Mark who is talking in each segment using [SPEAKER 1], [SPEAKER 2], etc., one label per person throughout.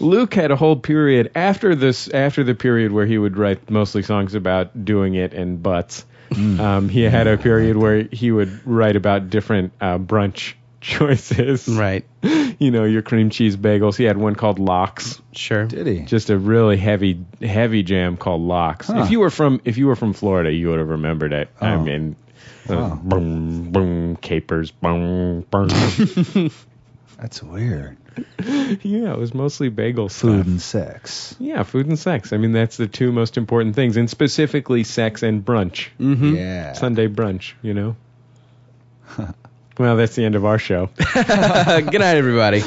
[SPEAKER 1] Luke had a whole period after this, after the period where he would write mostly songs about doing it and butts. Um, he had a period where he would write about different uh, brunch choices.
[SPEAKER 2] Right.
[SPEAKER 1] You know, your cream cheese bagels. He had one called Locks.
[SPEAKER 2] Sure.
[SPEAKER 3] Did he?
[SPEAKER 1] just a really heavy heavy jam called locks
[SPEAKER 3] Huh.
[SPEAKER 1] if you were from if you were from florida you would have remembered it i
[SPEAKER 3] Oh.
[SPEAKER 1] mean uh,
[SPEAKER 3] Wow.
[SPEAKER 1] boom boom capers boom boom
[SPEAKER 3] That's weird.
[SPEAKER 1] yeah it was mostly bagel
[SPEAKER 3] Food
[SPEAKER 1] stuff
[SPEAKER 3] and sex.
[SPEAKER 1] yeah food and sex i mean that's the two most important things and specifically sex and brunch
[SPEAKER 3] Yeah.
[SPEAKER 1] sunday brunch you know well that's the end of our show
[SPEAKER 2] good night, everybody.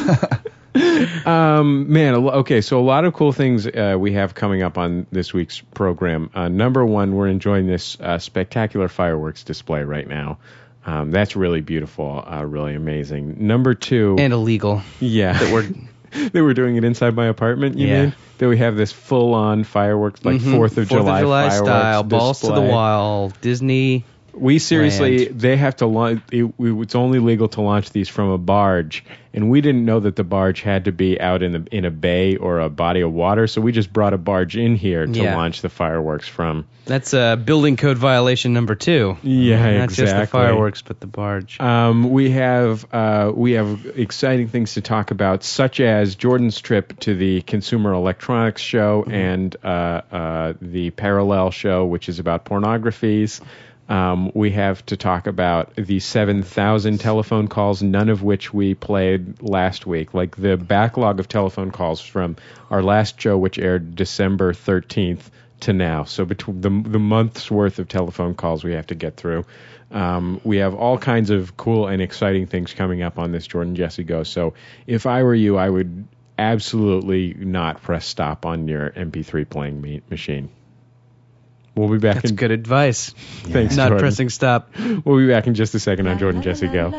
[SPEAKER 1] Um, man, a lo- okay, so a lot of cool things uh, we have coming up on this week's program. Uh, number one, we're enjoying this uh, spectacular fireworks display right now. Um, that's really beautiful, uh, really amazing. Number two,
[SPEAKER 2] and illegal.
[SPEAKER 1] yeah, that we're they were doing it inside my apartment. You
[SPEAKER 2] Yeah.
[SPEAKER 1] mean that we have this full-on fireworks, like Fourth of
[SPEAKER 2] Mm-hmm. Fourth
[SPEAKER 1] July,
[SPEAKER 2] of July
[SPEAKER 1] fireworks
[SPEAKER 2] style, balls to the
[SPEAKER 1] display.
[SPEAKER 2] wall, Disney.
[SPEAKER 1] We seriously,
[SPEAKER 2] Land.
[SPEAKER 1] they have to launch. It, we- it's only legal to launch these from a barge, and we didn't know that the barge had to be out in the in a bay or a body of water. So we just brought a barge in here to
[SPEAKER 2] Yeah.
[SPEAKER 1] launch the fireworks from.
[SPEAKER 2] That's uh, building code violation number two.
[SPEAKER 1] Yeah,
[SPEAKER 2] Not
[SPEAKER 1] exactly.
[SPEAKER 2] just the fireworks, but the barge.
[SPEAKER 1] Um, we have uh, we have exciting things to talk about, such as Jordan's trip to the Consumer Electronics Show and uh, uh, the Parallel Show, which is about pornographies. Um, we have to talk about the 7,000 telephone calls, none of which we played last week. Like the backlog of telephone calls from our last show, which aired December 13th to now. So between the the month's worth of telephone calls we have to get through. Um, we have all kinds of cool and exciting things coming up on this Jordan Jesse Go. So if I were you, I would absolutely not press stop on your MP3 playing me- machine. We'll be back
[SPEAKER 2] That's
[SPEAKER 1] in
[SPEAKER 2] good advice.
[SPEAKER 1] Thanks,
[SPEAKER 2] Not
[SPEAKER 1] Jordan.
[SPEAKER 2] pressing stop.
[SPEAKER 1] We'll be back in just a second on Jordan Jesse Go.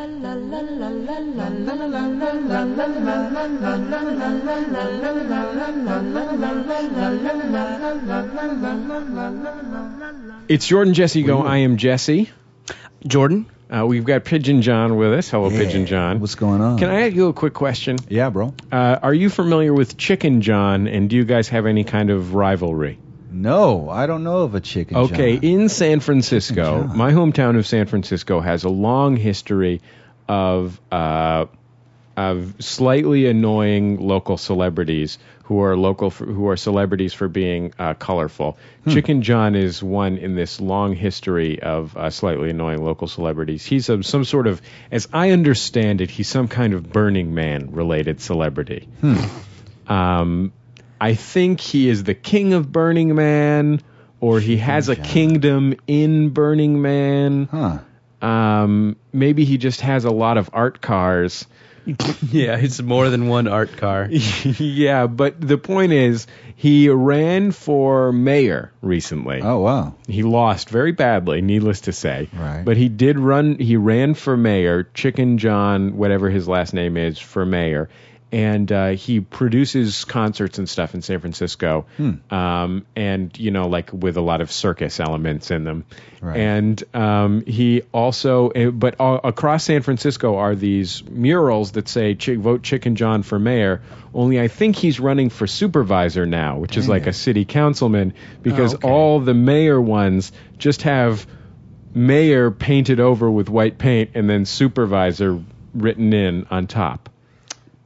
[SPEAKER 1] It's Jordan Jesse Go. I am Jesse.
[SPEAKER 2] Jordan,
[SPEAKER 1] Uh, we've got Pigeon John with us. Hello, Pigeon John.
[SPEAKER 3] What's going on?
[SPEAKER 1] Can I ask you a quick question?
[SPEAKER 3] Yeah, bro.
[SPEAKER 1] Uh, are you familiar with Chicken John, and do you guys have any kind of rivalry?
[SPEAKER 3] No, I don't know of a chicken.
[SPEAKER 1] Okay,
[SPEAKER 3] John.
[SPEAKER 1] in San Francisco,
[SPEAKER 3] John.
[SPEAKER 1] my hometown of San Francisco has a long history of uh, of slightly annoying local celebrities who are local for, who are celebrities for being uh, colorful. Chicken John is one in this long history of uh, slightly annoying local celebrities. He's of some sort of, as I understand it, he's some kind of Burning Man related celebrity. Um, I think he is the king of Burning Man, or he has a
[SPEAKER 3] John.
[SPEAKER 1] kingdom in Burning Man.
[SPEAKER 3] Huh.
[SPEAKER 1] Um, maybe he just has a lot of art cars.
[SPEAKER 2] yeah, it's more than one art car.
[SPEAKER 1] yeah, but the point is, he ran for mayor recently.
[SPEAKER 3] Oh wow.
[SPEAKER 1] He lost very badly, needless to say.
[SPEAKER 3] Right.
[SPEAKER 1] But he did run. He ran for mayor, Chicken John, whatever his last name is, for mayor, and uh, he produces concerts and stuff in San Francisco,
[SPEAKER 3] Hmm.
[SPEAKER 1] um, and you know, like with a lot of circus elements in them.
[SPEAKER 3] Right.
[SPEAKER 1] And um, he also, eh, but a- across San Francisco are these murals that say Ch- "Vote Chicken John for mayor." Only I think he's running for supervisor now, which is like a city councilman, because
[SPEAKER 3] Oh,
[SPEAKER 2] okay.
[SPEAKER 1] all all the mayor ones just have mayor painted over with white paint and then supervisor written in on top.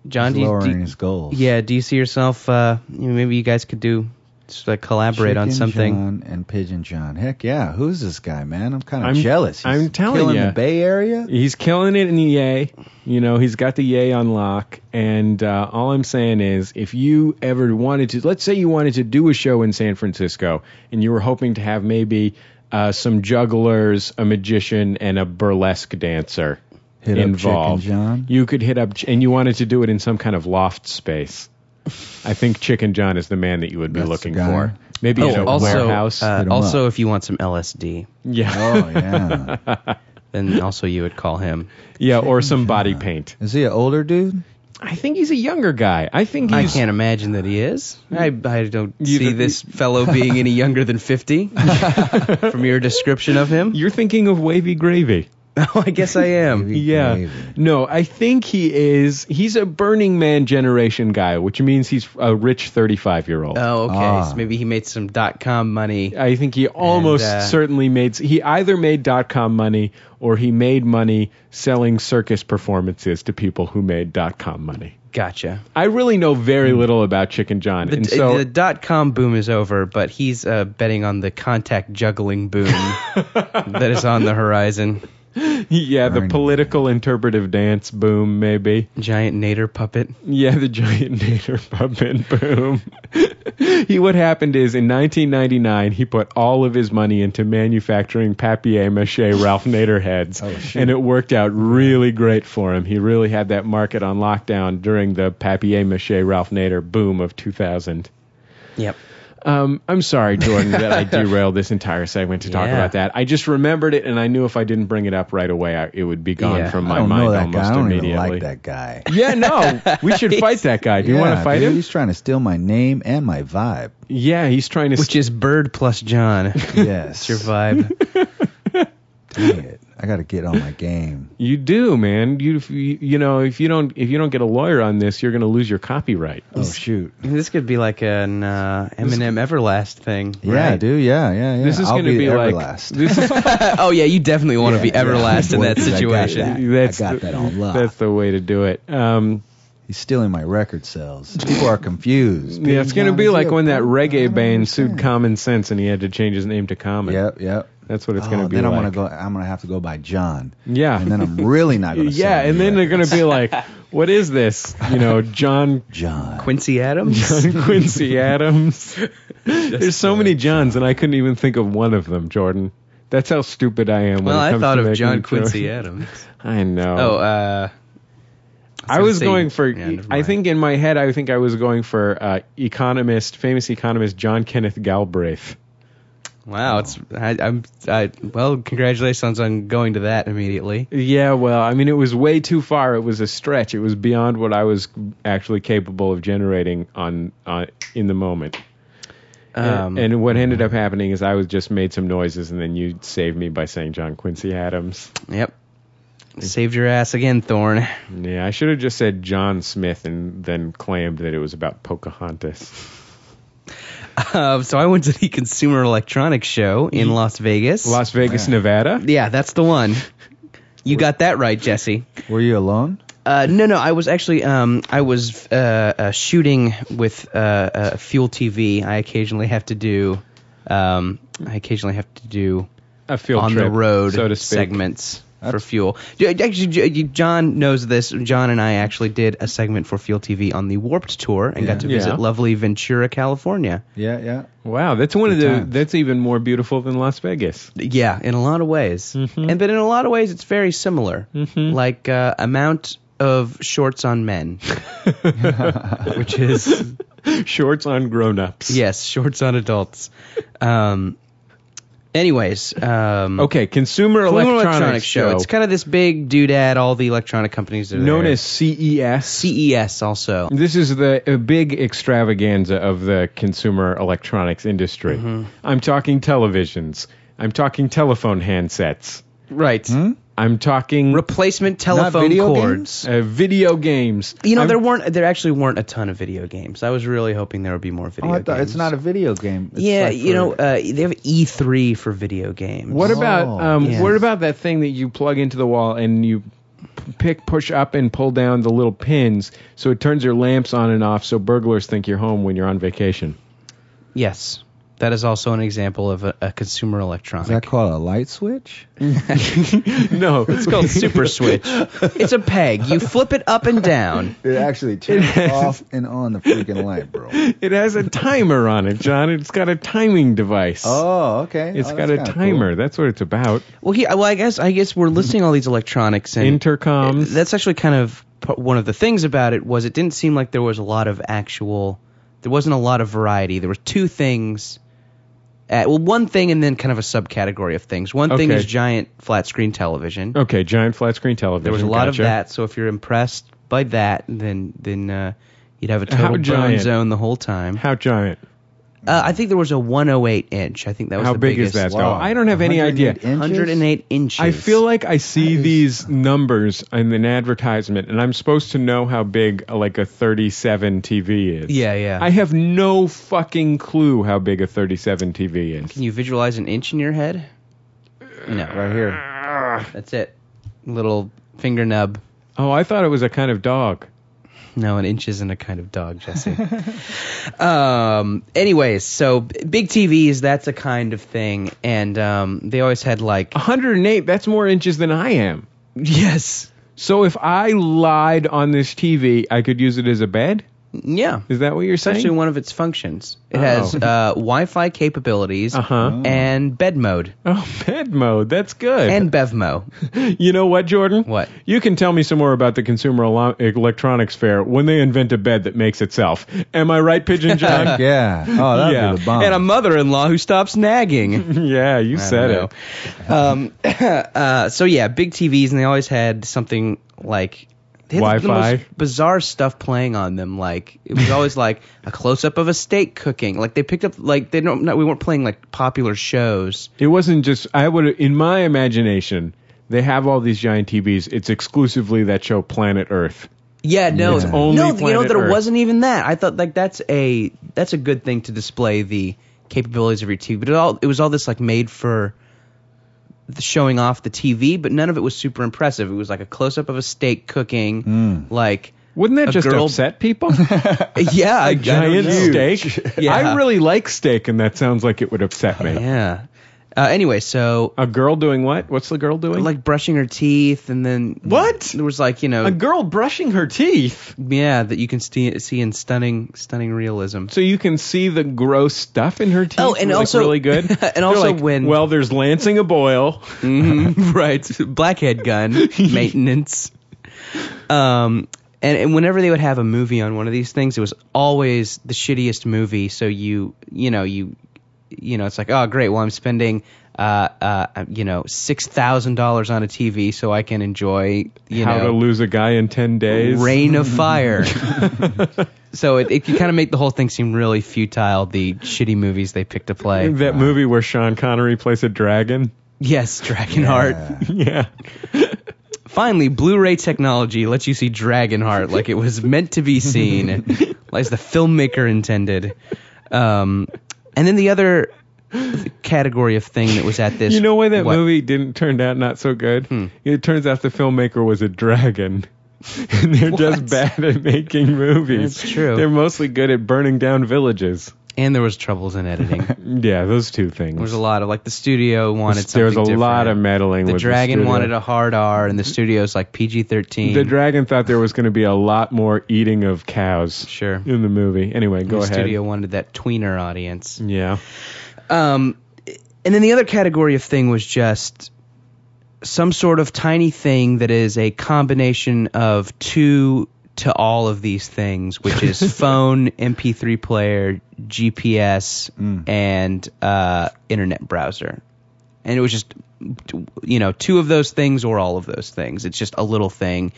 [SPEAKER 2] John, do you, do
[SPEAKER 3] Lowering
[SPEAKER 2] you-
[SPEAKER 3] his goals.
[SPEAKER 2] yeah, do you see yourself? Uh, you know, maybe you guys could do just like collaborate on
[SPEAKER 3] Chicken
[SPEAKER 2] something.
[SPEAKER 3] John and Pigeon John. Heck yeah. Who's this guy, man? I'm kind
[SPEAKER 1] I'm-
[SPEAKER 3] of jealous. He's
[SPEAKER 1] I'm telling
[SPEAKER 3] killing
[SPEAKER 1] ya.
[SPEAKER 3] the Bay Area.
[SPEAKER 1] He's killing it in the yay. You know, he's got the yay on lock. And uh, all I'm saying is, if you ever wanted to, let's say you wanted to do a show in San Francisco and you were hoping to have maybe uh, some jugglers, a magician, and a burlesque dancer
[SPEAKER 3] Hit up
[SPEAKER 1] involved,
[SPEAKER 3] Chicken John.
[SPEAKER 1] you could hit up, and you wanted to do it in some kind of loft space. I think Chicken John is the man that you would be
[SPEAKER 3] That's the
[SPEAKER 1] looking
[SPEAKER 3] guy.
[SPEAKER 1] for. Maybe in
[SPEAKER 2] Oh,
[SPEAKER 1] a
[SPEAKER 2] also,
[SPEAKER 1] warehouse.
[SPEAKER 2] uh,
[SPEAKER 3] Hit 'em
[SPEAKER 2] also
[SPEAKER 3] up.
[SPEAKER 2] if you want some LSD,
[SPEAKER 1] yeah,
[SPEAKER 3] Oh yeah.
[SPEAKER 2] then also you would call him.
[SPEAKER 1] yeah, or some body paint.
[SPEAKER 3] Is he an older dude?
[SPEAKER 1] I think he's a younger guy. I think
[SPEAKER 2] I
[SPEAKER 1] he's
[SPEAKER 2] can't imagine that he is. I, I don't
[SPEAKER 1] You
[SPEAKER 2] see
[SPEAKER 1] don't-
[SPEAKER 2] this fellow being any younger than 50 from your description of him.
[SPEAKER 1] You're thinking of wavy gravy.
[SPEAKER 2] oh, I guess I am.
[SPEAKER 3] Maybe
[SPEAKER 1] Yeah.
[SPEAKER 3] gravy.
[SPEAKER 1] No, I think he is. He's a Burning Man generation guy, which means he's a rich 35 year old.
[SPEAKER 2] Oh, okay.
[SPEAKER 3] Ah.
[SPEAKER 2] So maybe he made some dot com money.
[SPEAKER 1] I think he almost
[SPEAKER 2] And, uh,
[SPEAKER 1] certainly made. He either made dot com money or he made money selling circus performances to people who made dot com money.
[SPEAKER 2] Gotcha.
[SPEAKER 1] I really know very little about Chicken John,
[SPEAKER 2] Hmm. The,
[SPEAKER 1] and so
[SPEAKER 2] the dot com boom is over, but he's uh, betting on the contact juggling boom that is on the horizon.
[SPEAKER 1] yeah, the
[SPEAKER 3] Burning
[SPEAKER 1] political interpretive dance boom maybe.
[SPEAKER 2] Giant Nader puppet.
[SPEAKER 1] Yeah, the giant Nader puppet. Boom. he, what happened is in 1999, he put all of his money into manufacturing papier-mâché Ralph Nader heads,
[SPEAKER 3] Oh,
[SPEAKER 1] and it worked out really great for him. He really had that market on lockdown during the papier-mâché Ralph Nader boom of 2000.
[SPEAKER 2] Yep.
[SPEAKER 1] Um, I'm sorry, Jordan, that I derailed this entire segment to talk
[SPEAKER 2] Yeah.
[SPEAKER 1] about that. I just remembered it, and I knew if I didn't bring it up right away, I, it would be gone
[SPEAKER 2] Yeah.
[SPEAKER 1] from
[SPEAKER 3] I
[SPEAKER 1] my
[SPEAKER 3] don't
[SPEAKER 1] mind
[SPEAKER 3] know that
[SPEAKER 1] almost
[SPEAKER 3] guy. I don't
[SPEAKER 1] immediately.
[SPEAKER 3] even like that guy.
[SPEAKER 1] Yeah, no, we should fight that guy. Do you want to
[SPEAKER 3] Yeah,
[SPEAKER 1] fight
[SPEAKER 3] dude,
[SPEAKER 1] him?
[SPEAKER 3] He's trying to steal my name and my vibe.
[SPEAKER 1] Yeah, he's trying to.
[SPEAKER 2] Which is Bird plus John.
[SPEAKER 3] Yes.
[SPEAKER 2] Your vibe.
[SPEAKER 3] Dang it. I got to get on my game.
[SPEAKER 1] you do, man. You if you you know if you don't if you don't get a lawyer on this, you're gonna lose your copyright.
[SPEAKER 3] Oh shoot.
[SPEAKER 2] This could be like an uh, Eminem Everlast thing.
[SPEAKER 3] Yeah,
[SPEAKER 2] right?
[SPEAKER 3] dude. Yeah, yeah, yeah.
[SPEAKER 1] This is
[SPEAKER 3] I'll
[SPEAKER 1] gonna
[SPEAKER 3] be,
[SPEAKER 1] be, like
[SPEAKER 3] Everlast.
[SPEAKER 1] this is
[SPEAKER 2] oh yeah, you definitely want to be
[SPEAKER 3] Yeah, yeah.
[SPEAKER 2] Everlast in that
[SPEAKER 3] Because I got
[SPEAKER 2] situation.
[SPEAKER 3] that.
[SPEAKER 1] that's
[SPEAKER 3] I got
[SPEAKER 1] the,
[SPEAKER 3] that on lock.
[SPEAKER 1] That's the way to do it. Um,
[SPEAKER 3] He's stealing my record sales. People are confused.
[SPEAKER 1] yeah, it's gonna
[SPEAKER 3] Pigeon
[SPEAKER 1] be
[SPEAKER 3] John, is
[SPEAKER 1] like
[SPEAKER 3] he a
[SPEAKER 1] when that
[SPEAKER 3] punk? I
[SPEAKER 1] reggae
[SPEAKER 3] don't
[SPEAKER 1] band sued
[SPEAKER 3] understand.
[SPEAKER 1] Common Sense and he had to change his name to Common.
[SPEAKER 3] Yep, yep.
[SPEAKER 1] That's what it's
[SPEAKER 3] Oh,
[SPEAKER 1] gonna be
[SPEAKER 3] Then I'm
[SPEAKER 1] like.
[SPEAKER 3] gonna go. I'm gonna have to go by John.
[SPEAKER 1] Yeah.
[SPEAKER 3] And then I'm really not gonna. sell
[SPEAKER 1] yeah,
[SPEAKER 3] any
[SPEAKER 1] and then they're
[SPEAKER 3] records.
[SPEAKER 1] gonna be like, "What is this?" You know, John
[SPEAKER 3] John.
[SPEAKER 2] Quincy Adams.
[SPEAKER 1] John Quincy Adams. There's so many Johns, and I couldn't even think of one of them, Jordan. That's how stupid I am. when
[SPEAKER 2] well,
[SPEAKER 1] it
[SPEAKER 2] I
[SPEAKER 1] comes
[SPEAKER 2] thought
[SPEAKER 1] to
[SPEAKER 2] of
[SPEAKER 1] making
[SPEAKER 2] John
[SPEAKER 1] jokes.
[SPEAKER 2] Quincy Adams.
[SPEAKER 1] I know.
[SPEAKER 2] Oh, uh,
[SPEAKER 1] I
[SPEAKER 2] gonna
[SPEAKER 1] was
[SPEAKER 2] say-
[SPEAKER 1] going for.
[SPEAKER 2] yeah, never
[SPEAKER 1] I
[SPEAKER 2] mind.
[SPEAKER 1] think in my head, I think I was going for uh, economist, famous economist John Kenneth Galbraith.
[SPEAKER 2] wow, it's I, I'm I, well, congratulations on going to that immediately.
[SPEAKER 1] Yeah, well, I mean, it was way too far. It was a stretch. It was beyond what I was actually capable of generating on, on in the moment.
[SPEAKER 2] Um,
[SPEAKER 1] and, and what ended up happening is I was just made some noises, and then you saved me by saying John Quincy Adams.
[SPEAKER 2] yep, saved your ass again, Thorn.
[SPEAKER 1] Yeah, I should have just said John Smith and then claimed that it was about Pocahontas.
[SPEAKER 2] Uh, so I went to the Consumer Electronics Show in Las Vegas.
[SPEAKER 1] Las Vegas, Nevada.
[SPEAKER 2] yeah, that's the one. You got that right, Jesse.
[SPEAKER 3] Were you alone?
[SPEAKER 2] Uh, Uh, no, no, I was actually um, I was uh, uh, shooting with uh, uh, Fuel TV. I occasionally have to do um, I occasionally have to do
[SPEAKER 1] A field
[SPEAKER 2] on
[SPEAKER 1] trip,
[SPEAKER 2] the road
[SPEAKER 1] so to speak.
[SPEAKER 2] segments for Fuel. Yeah, Actually, J- you- John knows this. John and I actually did a segment for Fuel TV on the Warped Tour and got to
[SPEAKER 1] Yeah.
[SPEAKER 2] visit
[SPEAKER 1] Yeah.
[SPEAKER 2] lovely Ventura, California.
[SPEAKER 3] Yeah, yeah.
[SPEAKER 1] Wow, that's one of
[SPEAKER 3] Good
[SPEAKER 1] the.
[SPEAKER 3] times.
[SPEAKER 1] That's even more beautiful than Las Vegas.
[SPEAKER 2] Yeah, in a lot of ways,
[SPEAKER 1] Mm-hmm.
[SPEAKER 2] and but in a lot of ways, it's very similar. Like uh, amount of shorts on men, which is
[SPEAKER 1] Shorts on grown-ups.
[SPEAKER 2] Yes, shorts on adults. Um, anyways, um,
[SPEAKER 1] Okay, Consumer,
[SPEAKER 2] Consumer
[SPEAKER 1] Electronics,
[SPEAKER 2] Electronics Show. It's kind of this big doodad. All the electronic companies are there.
[SPEAKER 1] known as E CES.
[SPEAKER 2] CES also.
[SPEAKER 1] This is the a big extravaganza of the consumer electronics industry.
[SPEAKER 2] Mm-hmm.
[SPEAKER 1] I'm talking televisions. I'm talking telephone handsets.
[SPEAKER 2] Right.
[SPEAKER 1] I'm talking
[SPEAKER 2] Replacement telephone
[SPEAKER 3] video
[SPEAKER 2] cords.
[SPEAKER 1] uh, video games.
[SPEAKER 2] You know
[SPEAKER 1] I'm-
[SPEAKER 2] there weren't there actually weren't a ton of video games. I was really hoping there would be more video
[SPEAKER 3] Oh, I thought
[SPEAKER 2] games.
[SPEAKER 3] it's not a video game. It's
[SPEAKER 2] yeah,
[SPEAKER 3] like
[SPEAKER 2] you
[SPEAKER 3] for-
[SPEAKER 2] know uh, they have E3 for video games.
[SPEAKER 1] What about
[SPEAKER 3] Oh,
[SPEAKER 1] um,
[SPEAKER 2] yes.
[SPEAKER 1] what about that thing that you plug into the wall and you p- pick, push up, and pull down the little pins so it turns your lamps on and off so burglars think you're home when you're on vacation.
[SPEAKER 2] Yes, that is also an example of a, a consumer electronic.
[SPEAKER 3] Is that called a light switch?
[SPEAKER 1] no,
[SPEAKER 2] It's called Super Switch. It's a peg. You flip it up and down.
[SPEAKER 3] It actually turns off and on the freaking light, bro.
[SPEAKER 1] It has a timer on it, John. It's got a timing device.
[SPEAKER 3] Oh, okay.
[SPEAKER 1] It's
[SPEAKER 3] Oh,
[SPEAKER 1] got
[SPEAKER 3] that's
[SPEAKER 1] a
[SPEAKER 3] kinda
[SPEAKER 1] timer. That's what it's about.
[SPEAKER 2] Well, he, well, I guess I guess we're listing all these electronics and Uh,
[SPEAKER 1] Intercoms.
[SPEAKER 2] That's actually kind of p- one of the things about it was it didn't seem like there was a lot of actual. There wasn't a lot of variety. There were two things. At, well, one thing and then kind of a subcategory of things. One thing
[SPEAKER 1] Okay.
[SPEAKER 2] is giant flat screen television.
[SPEAKER 1] okay, giant flat screen television.
[SPEAKER 2] There was a lot
[SPEAKER 1] Gotcha.
[SPEAKER 2] of that. So if you're impressed by that, then then uh, you'd have a total burn
[SPEAKER 1] giant?
[SPEAKER 2] zone the whole time.
[SPEAKER 1] How giant?
[SPEAKER 2] Uh, I think there was a 108 inch. I think that was
[SPEAKER 1] How
[SPEAKER 2] the
[SPEAKER 1] big
[SPEAKER 2] biggest.
[SPEAKER 1] is that,
[SPEAKER 3] cool.
[SPEAKER 1] though? I don't have any idea.
[SPEAKER 3] 108 inches?
[SPEAKER 2] 108 inches.
[SPEAKER 1] I feel like I see these numbers in an advertisement, and I'm supposed to know how big uh, like a 37 TV is.
[SPEAKER 2] Yeah, yeah.
[SPEAKER 1] I have no fucking clue how big a 37 TV is.
[SPEAKER 2] Can you visualize an inch in your head? No, right here. That's it. Little finger nub.
[SPEAKER 1] Oh, I thought it was a kind of dog.
[SPEAKER 2] No, an inch isn't a kind of dog, Jesse. um. Anyways, so b- big TVs. That's a kind of thing, and um, they always had like
[SPEAKER 1] 108. That's more inches than I am.
[SPEAKER 2] yes,
[SPEAKER 1] So if I lied on this TV, I could use it as a bed.
[SPEAKER 2] yeah.
[SPEAKER 1] Is that what you're saying?
[SPEAKER 2] Essentially, one of its functions. It has
[SPEAKER 1] Oh.
[SPEAKER 2] uh, Wi-Fi capabilities
[SPEAKER 3] Mm.
[SPEAKER 1] Uh-huh.
[SPEAKER 2] and bed mode
[SPEAKER 1] Oh, bed mode. That's good.
[SPEAKER 2] and BevMo.
[SPEAKER 1] you know what, Jordan?
[SPEAKER 2] What?
[SPEAKER 1] You can tell me some more about the Consumer Elo- Electronics Fair when they invent a bed that makes itself. Am I right, Pigeon
[SPEAKER 3] Cool.
[SPEAKER 1] John?
[SPEAKER 3] Yeah. Oh, that'd
[SPEAKER 1] Yeah.
[SPEAKER 3] be the bomb.
[SPEAKER 2] and a mother-in-law who stops nagging.
[SPEAKER 1] yeah, you
[SPEAKER 2] I
[SPEAKER 1] said
[SPEAKER 2] don't
[SPEAKER 1] it.
[SPEAKER 2] know. Um, uh, so yeah, big TVs, and they always had something like they had the- the
[SPEAKER 1] Wi-Fi?
[SPEAKER 2] most bizarre stuff playing on them. Like it was always like a close-up of a steak cooking. Like they picked up like they don't. No, we weren't playing like popular shows.
[SPEAKER 1] It wasn't just I would in my imagination they have all these giant TVs. It's exclusively that show Planet Earth.
[SPEAKER 2] Yeah, no,
[SPEAKER 3] It's
[SPEAKER 1] only
[SPEAKER 2] no. You know
[SPEAKER 1] Planet
[SPEAKER 2] there
[SPEAKER 1] Earth.
[SPEAKER 2] wasn't even that. I thought like that's a that's a good thing to display the capabilities of your TV. But it all it was all this like made for the showing off the TV, but none of it was super impressive. It was like a close up of a steak cooking,
[SPEAKER 3] Mm.
[SPEAKER 2] like
[SPEAKER 1] Mm. Wouldn't that
[SPEAKER 2] A
[SPEAKER 1] just
[SPEAKER 2] girl-
[SPEAKER 1] upset people?
[SPEAKER 2] yeah, a
[SPEAKER 1] giant steak.
[SPEAKER 2] Yeah.
[SPEAKER 1] I really like steak, and that sounds like it would upset me.
[SPEAKER 2] Yeah. Uh, anyway, so
[SPEAKER 1] A girl doing what? What's the girl doing?
[SPEAKER 2] like brushing her teeth, and then
[SPEAKER 1] What?
[SPEAKER 2] There was like you know,
[SPEAKER 1] a girl brushing her teeth.
[SPEAKER 2] yeah, that you can see see in stunning stunning realism.
[SPEAKER 1] So you can see the gross stuff in her teeth.
[SPEAKER 2] Oh, and
[SPEAKER 1] like,
[SPEAKER 2] also-
[SPEAKER 1] really good.
[SPEAKER 2] and
[SPEAKER 1] They're
[SPEAKER 2] also
[SPEAKER 1] like,
[SPEAKER 2] when-
[SPEAKER 1] well, there's lancing a boil.
[SPEAKER 2] Mhm, right. Blackhead gun maintenance. Um, and, and whenever they would have a movie on one of these things, it was always the shittiest movie. So you, you know, you, you know, it's like, oh, great. Well, I'm spending, uh, uh, you know, six thousand dollars on a TV so I can enjoy, you
[SPEAKER 1] How to
[SPEAKER 2] know,
[SPEAKER 1] lose a guy in ten days.
[SPEAKER 2] Rain of Fire. so it, it can kind of make the whole thing seem really futile. The shitty movies they pick to play.
[SPEAKER 1] That movie where Sean Connery plays a dragon.
[SPEAKER 2] Yes, Dragonheart.
[SPEAKER 1] yeah.
[SPEAKER 2] Finally, Blu-ray technology lets you see Dragonheart like it was meant to be seen, as the filmmaker intended. Um, and then the other category of thing that was at this,
[SPEAKER 1] You know why that
[SPEAKER 2] what? Hmm.
[SPEAKER 1] movie didn't turn out not so good? It turns out the filmmaker was a dragon. and they're just
[SPEAKER 2] What?
[SPEAKER 1] bad at making movies.
[SPEAKER 2] That's true.
[SPEAKER 1] They're mostly good at burning down villages.
[SPEAKER 2] and there was troubles in editing. there
[SPEAKER 1] Yeah, those two things.
[SPEAKER 2] was a lot of like the studio wanted
[SPEAKER 1] there
[SPEAKER 2] something
[SPEAKER 1] was a lot of
[SPEAKER 2] different.
[SPEAKER 1] meddling.
[SPEAKER 2] The
[SPEAKER 1] with
[SPEAKER 2] dragon
[SPEAKER 1] the studio.
[SPEAKER 2] wanted a hard R, and the studio's like PG thirteen.
[SPEAKER 1] The dragon thought there was going to be a lot more eating of cows
[SPEAKER 2] Sure.
[SPEAKER 1] in the movie. Anyway, go
[SPEAKER 2] the
[SPEAKER 1] ahead.
[SPEAKER 2] studio wanted that tweener audience.
[SPEAKER 1] Yeah.
[SPEAKER 2] Um, and then the other category of thing was just some sort of tiny thing that is a combination of two to all of these things, which is phone, MP3 player, GPS,
[SPEAKER 3] Mm.
[SPEAKER 2] and uh, internet browser. And it was just, you know, two of those things or all of those things. It's just a little thing.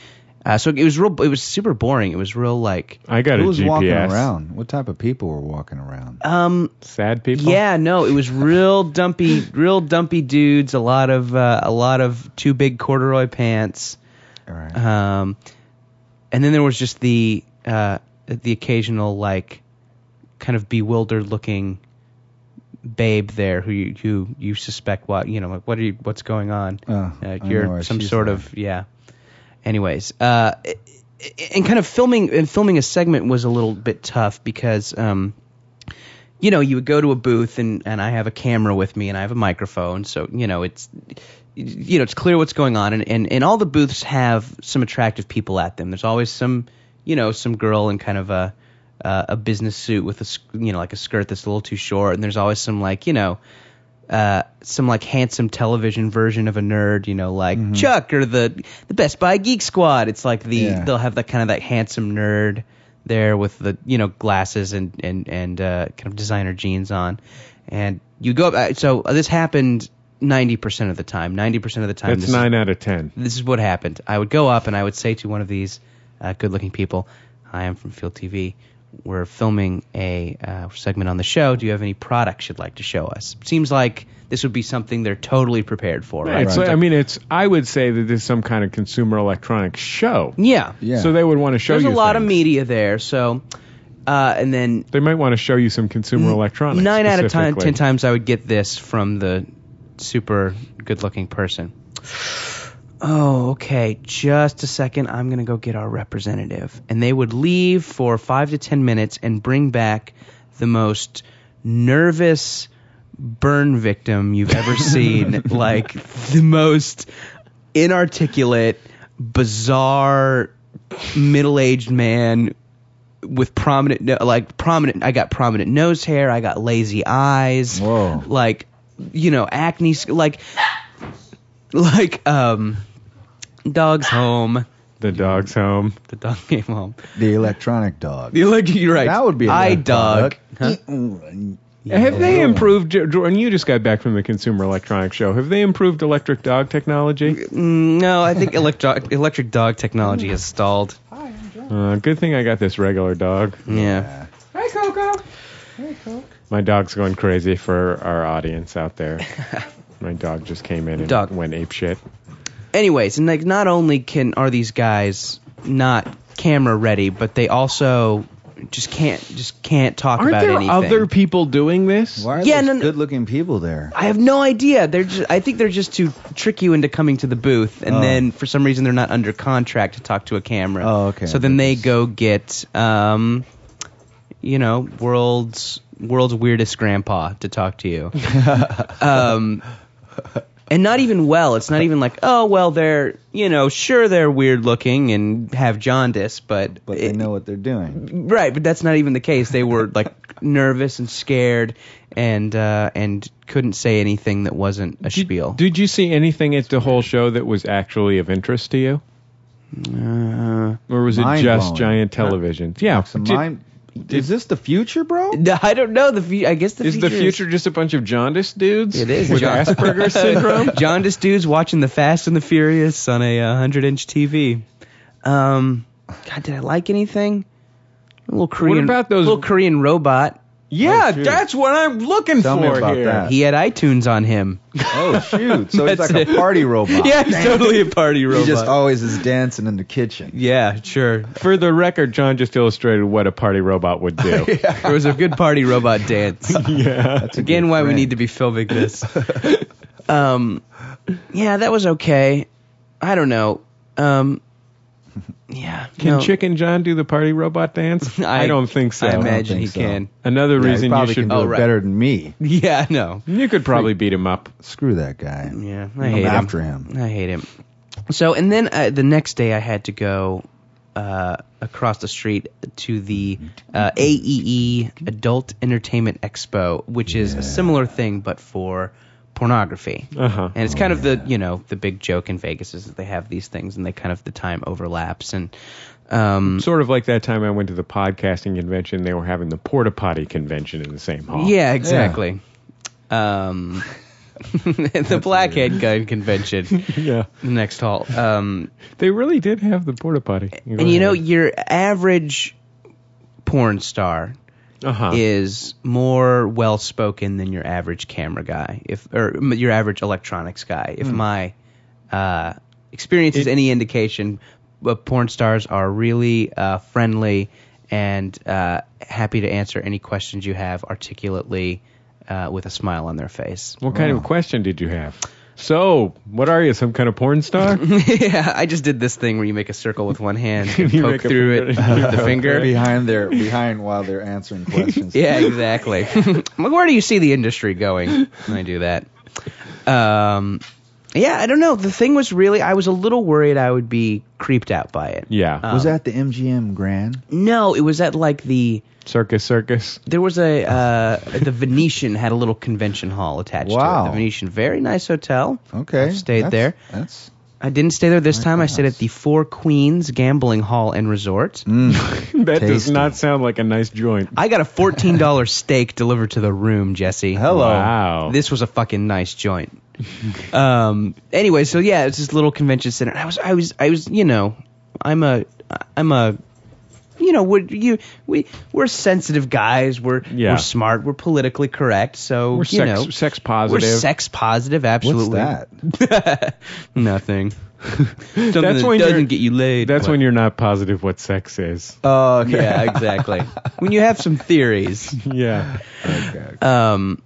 [SPEAKER 2] Uh, so it was real. It was super boring. It was real like,
[SPEAKER 1] I got
[SPEAKER 3] Who
[SPEAKER 1] a
[SPEAKER 3] was
[SPEAKER 1] GPS.
[SPEAKER 3] walking around? What type of people were walking around?
[SPEAKER 2] um,
[SPEAKER 1] Sad people.
[SPEAKER 2] Yeah, no, it was real dumpy, real dumpy dudes. A lot of uh, a lot of too big corduroy pants.
[SPEAKER 3] All right.
[SPEAKER 2] Um, and then there was just the uh, the occasional like kind of bewildered looking babe there who you who you suspect what you know like what are you what's going on
[SPEAKER 3] Oh, I
[SPEAKER 2] uh,
[SPEAKER 3] know
[SPEAKER 2] you're
[SPEAKER 3] where
[SPEAKER 2] some
[SPEAKER 3] she's
[SPEAKER 2] sort
[SPEAKER 3] from.
[SPEAKER 2] of yeah anyways uh i- i- and kind of filming and filming a segment was a little bit tough because um you know you would go to a booth and and I have a camera with me and I have a microphone so you know it's you know it's clear what's going on and and, and all the booths have some attractive people at them there's always some you know some girl in kind of a uh, a business suit with a s- you know like a skirt that's a little too short and there's always some like you know uh, some like handsome television version of a nerd, you know, like
[SPEAKER 1] Mm-hmm.
[SPEAKER 2] Chuck or the the Best Buy Geek Squad. It's like the
[SPEAKER 3] Yeah.
[SPEAKER 2] they'll have that kind of that handsome nerd there with the you know glasses and and and uh, kind of designer jeans on, and you go up. uh, So this happened ninety percent of the time. Ninety percent of the time,
[SPEAKER 1] That's
[SPEAKER 2] this is-
[SPEAKER 1] nine out of ten.
[SPEAKER 2] this is what happened. I would go up and I would say to one of these uh, good-looking people, "Hi, I'm from Field TV. We're filming a uh, segment on the show. Do you have any products you'd like to show us?" Seems like this would be something they're totally prepared for, right?
[SPEAKER 1] It's like- I mean, it's. I would say that there's some kind of consumer electronics show.
[SPEAKER 2] yeah.
[SPEAKER 3] Yeah.
[SPEAKER 1] So they would want to show
[SPEAKER 2] There's
[SPEAKER 1] you.
[SPEAKER 2] a lot of
[SPEAKER 1] things.
[SPEAKER 2] media there, so uh, and then
[SPEAKER 1] They might want to show you some consumer electronics.
[SPEAKER 2] nine out of ten,
[SPEAKER 1] specifically.
[SPEAKER 2] ten times I would get this from the super good-looking person. Oh, okay. Just a second. I'm gonna go get our representative, and they would leave for five to ten minutes and bring back the most nervous burn victim you've ever seen. like the most inarticulate, bizarre, middle-aged man with prominent no- like prominent I got prominent nose hair, I got lazy eyes.
[SPEAKER 3] Whoa.
[SPEAKER 2] Like you know, acne sc- like like um dog's home.
[SPEAKER 1] The dog's home.
[SPEAKER 2] The dog came home.
[SPEAKER 3] the electronic dog.
[SPEAKER 2] You're like you're right.
[SPEAKER 3] That would be a
[SPEAKER 2] I
[SPEAKER 3] good
[SPEAKER 2] dog. Huh?
[SPEAKER 3] product. Mm,
[SPEAKER 1] Have they
[SPEAKER 3] Yeah.
[SPEAKER 1] improved, Jordan? You just got back from the Consumer Electronics Show. Have they improved electric dog technology?
[SPEAKER 2] Mm, no, I think electro- electric dog technology has stalled.
[SPEAKER 1] Uh, good thing I got this regular dog.
[SPEAKER 2] Yeah.
[SPEAKER 1] My dog's going crazy for our audience out there. My dog just came in and
[SPEAKER 2] Dog.
[SPEAKER 1] went ape shit.
[SPEAKER 2] Anyways, and like not only can are these guys not camera ready, but they also just can't just can't talk
[SPEAKER 1] Aren't
[SPEAKER 2] about
[SPEAKER 1] there
[SPEAKER 2] anything.
[SPEAKER 1] other people doing this?
[SPEAKER 3] Why are
[SPEAKER 2] Yeah,
[SPEAKER 3] those
[SPEAKER 2] no, no.
[SPEAKER 3] good-looking people there?
[SPEAKER 2] I have no idea. They're just, I think they're just to trick you into coming to the booth, and
[SPEAKER 3] Oh.
[SPEAKER 2] then for some reason they're not under contract to talk to a camera.
[SPEAKER 3] Oh, okay.
[SPEAKER 2] So then they go get, um, you know, world's world's weirdest grandpa to talk to you. um, and not even well. It's not even like, oh well, they're you know, sure they're weird looking and have jaundice, but
[SPEAKER 3] But they
[SPEAKER 2] it-
[SPEAKER 3] know what they're doing.
[SPEAKER 2] Right, but that's not even the case. They were like nervous and scared, and uh, and couldn't say anything that wasn't a spiel.
[SPEAKER 1] Did you see anything at the whole show that was actually of interest to you?
[SPEAKER 2] uh,
[SPEAKER 1] Or was it
[SPEAKER 3] Mind
[SPEAKER 1] just
[SPEAKER 3] blowing.
[SPEAKER 1] giant television? Yeah.
[SPEAKER 3] So
[SPEAKER 1] Did-
[SPEAKER 3] mine, is this the future, bro?
[SPEAKER 2] no, I don't know. The fu- I guess the
[SPEAKER 1] is the future just a bunch of jaundice dudes
[SPEAKER 2] It is
[SPEAKER 1] with
[SPEAKER 2] John-
[SPEAKER 1] Asperger's syndrome?
[SPEAKER 2] jaundice dudes watching the Fast and the Furious on a uh, hundred inch TV. Um, God, did I like anything? A little Korean.
[SPEAKER 1] about those-
[SPEAKER 2] little Korean robot? Oh,
[SPEAKER 1] Yeah,
[SPEAKER 3] shoot.
[SPEAKER 1] that's what I'm looking
[SPEAKER 3] Tell me
[SPEAKER 1] for
[SPEAKER 3] about
[SPEAKER 1] here.
[SPEAKER 3] that.
[SPEAKER 2] He had iTunes on him.
[SPEAKER 3] Oh shoot! So he's
[SPEAKER 2] That's
[SPEAKER 3] like a
[SPEAKER 2] it.
[SPEAKER 3] party robot.
[SPEAKER 2] yeah, he's totally a party
[SPEAKER 3] He
[SPEAKER 2] robot.
[SPEAKER 3] just always is dancing in the kitchen.
[SPEAKER 2] yeah, sure.
[SPEAKER 1] For the record, John just illustrated what a party robot would do.
[SPEAKER 2] There was a good party robot dance.
[SPEAKER 1] yeah.
[SPEAKER 3] That's a
[SPEAKER 2] Again,
[SPEAKER 3] good
[SPEAKER 2] why we
[SPEAKER 3] friend.
[SPEAKER 2] need to be filming this. um, yeah, that was okay. I don't know. Um, Yeah.
[SPEAKER 1] Can
[SPEAKER 2] no,
[SPEAKER 1] Chicken John do the party robot dance? I, don't think so.
[SPEAKER 2] I imagine
[SPEAKER 3] think
[SPEAKER 2] he
[SPEAKER 3] so.
[SPEAKER 2] can.
[SPEAKER 1] Another
[SPEAKER 3] Yeah, he
[SPEAKER 1] reason you
[SPEAKER 3] probably
[SPEAKER 1] should.
[SPEAKER 3] can do
[SPEAKER 2] Oh,
[SPEAKER 3] it
[SPEAKER 2] right.
[SPEAKER 3] better than me.
[SPEAKER 2] Yeah, no.
[SPEAKER 1] you could probably beat him up.
[SPEAKER 3] Screw that guy.
[SPEAKER 2] Yeah, I
[SPEAKER 3] I'm
[SPEAKER 2] hate
[SPEAKER 3] after
[SPEAKER 2] him.
[SPEAKER 3] him.
[SPEAKER 2] I hate him. So, and then uh, the next day, I had to go uh, across the street to the uh, AEE Adult Entertainment Expo, which is a similar thing but for pornography.
[SPEAKER 1] Uh-huh.
[SPEAKER 2] And it's kind of the you know the big joke in Vegas is that they have these things and they kind of the time overlaps and um,
[SPEAKER 1] Sort of like that time I went to the podcasting convention. They were having the porta potty convention in the same hall.
[SPEAKER 2] Yeah, exactly. Um, the Blackhead Gun Convention,
[SPEAKER 1] yeah.
[SPEAKER 2] the next hall. Um,
[SPEAKER 1] They really did have the porta potty.
[SPEAKER 2] and you know, your average porn star
[SPEAKER 1] uh-huh.
[SPEAKER 2] is more well spoken than your average camera guy, if or m- your average electronics guy. If my uh, experience is
[SPEAKER 1] Hmm. It-
[SPEAKER 2] any indication, uh, porn stars are really uh, friendly and uh, happy to answer any questions you have articulately uh, with a smile on their face.
[SPEAKER 1] What kind of question did you have? So, what are you, some kind of porn star?
[SPEAKER 2] yeah, I just did this thing where you make a circle with one hand and
[SPEAKER 1] You
[SPEAKER 2] poke
[SPEAKER 1] make a
[SPEAKER 2] through it
[SPEAKER 1] finger-
[SPEAKER 2] with the finger.
[SPEAKER 3] behind their behind while they're answering questions.
[SPEAKER 2] Yeah, exactly. I'm like, where do you see the industry going? And I do that. Um, yeah, I don't know. The thing was really, I was a little worried I would be creeped out by it. Um,
[SPEAKER 1] yeah.
[SPEAKER 3] Was that the MGM Grand?
[SPEAKER 2] No, it was at like the
[SPEAKER 1] circus, circus.
[SPEAKER 2] there was a uh, the Venetian had a little convention hall attached to it.
[SPEAKER 3] Wow.
[SPEAKER 2] The Venetian, very nice hotel.
[SPEAKER 3] Okay,
[SPEAKER 2] I've stayed
[SPEAKER 3] that's-
[SPEAKER 2] there.
[SPEAKER 3] That's
[SPEAKER 2] I didn't stay there this time. I stayed
[SPEAKER 3] gosh.
[SPEAKER 2] at the Four Queens Gambling Hall and Resort.
[SPEAKER 1] That does
[SPEAKER 3] Mm. Tasty.
[SPEAKER 1] not sound like a nice joint.
[SPEAKER 2] I got a fourteen dollar steak delivered to the room, Jesse.
[SPEAKER 3] hello.
[SPEAKER 1] Wow.
[SPEAKER 2] This was a fucking nice joint. um. Anyway, so yeah, it's this little convention center. I was, I was, I was. You know, I'm a, I'm a, you know, we're you we we're sensitive guys. We're
[SPEAKER 1] Yeah.
[SPEAKER 2] we're smart. We're politically correct. So
[SPEAKER 1] We're
[SPEAKER 2] you
[SPEAKER 1] sex,
[SPEAKER 2] know,
[SPEAKER 1] sex
[SPEAKER 2] we're
[SPEAKER 1] positive.
[SPEAKER 2] sex positive. Absolutely.
[SPEAKER 3] What's that?
[SPEAKER 2] Nothing. Something
[SPEAKER 1] That's
[SPEAKER 2] that
[SPEAKER 1] when you're-
[SPEAKER 2] doesn't get you laid.
[SPEAKER 1] That's
[SPEAKER 2] What?
[SPEAKER 1] when you're not positive what sex is.
[SPEAKER 3] Oh,
[SPEAKER 2] Yeah, exactly. when you have some theories.
[SPEAKER 1] Yeah.
[SPEAKER 2] Um,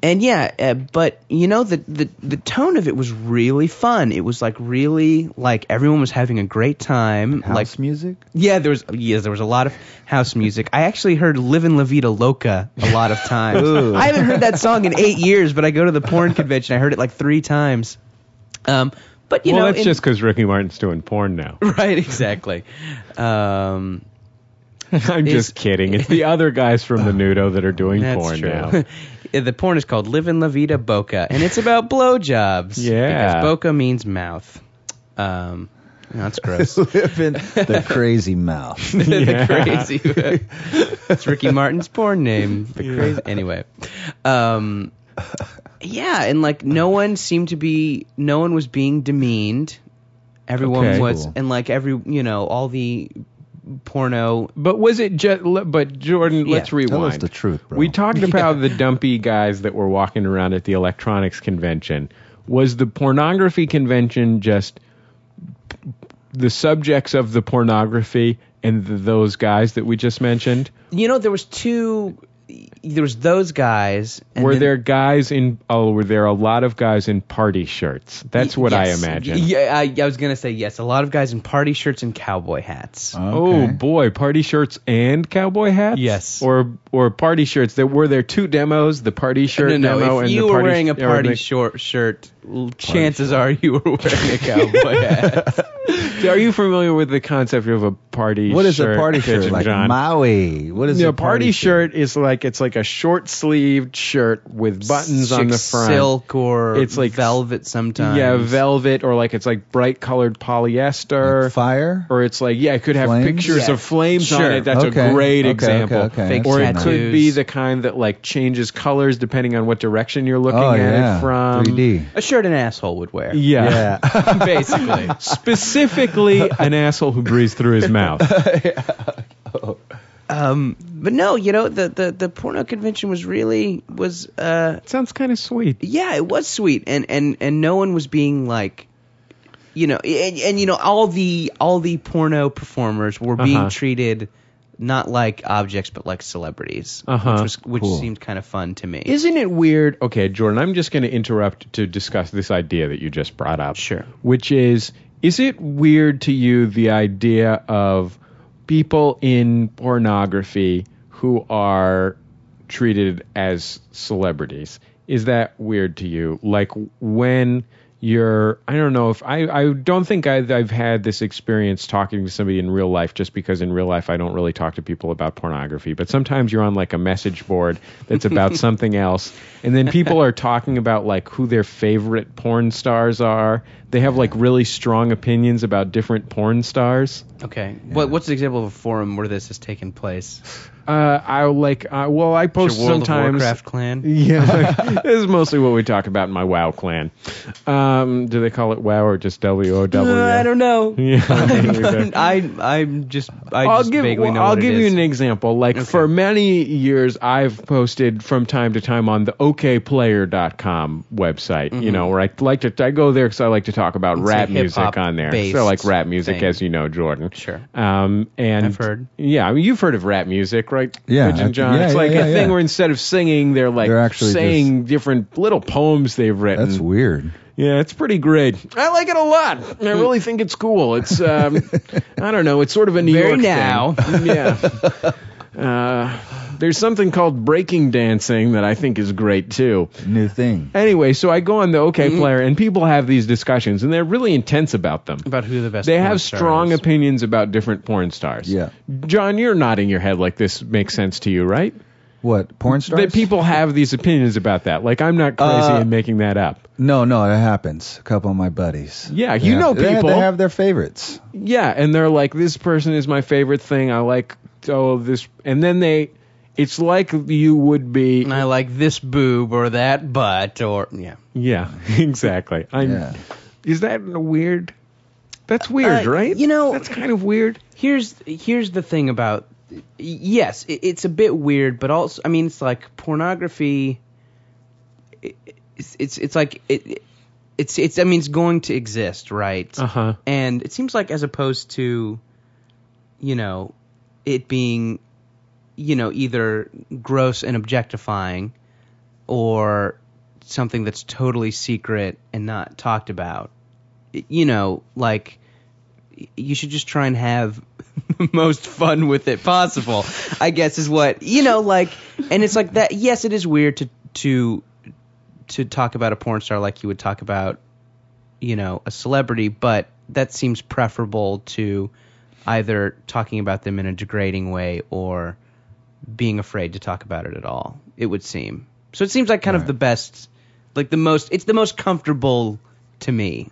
[SPEAKER 2] and yeah, uh, but you know the, the the tone of it was really fun. It was like really like everyone was having a great time.
[SPEAKER 3] House
[SPEAKER 2] like
[SPEAKER 3] music?
[SPEAKER 2] yeah, there was yes, there was a lot of house music. I actually heard "Livin' La Vida Loca" a lot of times.
[SPEAKER 3] Ooh.
[SPEAKER 2] I haven't heard that song in eight years, but I go to the porn convention. I heard it like three times. Um, but you
[SPEAKER 1] well,
[SPEAKER 2] know,
[SPEAKER 1] that's
[SPEAKER 2] in-
[SPEAKER 1] just because Ricky Martin's doing porn now.
[SPEAKER 2] right, exactly. Um,
[SPEAKER 1] I'm
[SPEAKER 2] It's-
[SPEAKER 1] just kidding. It's the other guys from the Nudo that are doing
[SPEAKER 2] That's
[SPEAKER 1] porn
[SPEAKER 2] true.
[SPEAKER 1] now.
[SPEAKER 2] Yeah, the porn is called Livin' La Vida Boca, and it's about blowjobs.
[SPEAKER 1] Yeah.
[SPEAKER 2] Because Boca means mouth. Um, that's gross.
[SPEAKER 3] Live in the crazy mouth.
[SPEAKER 2] the crazy. it's Ricky Martin's porn name. The crazy. Anyway, um, yeah, and like no one seemed to be, no one was being demeaned. Everyone
[SPEAKER 1] Okay.
[SPEAKER 2] was,
[SPEAKER 3] Cool.
[SPEAKER 2] and like every, you know, all the porno.
[SPEAKER 1] But was it just? But Jordan,
[SPEAKER 2] Yeah.
[SPEAKER 1] let's rewind.
[SPEAKER 3] Tell us the truth, bro.
[SPEAKER 1] We talked about the dumpy guys that were walking around at the electronics convention. Was the pornography convention just the subjects of the pornography and th those guys that we just mentioned?
[SPEAKER 2] You know, there was two. There was those guys. And
[SPEAKER 1] were
[SPEAKER 2] then-
[SPEAKER 1] there guys in? Oh, were there a lot of guys in party shirts? That's what I
[SPEAKER 2] Yes.
[SPEAKER 1] imagine.
[SPEAKER 2] Yeah, I, I was gonna say yes. A lot of guys in party shirts and cowboy hats.
[SPEAKER 1] Oh
[SPEAKER 3] Okay.
[SPEAKER 1] boy, party shirts and cowboy hats.
[SPEAKER 2] Yes.
[SPEAKER 1] Or or party shirts. There were there two demos, the party shirt
[SPEAKER 2] no, no.
[SPEAKER 1] demo
[SPEAKER 2] if
[SPEAKER 1] and
[SPEAKER 2] you
[SPEAKER 1] the
[SPEAKER 2] were
[SPEAKER 1] party
[SPEAKER 2] wearing a
[SPEAKER 1] or the-
[SPEAKER 2] party short shirt, l- chances are you were wearing a cowboy hat.
[SPEAKER 1] Are you familiar with the concept of a party?
[SPEAKER 3] What is
[SPEAKER 1] shirt,
[SPEAKER 3] a party shirt
[SPEAKER 1] Pigeon
[SPEAKER 3] like
[SPEAKER 1] John?
[SPEAKER 3] Maui? What is
[SPEAKER 1] Yeah,
[SPEAKER 3] a party,
[SPEAKER 1] shirt is like it's like a short sleeved shirt with buttons on
[SPEAKER 2] Chick
[SPEAKER 1] the front.
[SPEAKER 2] silk or
[SPEAKER 1] It's like-
[SPEAKER 2] velvet sometimes.
[SPEAKER 1] Yeah, velvet or like it's like bright colored polyester.
[SPEAKER 3] Like fire?
[SPEAKER 1] Or it's like yeah, it could have
[SPEAKER 3] Flames?
[SPEAKER 1] pictures
[SPEAKER 2] Yeah.
[SPEAKER 1] of flames on
[SPEAKER 2] Sure.
[SPEAKER 1] it. That's a
[SPEAKER 3] Okay.
[SPEAKER 1] great
[SPEAKER 3] Okay,
[SPEAKER 1] example.
[SPEAKER 3] okay, okay.
[SPEAKER 2] Fake
[SPEAKER 1] Or it
[SPEAKER 2] tattoos.
[SPEAKER 1] could be the kind that like changes colors depending on what direction you're looking
[SPEAKER 3] Oh
[SPEAKER 1] at
[SPEAKER 3] yeah,
[SPEAKER 1] it from.
[SPEAKER 3] 3D.
[SPEAKER 2] a shirt an asshole would wear.
[SPEAKER 1] Yeah.
[SPEAKER 3] Yeah.
[SPEAKER 2] basically.
[SPEAKER 1] Specifically, an asshole who breathes through his mouth.
[SPEAKER 2] Um, but no, you know the, the the porno convention was really was uh
[SPEAKER 1] Sounds kind of sweet.
[SPEAKER 2] yeah it was sweet and and and no one was being like you know and, and you know all the all the porno performers were being
[SPEAKER 1] Uh-huh.
[SPEAKER 2] treated not like objects but like celebrities
[SPEAKER 1] Uh-huh.
[SPEAKER 2] which was which
[SPEAKER 3] Cool.
[SPEAKER 2] seemed kind of fun to me
[SPEAKER 1] Isn't it weird? Okay, Jordan, I'm just going to interrupt to discuss this idea that you just brought up.
[SPEAKER 2] Sure.
[SPEAKER 1] Which is Is it weird to you the idea of people in pornography who are treated as celebrities? Is that weird to you? Like when you're, I don't know if I, I don't think I, I've had this experience talking to somebody in real life just because in real life I don't really talk to people about pornography. But sometimes you're on like a message board that's about something else, and then people are talking about like who their favorite porn stars are. They have like really strong opinions about different porn stars.
[SPEAKER 2] Okay. What, what's an example of a forum where this has taken place?
[SPEAKER 1] Uh, I like. Uh, well, I
[SPEAKER 2] Is
[SPEAKER 1] post
[SPEAKER 2] your World of
[SPEAKER 1] sometimes.
[SPEAKER 2] Warcraft clan?
[SPEAKER 1] Yeah, like, this is mostly what we talk about in my WoW clan. Um, do they call it WoW or just W O W?
[SPEAKER 2] Uh, I don't know.
[SPEAKER 1] Yeah,
[SPEAKER 2] I I'm just I
[SPEAKER 1] I'll
[SPEAKER 2] just
[SPEAKER 1] give,
[SPEAKER 2] vaguely know
[SPEAKER 1] I'll
[SPEAKER 2] what it
[SPEAKER 1] give you
[SPEAKER 2] is.
[SPEAKER 1] an example. Like for many years, I've posted from time to time on the OKPlayer.com website. You know, where I like to I go there because I like to talk about
[SPEAKER 2] Mm-hmm. a
[SPEAKER 1] rap music
[SPEAKER 2] hip-hop
[SPEAKER 1] on there.
[SPEAKER 2] based
[SPEAKER 1] So I like rap music,
[SPEAKER 2] thing.
[SPEAKER 1] as you know, Jordan.
[SPEAKER 2] Sure.
[SPEAKER 1] Um, and
[SPEAKER 2] I've heard.
[SPEAKER 1] Yeah, I mean, you've heard of rap music, right?
[SPEAKER 3] Yeah,
[SPEAKER 1] Pigeon
[SPEAKER 3] I-
[SPEAKER 1] John.
[SPEAKER 3] yeah,
[SPEAKER 1] it's
[SPEAKER 3] yeah,
[SPEAKER 1] like
[SPEAKER 3] yeah,
[SPEAKER 1] a thing
[SPEAKER 3] yeah.
[SPEAKER 1] where instead of singing, they're like
[SPEAKER 3] They're actually
[SPEAKER 1] saying different little poems they've written.
[SPEAKER 3] That's weird.
[SPEAKER 1] Yeah, it's pretty great. I like it a lot. I
[SPEAKER 2] Hmm.
[SPEAKER 1] really think it's cool. It's um, I don't know. It's sort of a New
[SPEAKER 2] Very
[SPEAKER 1] York
[SPEAKER 2] now.
[SPEAKER 1] thing. Yeah. Uh, there's something called breaking dancing that I think is great too.
[SPEAKER 3] New thing.
[SPEAKER 1] Anyway, so I go on the OK
[SPEAKER 2] Mm-hmm.
[SPEAKER 1] Player and people have these discussions and they're really intense about them.
[SPEAKER 2] about who the best.
[SPEAKER 1] They
[SPEAKER 2] porn
[SPEAKER 1] have
[SPEAKER 2] star
[SPEAKER 1] strong
[SPEAKER 2] is.
[SPEAKER 1] opinions about different porn stars.
[SPEAKER 3] Yeah.
[SPEAKER 1] John, you're nodding your head like this makes sense to you, right?
[SPEAKER 3] What porn stars?
[SPEAKER 1] That people have these opinions about that. Like I'm not crazy
[SPEAKER 3] Uh,
[SPEAKER 1] in making that up.
[SPEAKER 3] No, no, it happens. A couple of my buddies.
[SPEAKER 1] Yeah,
[SPEAKER 3] They
[SPEAKER 1] you
[SPEAKER 3] have-
[SPEAKER 1] know
[SPEAKER 3] they have-
[SPEAKER 1] people.
[SPEAKER 3] They have their favorites.
[SPEAKER 1] yeah and they're like this person is my favorite thing i like oh this and then they it's like you would be
[SPEAKER 2] And I like this boob or that butt or yeah.
[SPEAKER 1] yeah exactly i'm
[SPEAKER 3] Yeah.
[SPEAKER 1] is that weird that's weird
[SPEAKER 2] Uh,
[SPEAKER 1] right
[SPEAKER 2] you know-
[SPEAKER 1] that's kind of weird
[SPEAKER 2] Here's here's the thing about yes, it, it's a bit weird, but also I mean it's like pornography. i- It's it's, it's like it, it's it's I mean it's going to exist, right?
[SPEAKER 1] uh-huh
[SPEAKER 2] And it seems like as opposed to, you know, it being, you know, either gross and objectifying, or something that's totally secret and not talked about. Y- You know, like y- you should just try and have the most fun with it possible. I guess is what you know, like, and it's like that. Yes, it is weird to to to talk about a porn star like you would talk about, you know, a celebrity, but that seems preferable to either talking about them in a degrading way or being afraid to talk about it at all. It would seem. So it seems like kind of the best, like the most. It's the most comfortable to me.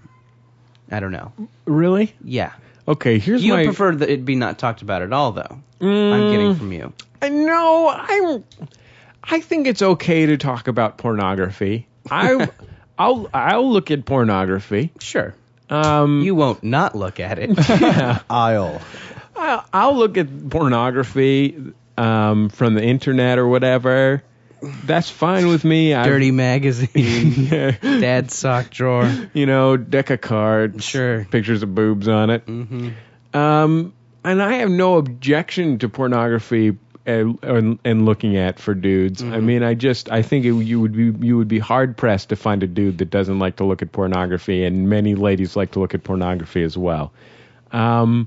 [SPEAKER 2] I don't know.
[SPEAKER 1] really
[SPEAKER 2] Yeah.
[SPEAKER 1] okay here's
[SPEAKER 2] You
[SPEAKER 1] my
[SPEAKER 2] prefer that it be not talked about at all, though. I'm getting
[SPEAKER 1] Mm.
[SPEAKER 2] from you.
[SPEAKER 1] I- no i'm i think it's okay to talk about pornography i i'll i'll look at pornography
[SPEAKER 2] Sure.
[SPEAKER 1] um
[SPEAKER 2] You won't not look at it.
[SPEAKER 3] Aisle.
[SPEAKER 1] I'll, I'll look at pornography um, from the internet or whatever. That's fine with me. I've-
[SPEAKER 2] Dirty magazine,
[SPEAKER 1] Yeah.
[SPEAKER 2] dad's sock drawer.
[SPEAKER 1] you know, deck of cards,
[SPEAKER 2] Sure. Mm-hmm.
[SPEAKER 1] pictures of boobs on it. Um, and I have no objection to pornography and, and, and looking at for dudes. I
[SPEAKER 2] Mm-hmm.
[SPEAKER 1] mean, I just I think it, you would be you would be hard pressed to find a dude that doesn't like to look at pornography, and many ladies like to look at pornography as well. Um,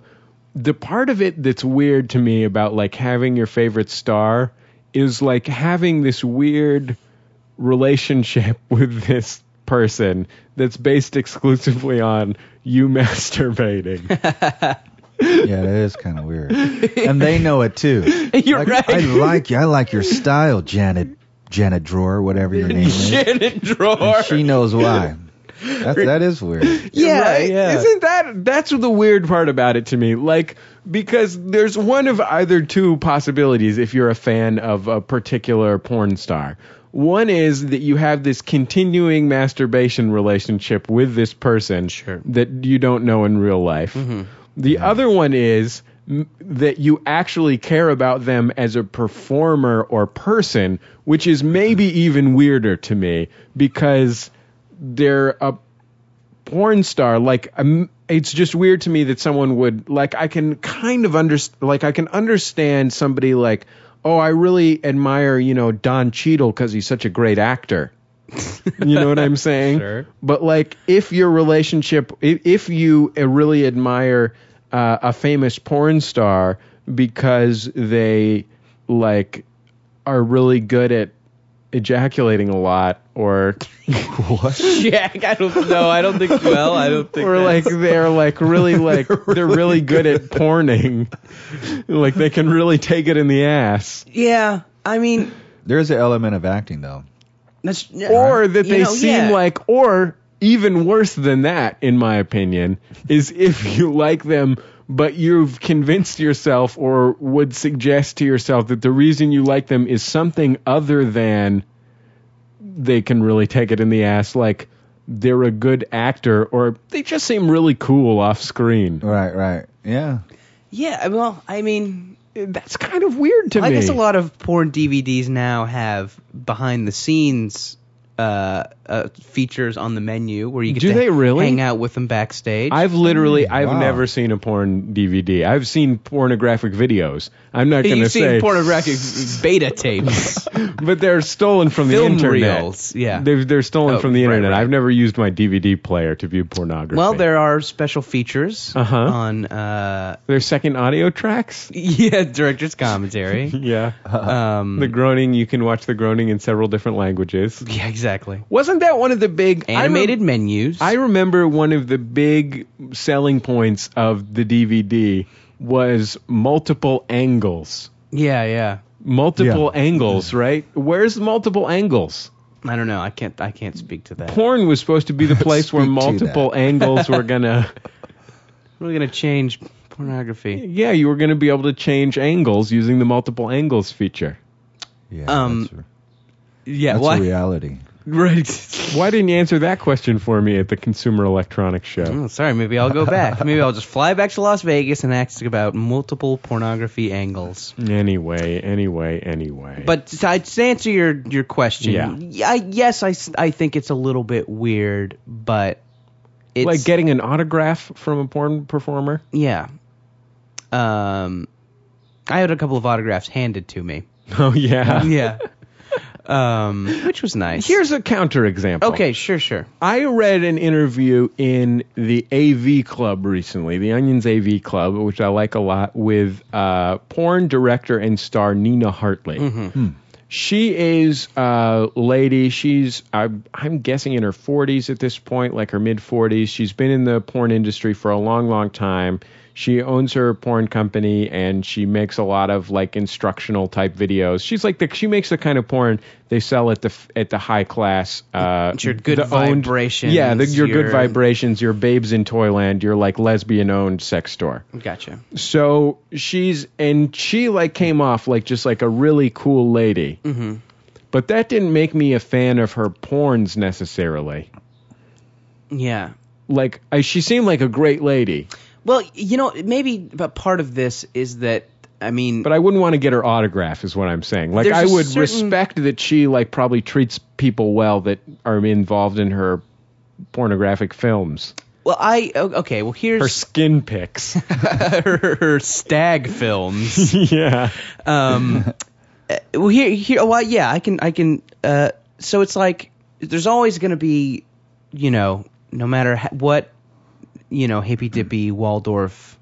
[SPEAKER 1] the part of it that's weird to me about like having your favorite star is like having this weird relationship with this person that's based exclusively on you masturbating.
[SPEAKER 3] Yeah, that is kind of weird. And they know it too.
[SPEAKER 2] You're
[SPEAKER 3] Like,
[SPEAKER 2] right.
[SPEAKER 3] I like you. I like your style, Janet. Janet Drawer, whatever your name is.
[SPEAKER 2] Janet drawer.
[SPEAKER 3] And she knows why. That, that is weird.
[SPEAKER 2] yeah, yeah.
[SPEAKER 1] Isn't that that's the weird part about it to me? Like because there's one of either two possibilities if you're a fan of a particular porn star. One is that you have this continuing masturbation relationship with this person that you don't know in real life. The other one is m- that you actually care about them as a performer or person, which is maybe even weirder to me because they're a porn star like um, it's just weird to me that someone would like i can kind of understand like i can understand somebody like oh i really admire you know don Cheadle because he's such a great actor You know what I'm saying?
[SPEAKER 2] Sure.
[SPEAKER 1] But like, if your relationship, if, if you uh, really admire uh, a famous porn star because they like are really good at ejaculating a lot, or
[SPEAKER 2] Jack, I don't know. I don't think. Well, I don't think.
[SPEAKER 1] or like
[SPEAKER 2] that's-
[SPEAKER 1] they're like really like they're really, good, at porning, like they can really take it in the ass,
[SPEAKER 2] yeah. I mean,
[SPEAKER 3] There is an element of acting though.
[SPEAKER 2] that's
[SPEAKER 1] or that
[SPEAKER 2] you
[SPEAKER 1] they
[SPEAKER 2] know,
[SPEAKER 1] seem
[SPEAKER 2] yeah.
[SPEAKER 1] like, or even worse than that, in my opinion, is if you like them. But you've convinced yourself, or would suggest to yourself, that the reason you like them is something other than they can really take it in the ass. Like they're a good actor, or they just seem really cool off screen.
[SPEAKER 3] Right, right. Yeah.
[SPEAKER 2] Yeah. Well, I mean,
[SPEAKER 1] That's kind of weird to
[SPEAKER 2] I
[SPEAKER 1] me.
[SPEAKER 2] guess a lot of porn DVDs now have behind the scenes uh, uh, features on the menu where you get
[SPEAKER 1] Do
[SPEAKER 2] to
[SPEAKER 1] they really?
[SPEAKER 2] hang out with them backstage.
[SPEAKER 1] I've literally, I've
[SPEAKER 3] Mm, Wow.
[SPEAKER 1] never seen a porn DVD. I've seen pornographic videos. I'm not going to
[SPEAKER 2] You've seen
[SPEAKER 1] say,
[SPEAKER 2] pornographic beta tapes.
[SPEAKER 1] but they're stolen from
[SPEAKER 2] Film
[SPEAKER 1] the internet.
[SPEAKER 2] reels, yeah.
[SPEAKER 1] they're, they're stolen
[SPEAKER 2] Oh,
[SPEAKER 1] from the
[SPEAKER 2] right,
[SPEAKER 1] internet.
[SPEAKER 2] right.
[SPEAKER 1] I've never used my DVD player to view pornography.
[SPEAKER 2] well, there are special features
[SPEAKER 1] Uh-huh.
[SPEAKER 2] on uh,
[SPEAKER 1] there's second audio tracks.
[SPEAKER 2] yeah director's commentary.
[SPEAKER 1] Yeah,
[SPEAKER 2] um,
[SPEAKER 1] the groaning. You can watch the groaning in several different languages.
[SPEAKER 2] yeah, exactly.
[SPEAKER 1] Wasn't that one of the big I rem-
[SPEAKER 2] Animated menus.
[SPEAKER 1] I remember one of the big selling points of the DVD was multiple angles.
[SPEAKER 2] yeah, yeah.
[SPEAKER 1] Multiple angles, right? Where's multiple angles?
[SPEAKER 2] I don't know. I can't. I can't speak to that.
[SPEAKER 1] Porn was supposed to be the place where
[SPEAKER 3] Speak to
[SPEAKER 1] multiple
[SPEAKER 3] that.
[SPEAKER 1] angles were gonna.
[SPEAKER 2] We're gonna change pornography.
[SPEAKER 1] Yeah, you were gonna be able to change angles using the multiple angles feature.
[SPEAKER 3] Yeah.
[SPEAKER 2] Um,
[SPEAKER 3] that's,
[SPEAKER 2] Yeah.
[SPEAKER 3] that's
[SPEAKER 2] why?
[SPEAKER 3] reality.
[SPEAKER 2] Right.
[SPEAKER 1] Why didn't you answer that question for me at the Consumer Electronics Show?
[SPEAKER 2] Oh, sorry, maybe I'll go back. maybe I'll just fly back to Las Vegas and ask about multiple pornography angles.
[SPEAKER 1] Anyway, anyway, anyway.
[SPEAKER 2] But to, to answer your, your question,
[SPEAKER 1] Yeah.
[SPEAKER 2] I, yes, I, s- I think it's a little bit weird, but it's
[SPEAKER 1] like getting an autograph from a porn performer.
[SPEAKER 2] yeah. Um, I had a couple of autographs handed to me.
[SPEAKER 1] Oh yeah.
[SPEAKER 2] Yeah. um, which was nice.
[SPEAKER 1] Here's a counterexample.
[SPEAKER 2] okay, sure, sure.
[SPEAKER 1] I read an interview in the AV Club recently, the Onions AV Club, which I like a lot, with uh, porn director and star Nina Hartley. She is a lady. She's I'm, I'm guessing in her 40s at this point, like her mid 40s. She's been in the porn industry for a long, long time. She owns her porn company and she makes a lot of like instructional type videos. She's like the she makes the kind of porn they sell at the f- at the high class uh
[SPEAKER 2] Your good
[SPEAKER 1] the owned-
[SPEAKER 2] vibrations,
[SPEAKER 1] yeah, the, your,
[SPEAKER 2] your-
[SPEAKER 1] good vibrations, your babes in toyland, your like lesbian owned sex store
[SPEAKER 2] Gotcha.
[SPEAKER 1] so she's and she like came off like just like a really cool lady mm-hmm. but that didn't make me a fan of her porns necessarily
[SPEAKER 2] Yeah.
[SPEAKER 1] like I, she seemed like a great lady
[SPEAKER 2] Well, you know, maybe but part of this is that I mean,
[SPEAKER 1] but i wouldn't want to get her autograph is what i'm saying like
[SPEAKER 2] There's
[SPEAKER 1] i
[SPEAKER 2] a
[SPEAKER 1] would
[SPEAKER 2] certain-
[SPEAKER 1] respect that she like probably treats people well that are involved in her pornographic films
[SPEAKER 2] well, I o- okay. Well, here's
[SPEAKER 1] her skin pics
[SPEAKER 2] her, her stag films.
[SPEAKER 1] yeah
[SPEAKER 2] Um, uh, well, here, here. Well, yeah, I can, I can. Uh, so it's like there's always going to be, you know, no matter ha- what, you know, hippy dippy Waldorf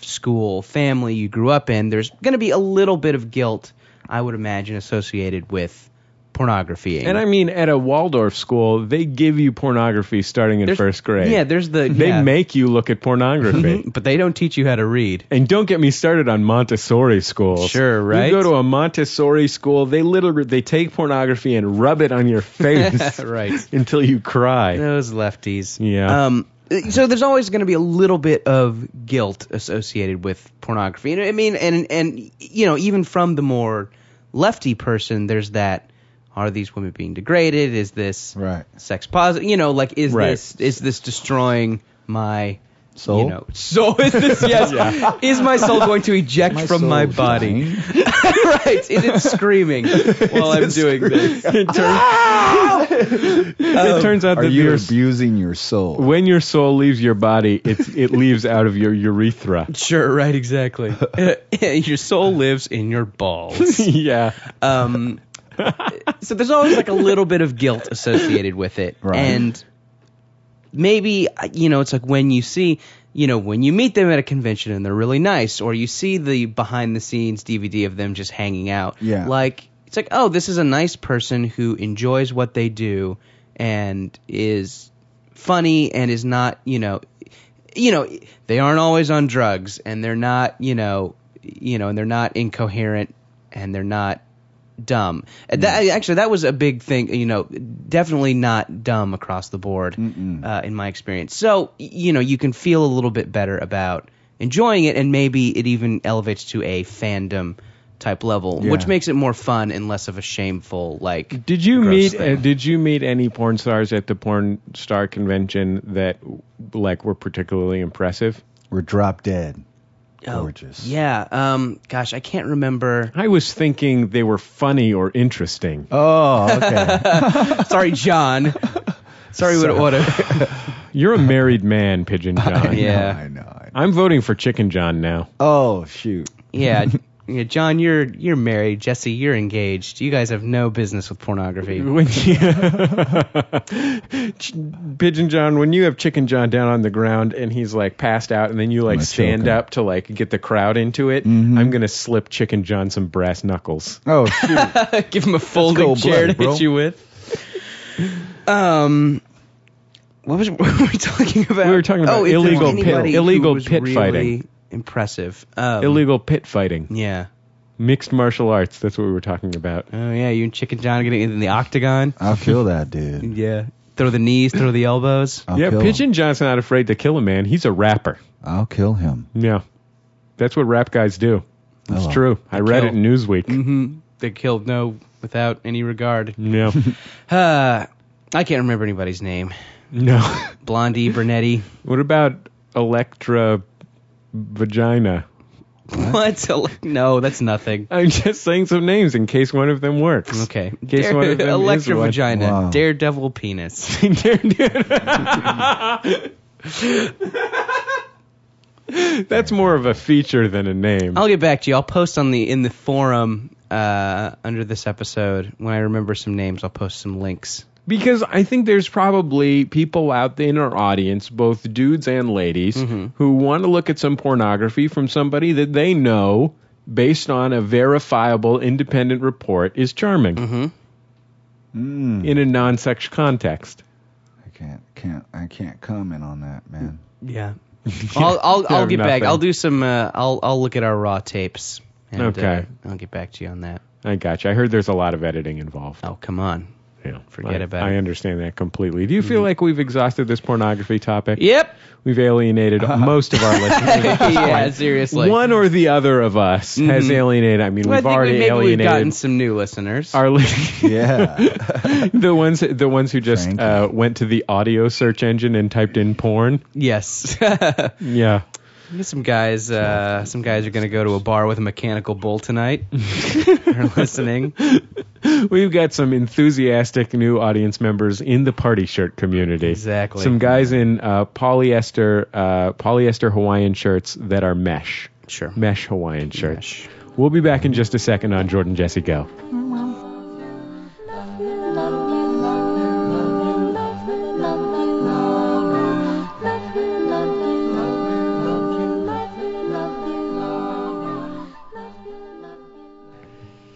[SPEAKER 2] school family you grew up in, there's going to be a little bit of guilt, I would imagine, associated with pornography.
[SPEAKER 1] And I mean, at a Waldorf school, they give you pornography starting in
[SPEAKER 2] There's-
[SPEAKER 1] first grade.
[SPEAKER 2] Yeah, there's the
[SPEAKER 1] they
[SPEAKER 2] yeah. Mm-hmm.
[SPEAKER 1] make you look at pornography.
[SPEAKER 2] but they don't teach you how to read.
[SPEAKER 1] and don't get me started on Montessori schools.
[SPEAKER 2] Sure, right?
[SPEAKER 1] You go to a Montessori school, they literally they take pornography and rub it on your face
[SPEAKER 2] Right.
[SPEAKER 1] until you cry.
[SPEAKER 2] Those lefties.
[SPEAKER 1] Yeah.
[SPEAKER 2] Um. So there's always going to be a little bit of guilt associated with pornography. And I mean, and and you know, even from the more lefty person, there's that. Are these women being degraded? Is this
[SPEAKER 3] Right.
[SPEAKER 2] sex positive? You know, like is
[SPEAKER 1] Right.
[SPEAKER 2] this is this destroying my
[SPEAKER 3] Soul?
[SPEAKER 2] You know, soul is this yes? Is my soul going to eject from my
[SPEAKER 3] soul's
[SPEAKER 2] body?
[SPEAKER 3] dying.
[SPEAKER 2] right. It is screaming while I'm doing this. Ah!
[SPEAKER 1] it, turns, it turns out
[SPEAKER 3] Um, Are
[SPEAKER 1] that
[SPEAKER 3] you
[SPEAKER 1] your,
[SPEAKER 3] abusing your soul?
[SPEAKER 1] when your soul leaves your body, it's, it leaves out of your urethra.
[SPEAKER 2] Sure, right, exactly. your soul lives in your balls.
[SPEAKER 1] yeah.
[SPEAKER 2] Um, so there's always like a little bit of guilt associated with it,
[SPEAKER 3] Right.
[SPEAKER 2] and maybe you know it's like when you see you know when you meet them at a convention and they're really nice, or you see the behind the scenes DVD of them just hanging out.
[SPEAKER 3] Yeah.
[SPEAKER 2] like it's like oh this is a nice person who enjoys what they do and is funny and is not you know you know they aren't always on drugs and they're not you know you know and they're not incoherent and they're not dumb Uh,
[SPEAKER 3] Mm.
[SPEAKER 2] that, actually that was a big thing you know definitely not dumb across the board uh, in my experience so y- you know you can feel a little bit better about enjoying it and maybe it even elevates to a fandom type level which
[SPEAKER 3] Yeah.
[SPEAKER 2] makes it more fun and less of a shameful like
[SPEAKER 1] Did you
[SPEAKER 2] gross
[SPEAKER 1] meet? Uh,
[SPEAKER 2] thing.
[SPEAKER 1] did you meet any porn stars at the porn star convention that like were particularly impressive?
[SPEAKER 3] We're drop dead.
[SPEAKER 2] Oh,
[SPEAKER 3] Gorgeous.
[SPEAKER 2] yeah um gosh i can't remember
[SPEAKER 1] I was thinking they were funny or interesting.
[SPEAKER 3] Oh, okay.
[SPEAKER 2] Sorry, John. Sorry, what order.
[SPEAKER 1] You're a married man, Pigeon John.
[SPEAKER 2] Yeah.
[SPEAKER 3] I know. I know.
[SPEAKER 1] I'm voting for Chicken John now.
[SPEAKER 3] Oh shoot.
[SPEAKER 2] yeah, yeah, John, you're you're married. Jesse, you're engaged. You guys have no business with pornography.
[SPEAKER 1] When you- Ch- Pigeon John, when you have Chicken John down on the ground and he's like passed out, and then you like
[SPEAKER 3] Let's
[SPEAKER 1] stand
[SPEAKER 3] choke him.
[SPEAKER 1] up to like get the crowd into it,
[SPEAKER 2] Mm-hmm.
[SPEAKER 1] I'm gonna slip Chicken John some brass knuckles.
[SPEAKER 3] Oh shoot.
[SPEAKER 2] Give him a folding
[SPEAKER 3] cold
[SPEAKER 2] chair
[SPEAKER 3] blood,
[SPEAKER 2] to
[SPEAKER 3] bro.
[SPEAKER 2] hit you with. Um, what was what were we talking about?
[SPEAKER 1] We were talking about
[SPEAKER 2] oh, if there was
[SPEAKER 1] illegal
[SPEAKER 3] pit-
[SPEAKER 2] anybody who
[SPEAKER 1] illegal
[SPEAKER 2] was
[SPEAKER 1] pit
[SPEAKER 2] really
[SPEAKER 1] fighting.
[SPEAKER 2] Impressive. Um,
[SPEAKER 1] Illegal pit fighting,
[SPEAKER 2] Yeah.
[SPEAKER 1] mixed martial arts. That's what we were talking about.
[SPEAKER 2] Oh yeah, you and Chicken John getting in the octagon.
[SPEAKER 3] I feel that, dude.
[SPEAKER 2] Yeah. Throw the knees, throw the elbows.
[SPEAKER 3] I'll
[SPEAKER 1] yeah,
[SPEAKER 3] kill
[SPEAKER 1] Pigeon John's not afraid to kill a man. He's a rapper.
[SPEAKER 3] I'll kill him.
[SPEAKER 1] Yeah, that's what rap guys do. That's
[SPEAKER 3] Hello.
[SPEAKER 1] true. I read it in Newsweek.
[SPEAKER 2] Mm-hmm. They killed no without any regard.
[SPEAKER 1] No,
[SPEAKER 2] Uh, I can't remember anybody's name.
[SPEAKER 1] no.
[SPEAKER 2] Blondie, Brunetti.
[SPEAKER 1] What about Electra Vagina?
[SPEAKER 2] What? No, that's nothing.
[SPEAKER 1] I'm just saying some names in case one of them works.
[SPEAKER 2] Okay.
[SPEAKER 1] Guess
[SPEAKER 2] Dare-
[SPEAKER 1] one of them is
[SPEAKER 2] Electra
[SPEAKER 1] one.
[SPEAKER 2] vagina.
[SPEAKER 3] Wow.
[SPEAKER 2] Daredevil penis.
[SPEAKER 1] That's more of a feature than a name.
[SPEAKER 2] I'll get back to you. I'll post on the in the forum uh, under this episode when I remember some names. I'll post some links.
[SPEAKER 1] Because I think there's probably people out there in our audience, both dudes and ladies,
[SPEAKER 2] Mm-hmm.
[SPEAKER 1] who want to look at some pornography from somebody that they know, based on a verifiable independent report, is charming
[SPEAKER 2] Mm-hmm.
[SPEAKER 3] Mm.
[SPEAKER 1] in a non sex context.
[SPEAKER 3] I can't can't I can't comment on that, man.
[SPEAKER 2] Yeah. I'll I'll, I'll
[SPEAKER 1] Have
[SPEAKER 2] get back.
[SPEAKER 1] nothing.
[SPEAKER 2] I'll do some. Uh, I'll I'll look at our raw tapes. And,
[SPEAKER 1] Okay.
[SPEAKER 2] Uh, I'll get back to you on that.
[SPEAKER 1] I gotcha. I heard there's a lot of editing involved.
[SPEAKER 2] Oh come on.
[SPEAKER 1] Yeah,
[SPEAKER 2] Forget
[SPEAKER 1] I,
[SPEAKER 2] about
[SPEAKER 1] I
[SPEAKER 2] it. Mm-hmm.
[SPEAKER 1] understand that completely. Do you feel like we've exhausted this pornography topic?
[SPEAKER 2] Yep.
[SPEAKER 1] We've alienated most of our listeners.
[SPEAKER 2] yeah. Seriously.
[SPEAKER 1] One or the other of us has
[SPEAKER 2] Mhm.
[SPEAKER 1] alienated. I mean,
[SPEAKER 2] Well, I
[SPEAKER 1] we've
[SPEAKER 2] think
[SPEAKER 1] already
[SPEAKER 2] we, maybe we've
[SPEAKER 1] alienated
[SPEAKER 2] gotten some new listeners.
[SPEAKER 1] our li-
[SPEAKER 3] Yeah.
[SPEAKER 1] the ones the ones who just
[SPEAKER 3] Frankie.
[SPEAKER 1] uh, went to the audio search engine and typed in porn.
[SPEAKER 2] yes. There's
[SPEAKER 1] Yeah.
[SPEAKER 2] some guys. Uh, some guys are gonna go to a bar with a mechanical bull tonight. They're listening.
[SPEAKER 1] We've got some enthusiastic new audience members in the party shirt community.
[SPEAKER 2] Exactly.
[SPEAKER 1] Some guys in uh, polyester uh, polyester Hawaiian shirts that are mesh.
[SPEAKER 2] Sure.
[SPEAKER 1] Mesh Hawaiian shirt. We'll be back in just a second on Jordan Jesse Go.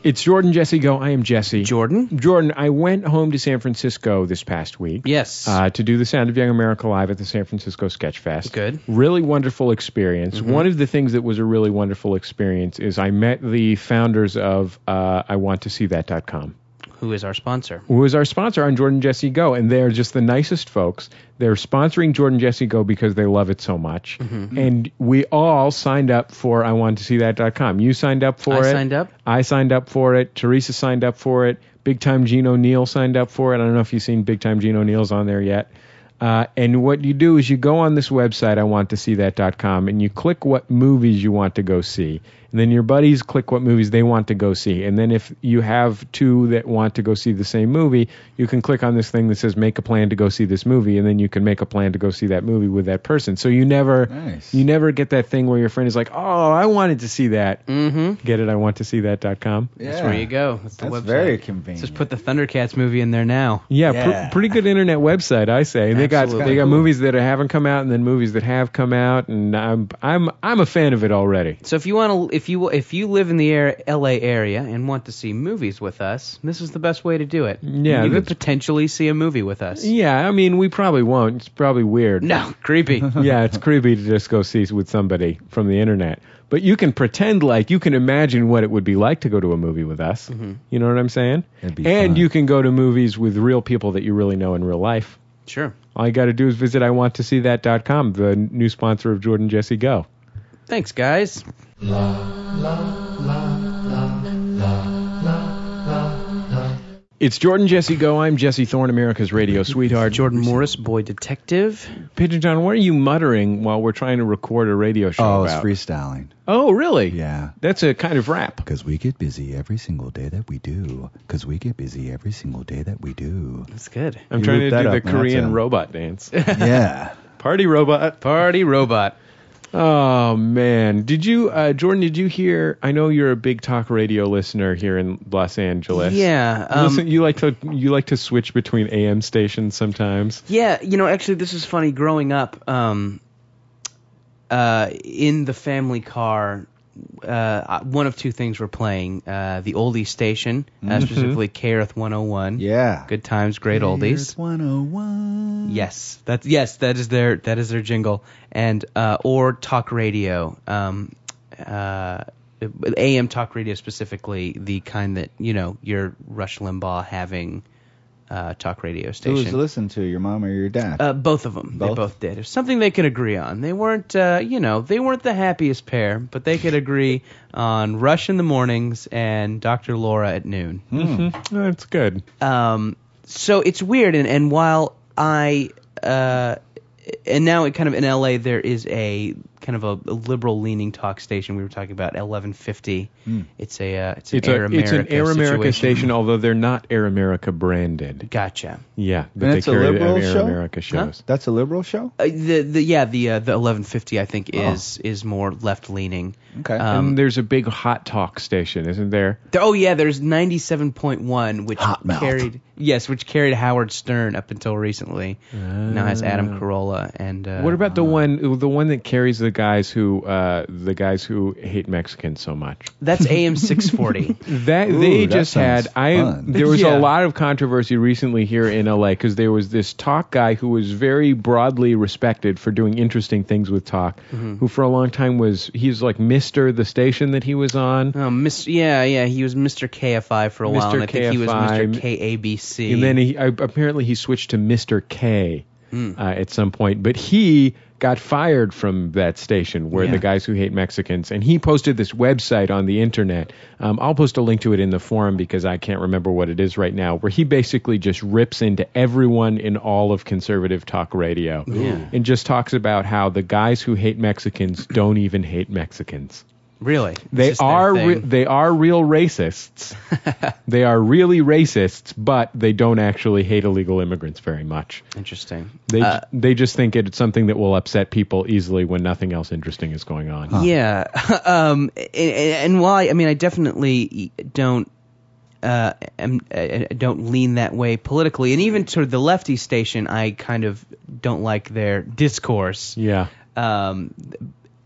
[SPEAKER 1] It's Jordan Jesse Go. I am Jesse.
[SPEAKER 2] Jordan.
[SPEAKER 1] Jordan, I went home to San Francisco this past week.
[SPEAKER 2] Yes.
[SPEAKER 1] Uh, to do the Sound of Young America live at the San Francisco Sketch Fest.
[SPEAKER 2] Good.
[SPEAKER 1] Really wonderful experience.
[SPEAKER 2] Mm-hmm.
[SPEAKER 1] One of the things that was a really wonderful experience is I met the founders of uh, I Want to See That.com
[SPEAKER 2] Who is our sponsor?
[SPEAKER 1] who is our sponsor on Jordan Jesse Go, and they are just the nicest folks. They're sponsoring Jordan Jesse Go because they love it so much,
[SPEAKER 2] Mm-hmm.
[SPEAKER 1] and we all signed up for I want to see that.com. You signed up for
[SPEAKER 2] I
[SPEAKER 1] it.
[SPEAKER 2] signed up.
[SPEAKER 1] I signed up for it. Teresa signed up for it. Big time Gene O'Neill signed up for it. I don't know if you've seen Big time Gene O'Neill's on there yet. Uh, and what you do is you go on this website, I want to see that.com, and you click what movies you want to go see. And then your buddies click what movies they want to go see. And then if you have two that want to go see the same movie, you can click on this thing that says make a plan to go see this movie, and then you can make a plan to go see that movie with that person. So you never
[SPEAKER 3] Nice.
[SPEAKER 1] you never get that thing where your friend is like, oh, I wanted to see that.
[SPEAKER 2] Mm-hmm.
[SPEAKER 1] Get it? I want to see that dot com.
[SPEAKER 2] That's where you go. That's, the
[SPEAKER 3] That's
[SPEAKER 2] website.
[SPEAKER 3] very convenient.
[SPEAKER 2] Just put the Thundercats movie in there now.
[SPEAKER 1] Yeah,
[SPEAKER 3] Yeah.
[SPEAKER 1] Pr- pretty good internet website, I say. They got
[SPEAKER 2] Absolutely.
[SPEAKER 1] they got movies that haven't come out, and then movies that have come out, and I'm I'm I'm a fan of it already.
[SPEAKER 2] So if you want to, if you if you live in the air, L.A. area and want to see movies with us, this is the best way to do it.
[SPEAKER 1] Yeah,
[SPEAKER 2] you could
[SPEAKER 1] that's-
[SPEAKER 2] potentially see a movie with us.
[SPEAKER 1] Yeah, I mean, we probably won't. It's probably weird.
[SPEAKER 2] No, creepy.
[SPEAKER 1] yeah, it's creepy to just go see with somebody from the internet. But you can pretend like you can imagine what it would be like to go to a movie with us.
[SPEAKER 2] Mm-hmm.
[SPEAKER 1] You know what I'm saying?
[SPEAKER 3] It'd be
[SPEAKER 1] and
[SPEAKER 3] fun.
[SPEAKER 1] you can go to movies with real people that you really know in real life.
[SPEAKER 2] sure.
[SPEAKER 1] All you got to do is visit iwanttosee.that.com, the new sponsor of Jordan Jesse Go.
[SPEAKER 2] Thanks, guys.
[SPEAKER 1] It's Jordan Jesse Go. I'm Jesse Thorne, America's radio sweetheart. Jordan
[SPEAKER 2] Jordan Morris, boy detective.
[SPEAKER 1] Pigeon John, what are you muttering while we're trying to record a radio show
[SPEAKER 3] Oh, it's
[SPEAKER 1] about?
[SPEAKER 3] freestyling.
[SPEAKER 1] Oh, really?
[SPEAKER 3] Yeah.
[SPEAKER 1] That's a kind of rap.
[SPEAKER 3] Because we get busy every single day that we do. Because we get busy every single day that we do.
[SPEAKER 2] That's good.
[SPEAKER 1] I'm
[SPEAKER 3] You
[SPEAKER 1] trying to do
[SPEAKER 3] looped that
[SPEAKER 1] the
[SPEAKER 3] up, man. That's
[SPEAKER 1] Korean
[SPEAKER 3] a-
[SPEAKER 1] robot dance.
[SPEAKER 3] yeah.
[SPEAKER 1] Party robot.
[SPEAKER 2] Party robot.
[SPEAKER 1] Oh man, did you, uh, Jordan? Did you hear? I know you're a big talk radio listener here in Los Angeles.
[SPEAKER 2] Yeah. Um,
[SPEAKER 1] Listen, you like to you like to switch between AM stations sometimes.
[SPEAKER 2] Yeah, you know, actually, this is funny. Growing up, um, uh, in the family car, uh, one of two things were playing: uh, the oldie station, uh, specifically Careth 101.
[SPEAKER 3] Mm-hmm. Yeah.
[SPEAKER 2] Good times, great oldies.
[SPEAKER 3] Here's 101.
[SPEAKER 2] Yes, that's yes, that is their that is their jingle, and uh, or talk radio, um, uh, AM talk radio specifically, the kind that you know your Rush Limbaugh having uh, talk radio
[SPEAKER 3] Who was
[SPEAKER 2] station.
[SPEAKER 3] to listen to, your mom or your dad?
[SPEAKER 2] Uh, both of them. They
[SPEAKER 3] Both?
[SPEAKER 2] both did. It was something they could agree on. They weren't, uh, you know, they weren't the happiest pair, but they could agree on Rush in the mornings and Dr. Laura at noon.
[SPEAKER 3] Hmm.
[SPEAKER 1] Mm-hmm. That's good.
[SPEAKER 2] Um, so it's weird, and, and while I, uh, and now it kind of in LA there is a kind of a, a liberal leaning talk station. We were talking about 1150.
[SPEAKER 3] Hmm.
[SPEAKER 2] It's a, uh, it's an
[SPEAKER 1] It's
[SPEAKER 2] Air
[SPEAKER 1] a
[SPEAKER 2] America
[SPEAKER 1] it's an Air America
[SPEAKER 2] situation.
[SPEAKER 1] station, although they're not Air America branded.
[SPEAKER 2] Gotcha.
[SPEAKER 1] Yeah, but
[SPEAKER 3] And
[SPEAKER 1] they
[SPEAKER 3] it's a
[SPEAKER 1] carry the
[SPEAKER 3] liberal
[SPEAKER 1] Air
[SPEAKER 3] show?
[SPEAKER 1] America shows.
[SPEAKER 3] That's a liberal show?
[SPEAKER 2] Uh, the, the yeah the uh, the 1150 I think is is more left leaning.
[SPEAKER 3] Okay.
[SPEAKER 1] Oh. and there's a big hot talk station, isn't there?
[SPEAKER 2] Th- Oh yeah, there's 97.1 which
[SPEAKER 3] Hot mouth.
[SPEAKER 2] carried yes, which carried Howard Stern up until recently. now has Adam Carolla and uh,
[SPEAKER 1] Ah. What about the one the one that carries the guys who uh, the guys who hate Mexicans so much?
[SPEAKER 2] that's AM 640.
[SPEAKER 1] That
[SPEAKER 3] Ooh,
[SPEAKER 1] they
[SPEAKER 3] that
[SPEAKER 1] just
[SPEAKER 3] sounds
[SPEAKER 1] had. I
[SPEAKER 3] fun.
[SPEAKER 1] there was
[SPEAKER 2] Yeah.
[SPEAKER 1] a lot of controversy recently here in LA because there was this talk guy who was very broadly respected for doing interesting things with talk,
[SPEAKER 2] Mm-hmm.
[SPEAKER 1] who for a long time was he was like Mister the station that he was on,
[SPEAKER 2] oh, Mr. Yeah, yeah, he was Mr. KFI for a while,
[SPEAKER 1] Mr.
[SPEAKER 2] and I think he was
[SPEAKER 1] KFI.
[SPEAKER 2] Mr. KABC.
[SPEAKER 1] and then he I, apparently he switched to Mister K uh, at some point, but he got fired from that station where
[SPEAKER 2] Yeah.
[SPEAKER 1] the guys who hate Mexicans and he posted this website on the internet. Um, I'll post a link to it in the forum because I can't remember what it is right now, where he basically just rips into everyone in all of conservative talk radio
[SPEAKER 2] Yeah.
[SPEAKER 1] and just talks about how the guys who hate Mexicans don't even hate Mexicans.
[SPEAKER 2] really, It's
[SPEAKER 1] They
[SPEAKER 2] just their
[SPEAKER 1] are
[SPEAKER 2] thing.
[SPEAKER 1] re- they are real racists. they are really racists, but they don't actually hate illegal immigrants very much.
[SPEAKER 2] interesting.
[SPEAKER 1] They
[SPEAKER 2] Uh,
[SPEAKER 1] they just think it's something that will upset people easily when nothing else interesting is going on.
[SPEAKER 2] Yeah. um, and, and and while I, I mean, I definitely don't. Uh, am, uh, don't lean that way politically, and even to the lefty station, I kind of don't like their discourse.
[SPEAKER 1] Yeah.
[SPEAKER 2] Um,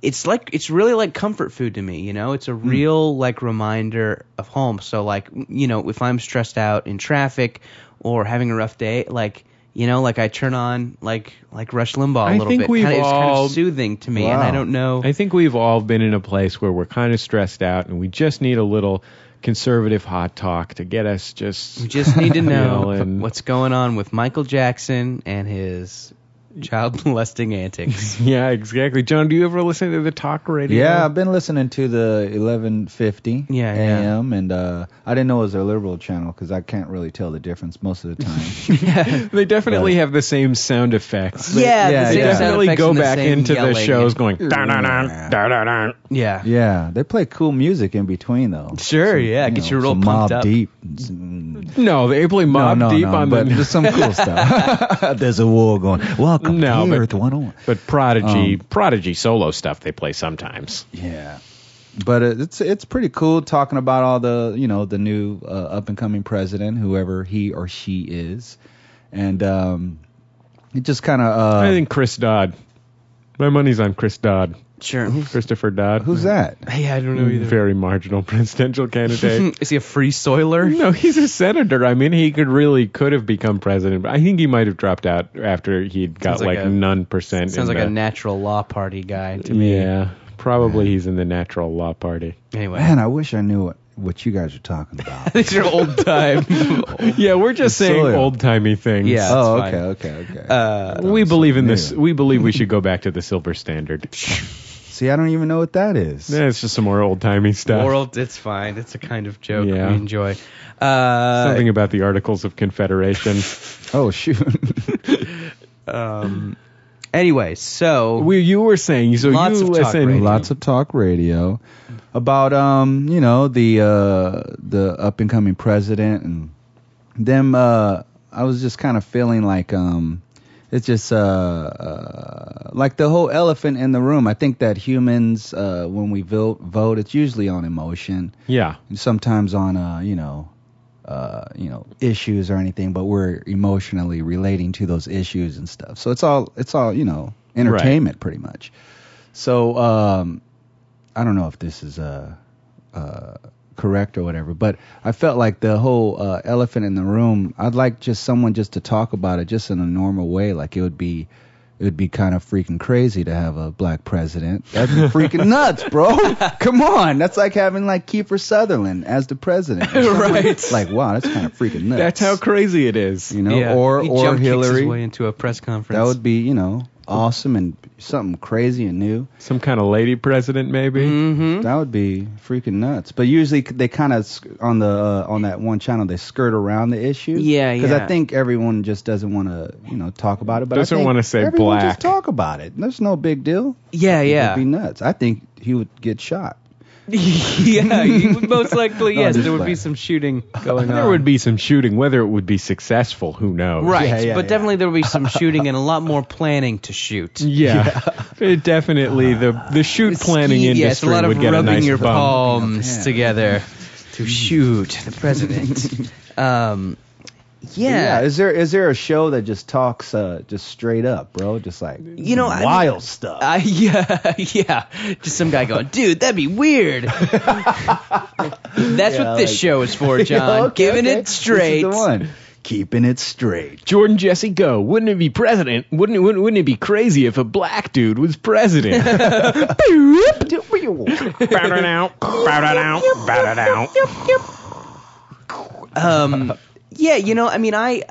[SPEAKER 2] it's like it's really like comfort food to me. You know, it's a
[SPEAKER 1] Hmm.
[SPEAKER 2] real like reminder of home. So like you know, if I'm stressed out in traffic or having a rough day, like you know, like I turn on like like Rush Limbaugh
[SPEAKER 1] I
[SPEAKER 2] a little
[SPEAKER 1] think
[SPEAKER 2] bit.
[SPEAKER 1] we've
[SPEAKER 2] Kinda- it's kind
[SPEAKER 1] all-
[SPEAKER 2] of soothing to me, and I
[SPEAKER 3] Wow.
[SPEAKER 2] don't know.
[SPEAKER 1] I think we've all been in a place where we're kind of stressed out and we just need a little conservative hot talk to get us just
[SPEAKER 2] We just need to know
[SPEAKER 1] and-
[SPEAKER 2] what's going on with Michael Jackson and his child molesting antics.
[SPEAKER 1] Yeah, exactly. John, do you ever listen to the talk radio?
[SPEAKER 3] Yeah, I've been listening to the 11:50
[SPEAKER 2] Yeah, yeah.
[SPEAKER 3] a.m. and uh, I didn't know it was a liberal channel because I can't really tell the difference most of the time.
[SPEAKER 1] They definitely have the same sound effects. They
[SPEAKER 2] yeah,
[SPEAKER 3] yeah,
[SPEAKER 2] the same
[SPEAKER 3] yeah.
[SPEAKER 2] sound
[SPEAKER 1] definitely
[SPEAKER 2] effects
[SPEAKER 1] go
[SPEAKER 2] and the
[SPEAKER 1] back
[SPEAKER 2] same
[SPEAKER 1] into the
[SPEAKER 2] yelling
[SPEAKER 1] shows
[SPEAKER 2] and-
[SPEAKER 1] going da da da da da da.
[SPEAKER 2] Yeah.
[SPEAKER 3] yeah, they play cool music in between though.
[SPEAKER 2] Sure, yeah, get you real
[SPEAKER 3] some
[SPEAKER 2] pumped
[SPEAKER 3] Mobb
[SPEAKER 2] up.
[SPEAKER 3] Deep. Some-
[SPEAKER 1] No, they play Mob
[SPEAKER 3] no, no,
[SPEAKER 1] Deep
[SPEAKER 3] no,
[SPEAKER 1] on
[SPEAKER 3] but
[SPEAKER 1] the
[SPEAKER 3] there's some cool stuff. there's a war going. Welcome
[SPEAKER 1] No,
[SPEAKER 3] to
[SPEAKER 1] but-
[SPEAKER 3] Earth 101.
[SPEAKER 1] But Prodigy,
[SPEAKER 3] Um,
[SPEAKER 1] Prodigy solo stuff they play sometimes.
[SPEAKER 3] Yeah. But it- it's it's pretty cool talking about all the you know the new uh, up and coming president, whoever he or she is, and um, it just kind of uh,
[SPEAKER 1] I think Chris Dodd. My money's on Chris Dodd.
[SPEAKER 2] Sure.
[SPEAKER 1] Christopher Dodd.
[SPEAKER 3] who's that?
[SPEAKER 2] Yeah, I don't know either.
[SPEAKER 1] Very marginal presidential candidate.
[SPEAKER 2] Is he a free soiler?
[SPEAKER 1] no, he's a senator. I mean, he could really could have become president. But I think he might have dropped out after he'd got
[SPEAKER 2] Sounds like
[SPEAKER 1] like,
[SPEAKER 2] a-
[SPEAKER 1] none percent.
[SPEAKER 2] Sounds
[SPEAKER 1] in
[SPEAKER 2] like a
[SPEAKER 1] the,
[SPEAKER 2] natural law party guy to me.
[SPEAKER 1] Yeah, probably he's in the Natural Law Party.
[SPEAKER 2] Anyway.
[SPEAKER 3] Man, I wish I knew what, what you guys are talking about.
[SPEAKER 2] These are old time.
[SPEAKER 1] Yeah, we're just
[SPEAKER 3] The
[SPEAKER 1] saying
[SPEAKER 3] soil.
[SPEAKER 1] old timey things.
[SPEAKER 2] Yeah.
[SPEAKER 3] oh,
[SPEAKER 2] that's
[SPEAKER 3] okay,
[SPEAKER 2] fine.
[SPEAKER 3] okay, okay.
[SPEAKER 2] uh,
[SPEAKER 1] We believe in
[SPEAKER 3] new.
[SPEAKER 1] this. We believe we should go back to the silver standard.
[SPEAKER 3] See, I don't even know what that is.
[SPEAKER 1] Yeah, it's just some more old timey stuff.
[SPEAKER 2] world, it's fine. It's a kind of joke
[SPEAKER 1] Yeah.
[SPEAKER 2] we enjoy. Uh,
[SPEAKER 1] Something about the Articles of Confederation.
[SPEAKER 3] Oh shoot.
[SPEAKER 2] Um, anyway, so
[SPEAKER 1] we, you were saying so.
[SPEAKER 2] Lots
[SPEAKER 1] you
[SPEAKER 2] of talk
[SPEAKER 1] listen.
[SPEAKER 2] radio.
[SPEAKER 3] Lots of talk radio about um, you know, the uh the up and coming president and them uh I was just kind of feeling like um it's just uh, uh like the whole elephant in the room. I think that humans uh when we vote vote it's usually on emotion.
[SPEAKER 1] Yeah.
[SPEAKER 3] sometimes on uh you know uh you know issues or anything but we're emotionally relating to those issues and stuff so it's all it's all you know entertainment pretty much so um i don't know if this is uh uh correct or whatever but i felt like the whole uh elephant in the room i'd like just someone just to talk about it just in a normal way like it would be it would be kind of freaking crazy to have a black president. That'd be freaking nuts, bro.
[SPEAKER 4] Oh!
[SPEAKER 3] Come on, that's like having like Kiefer Sutherland as the president,
[SPEAKER 2] Right.
[SPEAKER 3] Like, wow, that's kind of freaking nuts.
[SPEAKER 1] That's how crazy it is.
[SPEAKER 3] you know,
[SPEAKER 2] Yeah,
[SPEAKER 3] or
[SPEAKER 2] he
[SPEAKER 3] or
[SPEAKER 2] jump kicks his way
[SPEAKER 3] Hillary.
[SPEAKER 2] into a press conference.
[SPEAKER 3] That would be you know awesome and something crazy and new.
[SPEAKER 1] Some kind of lady president, maybe.
[SPEAKER 2] hmm
[SPEAKER 3] That would be freaking nuts. But usually c- they kind of on the uh, on that one channel they skirt around the issue.
[SPEAKER 2] Yeah,
[SPEAKER 3] Because
[SPEAKER 2] yeah.
[SPEAKER 3] I think everyone just doesn't want to you know talk about it. But I
[SPEAKER 1] Doesn't
[SPEAKER 3] think
[SPEAKER 1] wanna say
[SPEAKER 3] everyone
[SPEAKER 1] black.
[SPEAKER 3] Just talk about it. There's no big deal.
[SPEAKER 2] Yeah, yeah,
[SPEAKER 3] It'd be nuts. I think he would get shot.
[SPEAKER 2] yeah. You would most likely,
[SPEAKER 3] No,
[SPEAKER 2] yes,
[SPEAKER 3] just
[SPEAKER 2] there would be
[SPEAKER 3] playing.
[SPEAKER 2] some shooting going on.
[SPEAKER 1] There would be some shooting. Whether it would be successful, who knows?
[SPEAKER 2] right,
[SPEAKER 3] Yeah, yeah,
[SPEAKER 2] but
[SPEAKER 3] yeah.
[SPEAKER 2] definitely there would be some shooting and a lot more planning to shoot.
[SPEAKER 1] Yeah. It definitely the the shoot planning
[SPEAKER 2] Ski-
[SPEAKER 1] industry
[SPEAKER 2] yes, a lot of
[SPEAKER 1] would get
[SPEAKER 2] rubbing
[SPEAKER 1] a nice
[SPEAKER 2] your
[SPEAKER 1] bump.
[SPEAKER 2] palms
[SPEAKER 3] Yeah.
[SPEAKER 2] together to shoot the president. um, yeah,
[SPEAKER 3] Is there is there a show that just talks uh, just straight up, bro? Just like
[SPEAKER 2] you know, I-
[SPEAKER 3] wild stuff.
[SPEAKER 2] I, yeah, yeah. Just some guy going, dude, that'd be weird. That's what this
[SPEAKER 3] like-
[SPEAKER 2] show is for,
[SPEAKER 3] Yeah,
[SPEAKER 2] John.
[SPEAKER 3] okay,
[SPEAKER 2] Giving
[SPEAKER 3] okay.
[SPEAKER 2] it straight.
[SPEAKER 3] This is the one. Keeping it straight.
[SPEAKER 1] Jordan Jesse Go. Wouldn't it be president? Wouldn't it, wouldn't, wouldn't it be crazy if a black dude was president?
[SPEAKER 2] Um, yeah, you know, I mean, I,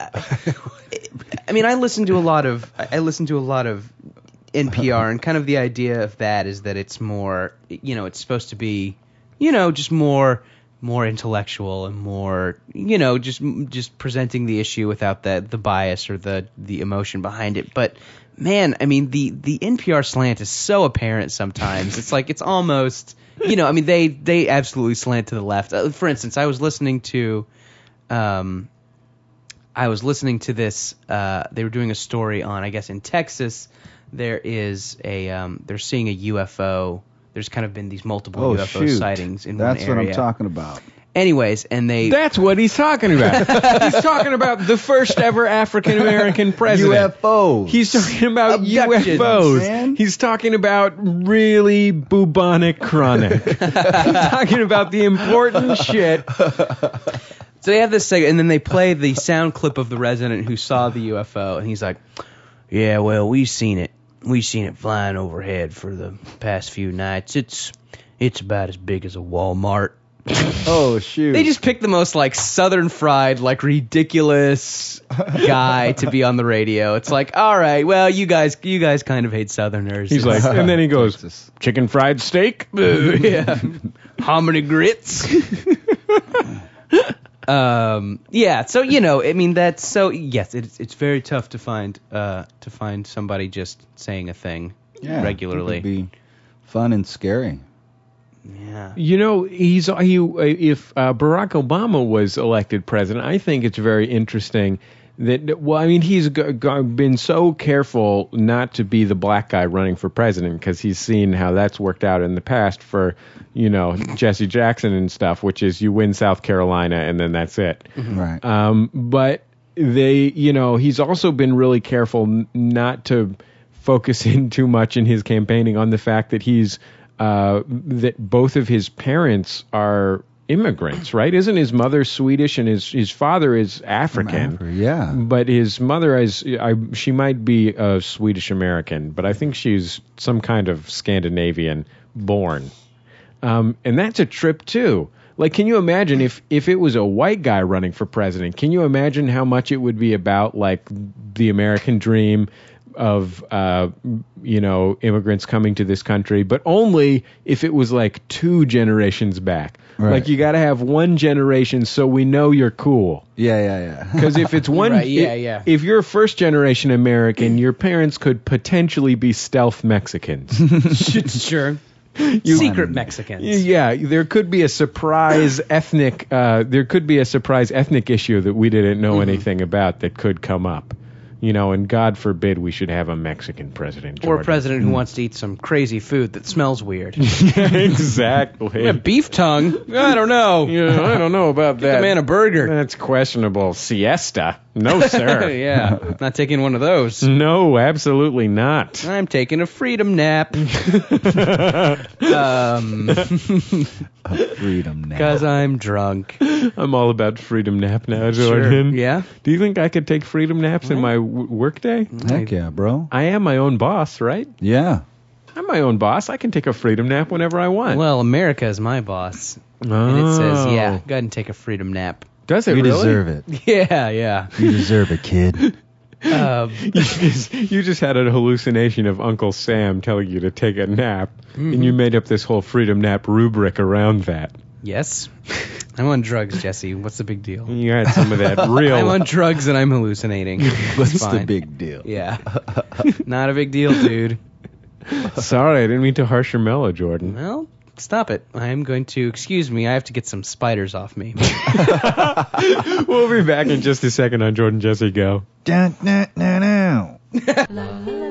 [SPEAKER 2] I mean, I listen to a lot of, I listen to a lot of NPR, and kind of the idea of that is that it's more, you know, it's supposed to be, you know, just more, more intellectual and more, you know, just, just presenting the issue without the, the bias or the, the emotion behind it. But man, I mean, the, the NPR slant is so apparent sometimes. It's like it's almost. You know, I mean, they they absolutely slant to the left. Uh, for instance, I was listening to, um, I was listening to this. Uh, they were doing a story on, I guess, in Texas, there is a um, they're seeing a UFO. There's kind of been these multiple
[SPEAKER 3] Oh
[SPEAKER 2] UFO
[SPEAKER 3] shoot.
[SPEAKER 2] sightings in
[SPEAKER 3] That's
[SPEAKER 2] one
[SPEAKER 3] what
[SPEAKER 2] area.
[SPEAKER 3] I'm talking about.
[SPEAKER 2] Anyways, and they
[SPEAKER 1] That's what he's talking about. he's talking about the first ever African American president.
[SPEAKER 3] UFOs.
[SPEAKER 1] He's talking about
[SPEAKER 2] Abductions,
[SPEAKER 1] UFOs.
[SPEAKER 3] man.
[SPEAKER 1] He's talking about really bubonic chronic. He's talking about the important shit.
[SPEAKER 2] so they have this segment, and then they play the sound clip of the resident who saw the UFO, and he's like, "Yeah, well, we've seen it. We've seen it flying overhead for the past few nights. It's it's about as big as a Walmart."
[SPEAKER 3] Oh shoot!
[SPEAKER 2] They just picked the most like southern fried, like ridiculous guy to be on the radio. It's like, all right, well, you guys, you guys kind of hate southerners.
[SPEAKER 1] He's like, and then he goes, chicken fried steak.
[SPEAKER 2] yeah, how many grits? um, yeah. So you know, I mean, that's so. Yes, it's it's very tough to find uh to find somebody just saying a thing
[SPEAKER 3] Yeah,
[SPEAKER 2] regularly.
[SPEAKER 3] it could be fun and scary.
[SPEAKER 2] yeah.
[SPEAKER 1] You know, he's he if uh, Barack Obama was elected president, I think it's very interesting that well, I mean, he's g- g- been so careful not to be the black guy running for president because he's seen how that's worked out in the past for you know Jesse Jackson and stuff, which is you win South Carolina and then that's it.
[SPEAKER 3] Right.
[SPEAKER 1] Um, but they, you know, he's also been really careful n- not to focus in too much in his campaigning on the fact that he's uh, that both of his parents are immigrants, right? Isn't his mother Swedish and his his father is African?
[SPEAKER 3] Africa, yeah.
[SPEAKER 1] But his mother is, I, she might be a Swedish American, but I think she's some kind of Scandinavian born. Um, and that's a trip too. Like, can you imagine if if it was a white guy running for president? Can you imagine how much it would be about like the American dream of uh, you know immigrants coming to this country, but only if it was like two generations back.
[SPEAKER 3] Right.
[SPEAKER 1] Like, you got to have one generation so we know you're cool.
[SPEAKER 3] Yeah, yeah, yeah.
[SPEAKER 1] Because if it's one,
[SPEAKER 2] Right, yeah,
[SPEAKER 1] i-
[SPEAKER 2] yeah.
[SPEAKER 1] If you're a first generation American, your parents could potentially be stealth Mexicans.
[SPEAKER 2] sure. Secret Mexicans.
[SPEAKER 1] yeah, there could be a surprise ethnic. Uh, there could be a surprise ethnic issue that we didn't know anything about that could come up. You know, and God forbid we should have a Mexican president.
[SPEAKER 2] Or a
[SPEAKER 1] Jordan.
[SPEAKER 2] president who wants to eat some crazy food that smells weird.
[SPEAKER 1] exactly.
[SPEAKER 2] a beef tongue? I don't know.
[SPEAKER 1] You know, I don't know about that.
[SPEAKER 2] The man a burger.
[SPEAKER 1] That's questionable. Siesta? No, sir.
[SPEAKER 2] yeah, not taking one of those.
[SPEAKER 1] No, absolutely not.
[SPEAKER 2] I'm taking a freedom nap. um,
[SPEAKER 3] Freedom now.
[SPEAKER 2] cause I'm drunk.
[SPEAKER 1] I'm all about freedom nap now,
[SPEAKER 2] Sure.
[SPEAKER 1] Jordan.
[SPEAKER 2] Yeah.
[SPEAKER 1] Do you think I could take freedom naps in my w- work day?
[SPEAKER 3] Heck yeah, bro.
[SPEAKER 1] I am my own boss, right?
[SPEAKER 3] Yeah.
[SPEAKER 1] I'm my own boss. I can take a freedom nap whenever I want.
[SPEAKER 2] Well, America is my boss, and it says,
[SPEAKER 1] Oh.
[SPEAKER 2] yeah, go ahead and take a freedom nap.
[SPEAKER 1] Does it
[SPEAKER 3] You
[SPEAKER 1] really?
[SPEAKER 3] deserve it.
[SPEAKER 2] Yeah, yeah.
[SPEAKER 3] You deserve it, kid.
[SPEAKER 2] Um,
[SPEAKER 1] you, just, you just had a hallucination of Uncle Sam telling you to take a nap, and
[SPEAKER 2] Mm-hmm.
[SPEAKER 1] you made up this whole freedom nap rubric around that.
[SPEAKER 2] yes. I'm on drugs, Jesse. What's the big deal?
[SPEAKER 1] You had some of that real.
[SPEAKER 2] I'm on drugs and I'm hallucinating. What's
[SPEAKER 3] It's the big deal.
[SPEAKER 2] Yeah. Not a big deal, dude.
[SPEAKER 1] Sorry, I didn't mean to harsh your mellow, Jordan.
[SPEAKER 2] Well, stop it. I am going to, excuse me, I have to get some spiders off me.
[SPEAKER 1] We'll be back in just a second on Jordan Jesse Go.
[SPEAKER 3] Dun, dun, dun, dun.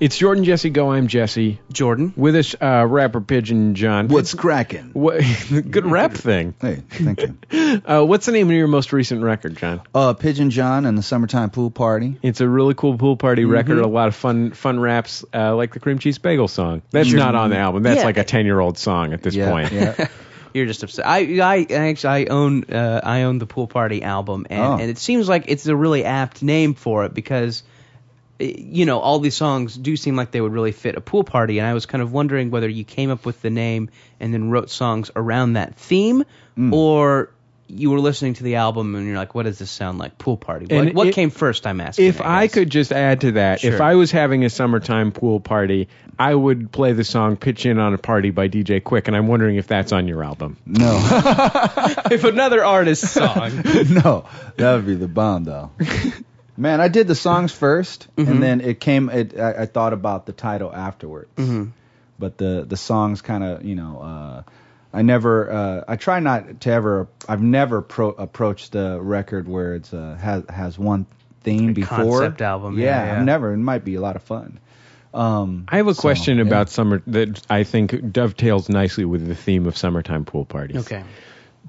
[SPEAKER 1] It's Jordan Jesse Go. I'm Jesse.
[SPEAKER 2] Jordan?
[SPEAKER 1] With us, uh, rapper Pigeon John.
[SPEAKER 3] What's cracking?
[SPEAKER 1] What, good rap thing.
[SPEAKER 3] Hey, thank you.
[SPEAKER 1] Uh, what's the name of your most recent record, John?
[SPEAKER 3] Uh, Pigeon John and the Summertime Pool Party. Mm-hmm.
[SPEAKER 1] It's a really cool pool party
[SPEAKER 2] Mm-hmm.
[SPEAKER 1] record. A lot of fun, fun raps, uh, like the cream cheese bagel song. That's not on the album. That's
[SPEAKER 2] Yeah.
[SPEAKER 1] like a ten-year-old song at this
[SPEAKER 3] Yeah,
[SPEAKER 1] point.
[SPEAKER 3] yeah.
[SPEAKER 2] You're just upset. I, I I actually I own uh, I own the Pool Party album, and,
[SPEAKER 3] Oh.
[SPEAKER 2] and it seems like it's a really apt name for it because, eh, you know, all these songs do seem like they would really fit a pool party, and I was kind of wondering whether you came up with the name and then wrote songs around that theme, or you were listening to the album and you're like, what does this sound like? Pool party.
[SPEAKER 1] And
[SPEAKER 2] Like, what
[SPEAKER 1] it-
[SPEAKER 2] came first? I'm asking.
[SPEAKER 1] If I
[SPEAKER 2] guess.
[SPEAKER 1] could just add to that, if
[SPEAKER 2] Sure.
[SPEAKER 1] I was having a summertime pool party, I would play the song "Pitch In on a Party" by DJ Quick, and I'm wondering if that's on your album.
[SPEAKER 3] No,
[SPEAKER 2] if another artist's song.
[SPEAKER 3] no, that would be the bomb, though. Man, I did the songs 1st and then it came. It I, I thought about the title afterwards,
[SPEAKER 2] Mm-hmm.
[SPEAKER 3] but the the songs kind of you know. Uh, I never. Uh, I try not to ever. I've never pro- approached the record where it's uh, has has one theme before
[SPEAKER 2] concept album, yeah, yeah.
[SPEAKER 3] I've never. It might be a lot of fun. Um,
[SPEAKER 1] I have a
[SPEAKER 3] so,
[SPEAKER 1] question
[SPEAKER 3] yeah.
[SPEAKER 1] about summer that I think dovetails nicely with the theme of summertime pool parties.
[SPEAKER 2] okay.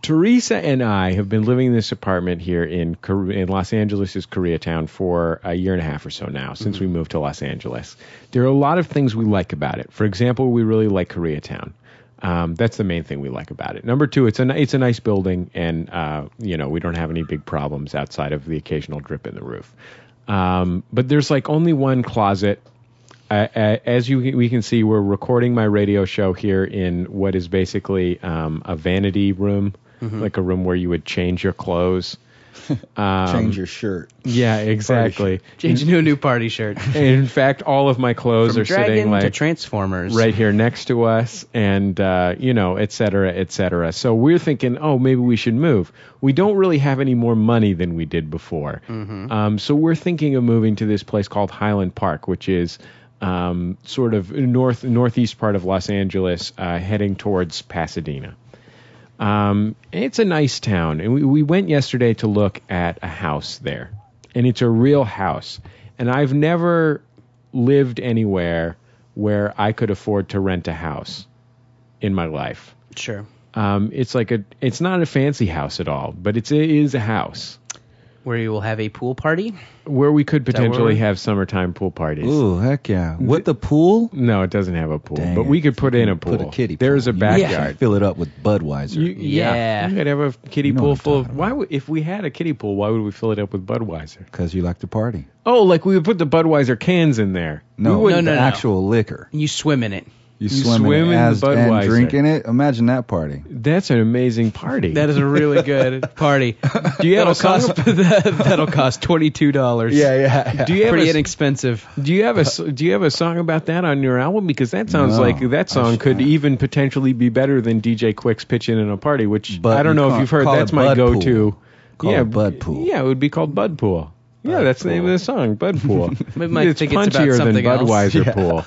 [SPEAKER 1] Teresa and I have been living in this apartment here in Kor- in Los Angeles' Koreatown for a year and a half or so now since
[SPEAKER 3] Mm-hmm.
[SPEAKER 1] we moved to Los Angeles. There are a lot of things we like about it. For example, we really like Koreatown. Um, that's the main thing we like about it. Number two, it's a ni- it's a nice building, and uh, you know we don't have any big problems outside of the occasional drip in the roof. Um, but there's like only one closet. Uh, uh, as you we can see, we're recording my radio show here in what is basically um, a vanity room, like a room where you would change your clothes.
[SPEAKER 3] Mm-hmm.
[SPEAKER 1] Um,
[SPEAKER 3] Change your shirt.
[SPEAKER 1] Yeah, exactly.
[SPEAKER 2] Change into a new party shirt.
[SPEAKER 1] In fact, all of my clothes
[SPEAKER 2] From
[SPEAKER 1] are sitting
[SPEAKER 2] Dragon to
[SPEAKER 1] like
[SPEAKER 2] Transformers.
[SPEAKER 1] right here next to us and uh, you know et cetera et cetera so we're thinking oh maybe we should move we don't really have any more money than we did before
[SPEAKER 2] Mm-hmm.
[SPEAKER 1] um, so we're thinking of moving to this place called highland park which is um, sort of north northeast part of los angeles uh, heading towards pasadena um, it's a nice town, and we, we went yesterday to look at a house there, and it's a real house. And I've never lived anywhere where I could afford to rent a house in my life.
[SPEAKER 2] Sure.
[SPEAKER 1] Um, it's like a, it's not a fancy house at all, but it's it is a house
[SPEAKER 2] Where you will have a pool party.
[SPEAKER 1] where we could
[SPEAKER 2] that where
[SPEAKER 1] potentially
[SPEAKER 2] we're-
[SPEAKER 1] have summertime pool parties.
[SPEAKER 3] Ooh, heck yeah! With the pool,
[SPEAKER 1] No, it doesn't have a pool,
[SPEAKER 3] Dang
[SPEAKER 1] but
[SPEAKER 3] it.
[SPEAKER 1] we could put in a pool.
[SPEAKER 3] put a kiddie.
[SPEAKER 1] There is a
[SPEAKER 3] pool. You should
[SPEAKER 1] backyard.
[SPEAKER 3] Fill it up with Budweiser.
[SPEAKER 1] You, yeah.
[SPEAKER 2] Yeah.
[SPEAKER 1] you could have a kiddie
[SPEAKER 3] You know what
[SPEAKER 1] pool
[SPEAKER 3] I'm
[SPEAKER 1] full of.
[SPEAKER 3] talking
[SPEAKER 1] Why would if we had a kiddie pool? Why would we fill it up with Budweiser?
[SPEAKER 3] because you like to party.
[SPEAKER 1] Oh, like we would put the Budweiser cans in there.
[SPEAKER 3] No,
[SPEAKER 2] wouldn't-
[SPEAKER 3] the
[SPEAKER 2] No, no, no.
[SPEAKER 3] actual liquor.
[SPEAKER 2] You swim in it.
[SPEAKER 3] You,
[SPEAKER 1] swim in the
[SPEAKER 3] as,
[SPEAKER 1] Budweiser.
[SPEAKER 3] and drinking it. Imagine that party.
[SPEAKER 1] That's an amazing party.
[SPEAKER 2] That is a really good party.
[SPEAKER 1] do you have
[SPEAKER 2] that'll
[SPEAKER 1] a song?
[SPEAKER 2] cost that'll cost twenty two dollars.
[SPEAKER 3] yeah.
[SPEAKER 1] do you have
[SPEAKER 2] Pretty
[SPEAKER 1] a,
[SPEAKER 2] inexpensive.
[SPEAKER 1] do you have a s- do you have a song about that on your album? Because that sounds
[SPEAKER 3] No,
[SPEAKER 1] like that
[SPEAKER 3] I
[SPEAKER 1] song
[SPEAKER 3] sh-
[SPEAKER 1] could
[SPEAKER 3] I-
[SPEAKER 1] even potentially be better than DJ Quick's "Pitching in a Party," which
[SPEAKER 3] But
[SPEAKER 1] I don't
[SPEAKER 3] you
[SPEAKER 1] know if
[SPEAKER 3] can't
[SPEAKER 1] you've heard.
[SPEAKER 3] call
[SPEAKER 1] That's
[SPEAKER 3] it
[SPEAKER 1] my
[SPEAKER 3] Bud
[SPEAKER 1] go-to.
[SPEAKER 3] Pool. Call
[SPEAKER 1] yeah,
[SPEAKER 3] it Bud Pool.
[SPEAKER 1] Yeah, it would be called Bud Pool. Yeah, that's the name of the song, Bud Pool.
[SPEAKER 2] We might
[SPEAKER 1] it's
[SPEAKER 2] think
[SPEAKER 1] punchier
[SPEAKER 2] it's about
[SPEAKER 1] than
[SPEAKER 2] something else.
[SPEAKER 1] Budweiser
[SPEAKER 3] Yeah.
[SPEAKER 1] Pool.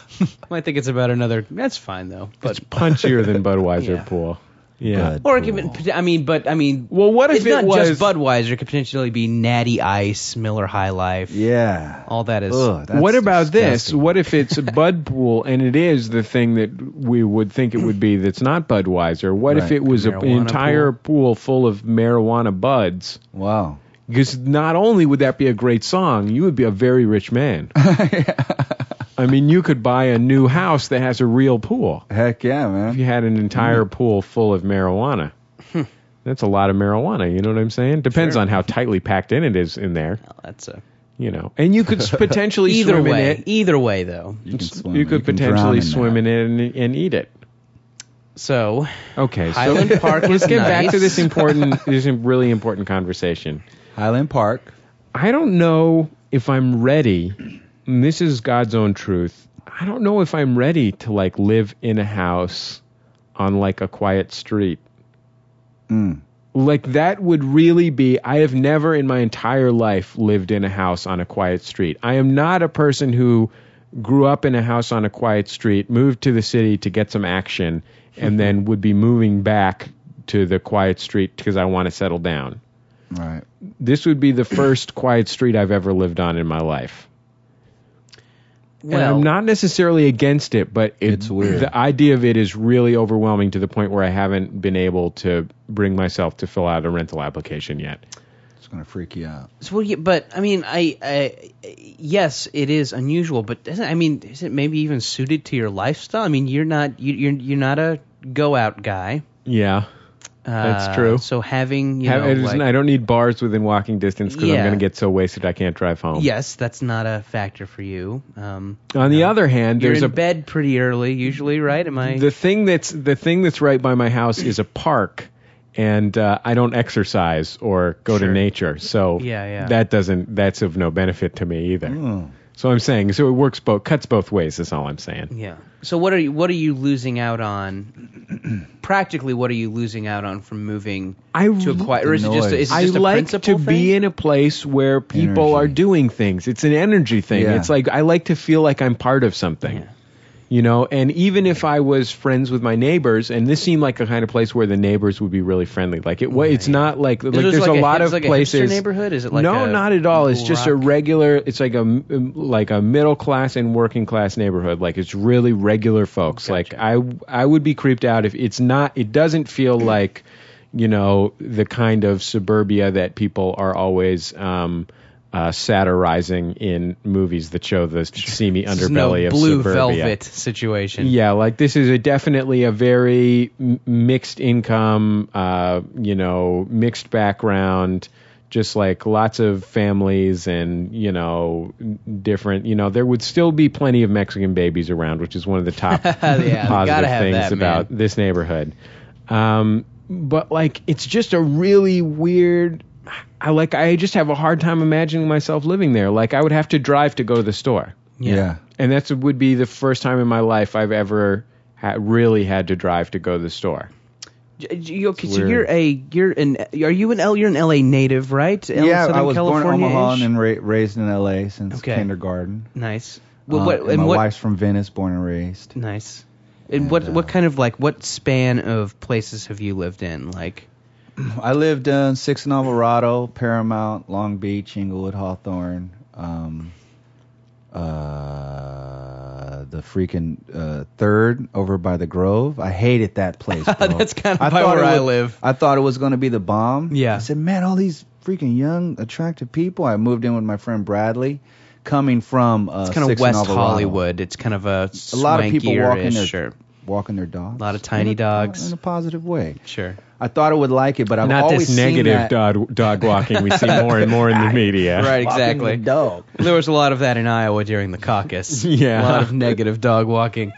[SPEAKER 2] I think it's about another. That's fine though. But
[SPEAKER 1] It's punchier than Budweiser
[SPEAKER 2] Yeah.
[SPEAKER 1] Pool. Yeah.
[SPEAKER 3] Bud.
[SPEAKER 2] or even I mean, but I mean,
[SPEAKER 1] Well, what if
[SPEAKER 2] it's
[SPEAKER 1] it
[SPEAKER 2] not
[SPEAKER 1] was
[SPEAKER 2] just Budweiser? It could potentially be Natty Ice, Miller High Life.
[SPEAKER 3] Yeah.
[SPEAKER 2] All that is.
[SPEAKER 3] Ugh, that's
[SPEAKER 1] what about this?
[SPEAKER 3] disgusting.
[SPEAKER 1] What if it's Bud Pool and it is the thing that we would think it would be that's not Budweiser? What if
[SPEAKER 3] Right.
[SPEAKER 1] it was an
[SPEAKER 2] Marijuana
[SPEAKER 1] entire pool. full of marijuana buds?
[SPEAKER 3] Wow.
[SPEAKER 1] Because not only would that be a great song, you would be a very rich man. I mean, you could buy a new house that has a real pool.
[SPEAKER 3] Heck yeah, man.
[SPEAKER 1] If you had an entire pool full of marijuana, that's a lot of marijuana. You know what I'm saying? Depends on how tightly packed in it is in there.
[SPEAKER 2] That's a
[SPEAKER 1] You know, and you could s- potentially
[SPEAKER 2] either
[SPEAKER 1] swim in
[SPEAKER 2] way.
[SPEAKER 1] it.
[SPEAKER 2] Either way though.
[SPEAKER 3] You, can swim.
[SPEAKER 1] you could
[SPEAKER 3] can
[SPEAKER 1] potentially
[SPEAKER 3] drown
[SPEAKER 1] swim
[SPEAKER 3] that.
[SPEAKER 1] in it and, and eat it.
[SPEAKER 2] So
[SPEAKER 1] Okay,
[SPEAKER 2] Highland
[SPEAKER 1] so
[SPEAKER 2] Park
[SPEAKER 1] let's
[SPEAKER 2] is
[SPEAKER 1] get back to
[SPEAKER 2] nice.
[SPEAKER 1] this important, this really important conversation.
[SPEAKER 3] Highland Park.
[SPEAKER 1] I don't know if I'm ready. And this is God's own truth. I don't know if I'm ready to like live in a house on like a quiet street. Mm. Like that would really be. I have never in my entire life lived in a house on a quiet street. I am not a person who grew up in a house on a quiet street, moved to the city to get some action, and then would be moving back to the quiet street because I want to settle down
[SPEAKER 3] Right.
[SPEAKER 1] this would be the first quiet street I've ever lived on in my life.
[SPEAKER 2] well,
[SPEAKER 1] and I'm not necessarily against it, but it,
[SPEAKER 3] It's weird.
[SPEAKER 1] The idea of it is really overwhelming to the point where I haven't been able to bring myself to fill out a rental application yet.
[SPEAKER 3] It's gonna freak you out.
[SPEAKER 2] So, well, yeah, but I mean, I, I yes, it is unusual, but doesn't I mean, is it maybe even suited to your lifestyle? I mean, you're not you, you're you're not a go out guy.
[SPEAKER 1] Yeah,
[SPEAKER 2] Uh,
[SPEAKER 1] That's true.
[SPEAKER 2] So having you
[SPEAKER 1] Have-
[SPEAKER 2] know,
[SPEAKER 1] it isn't-
[SPEAKER 2] like-
[SPEAKER 1] I don't need bars within walking distance because I'm
[SPEAKER 2] Yeah.
[SPEAKER 1] going to get so wasted I can't drive home.
[SPEAKER 2] yes, that's not a factor for you. Um,
[SPEAKER 1] On the other hand,
[SPEAKER 2] you're
[SPEAKER 1] there's
[SPEAKER 2] in
[SPEAKER 1] a
[SPEAKER 2] bed pretty early usually, right? Am I?
[SPEAKER 1] the thing that's the thing that's right by my house is a park and uh, I don't exercise or go to nature so
[SPEAKER 2] Yeah, yeah.
[SPEAKER 1] that doesn't that's of no benefit to me either so I'm saying so it works both cuts both ways is all I'm saying
[SPEAKER 2] yeah. So what are you what are you losing out on? Practically, what are you losing out on from moving
[SPEAKER 1] I
[SPEAKER 2] to a quiet? Or is it
[SPEAKER 3] the
[SPEAKER 2] just a-
[SPEAKER 3] noise.
[SPEAKER 2] is it
[SPEAKER 1] I
[SPEAKER 2] just a
[SPEAKER 1] like to
[SPEAKER 2] principle thing?
[SPEAKER 1] be in a place where people
[SPEAKER 3] Energy.
[SPEAKER 1] are doing things. It's an energy thing.
[SPEAKER 3] Yeah.
[SPEAKER 1] It's like I like to feel like I'm part of something.
[SPEAKER 2] Yeah.
[SPEAKER 1] You know, and even if I was friends with my neighbors, and this seemed like a kind of place where the neighbors would be really friendly. Like it, wa- it's not like like
[SPEAKER 2] this
[SPEAKER 1] there's
[SPEAKER 2] like
[SPEAKER 1] a
[SPEAKER 2] a-
[SPEAKER 1] lot
[SPEAKER 2] is
[SPEAKER 1] of
[SPEAKER 2] it like a hipster
[SPEAKER 1] places.
[SPEAKER 2] neighborhood? Is it like
[SPEAKER 1] no,
[SPEAKER 2] a
[SPEAKER 1] not at all. It's just a
[SPEAKER 2] rock?
[SPEAKER 1] regular. It's like a m- like a middle class and working class neighborhood. Like it's really regular folks. Like I I would be creeped out if it's not. It doesn't feel like you know the kind of suburbia that people are always um, uh, satirizing in movies that show the seamy
[SPEAKER 2] There's no
[SPEAKER 1] underbelly of
[SPEAKER 2] blue
[SPEAKER 1] suburbia.
[SPEAKER 2] velvet situation.
[SPEAKER 1] Yeah, like this is a definitely a very m- mixed income, uh, you know, mixed background, just like lots of families and, you know, different, you know, there would still be plenty of Mexican babies around, which is one of the top
[SPEAKER 2] Yeah, gotta
[SPEAKER 1] positive
[SPEAKER 2] have
[SPEAKER 1] things
[SPEAKER 2] that,
[SPEAKER 1] about this neighborhood. Um, but like it's just a really weird I like I just have a hard time imagining myself living there. Like I would have to drive to go to the store
[SPEAKER 3] yeah.
[SPEAKER 1] and that's would be the first time in my life I've ever ha- really had to drive to go to the store.
[SPEAKER 2] J- j- okay, so
[SPEAKER 1] weird.
[SPEAKER 2] you're a you're an are you an L you're an LA native, right? L-
[SPEAKER 3] yeah,
[SPEAKER 2] Southern
[SPEAKER 3] I was born in
[SPEAKER 2] California-ish?
[SPEAKER 3] Omaha and then ra- raised in L.A. since
[SPEAKER 2] Okay.
[SPEAKER 3] kindergarten.
[SPEAKER 2] nice.
[SPEAKER 3] Uh,
[SPEAKER 2] Well, what
[SPEAKER 3] and
[SPEAKER 2] and
[SPEAKER 3] my
[SPEAKER 2] what
[SPEAKER 3] wife's from Venice, born and raised.
[SPEAKER 2] nice. And, what
[SPEAKER 3] and, uh,
[SPEAKER 2] what kind of like what span of places have you lived in? Like
[SPEAKER 3] I lived in Six and Alvarado, Paramount, Long Beach, Inglewood, Hawthorne. Um, uh, the freaking uh, third over by the Grove. I hated that place. bro.
[SPEAKER 2] That's kinda
[SPEAKER 3] I
[SPEAKER 2] by
[SPEAKER 3] thought
[SPEAKER 2] where
[SPEAKER 3] it
[SPEAKER 2] I
[SPEAKER 3] was-
[SPEAKER 2] live.
[SPEAKER 3] I thought it was going to be the bomb.
[SPEAKER 2] Yeah.
[SPEAKER 3] I said, man, all these freaking young, attractive people. I moved in with my friend Bradley, coming from uh,
[SPEAKER 2] it's kind of
[SPEAKER 3] Six and
[SPEAKER 2] West
[SPEAKER 3] Alvarado.
[SPEAKER 2] Hollywood. It's kind of a
[SPEAKER 3] A lot of people walking their
[SPEAKER 2] sure.
[SPEAKER 3] walking their dogs.
[SPEAKER 2] A lot of tiny
[SPEAKER 3] in a-
[SPEAKER 2] dogs.
[SPEAKER 3] in a positive way.
[SPEAKER 2] Sure.
[SPEAKER 3] I thought I would like it, but I've
[SPEAKER 1] Not
[SPEAKER 3] always
[SPEAKER 1] this
[SPEAKER 3] seen
[SPEAKER 1] negative
[SPEAKER 3] that-
[SPEAKER 1] dog, dog walking we see more and more in the media.
[SPEAKER 2] Right,
[SPEAKER 3] Walking the
[SPEAKER 2] exactly.
[SPEAKER 3] dog.
[SPEAKER 2] There was a lot of that in Iowa during the caucus.
[SPEAKER 1] Yeah.
[SPEAKER 2] A lot of negative dog walking.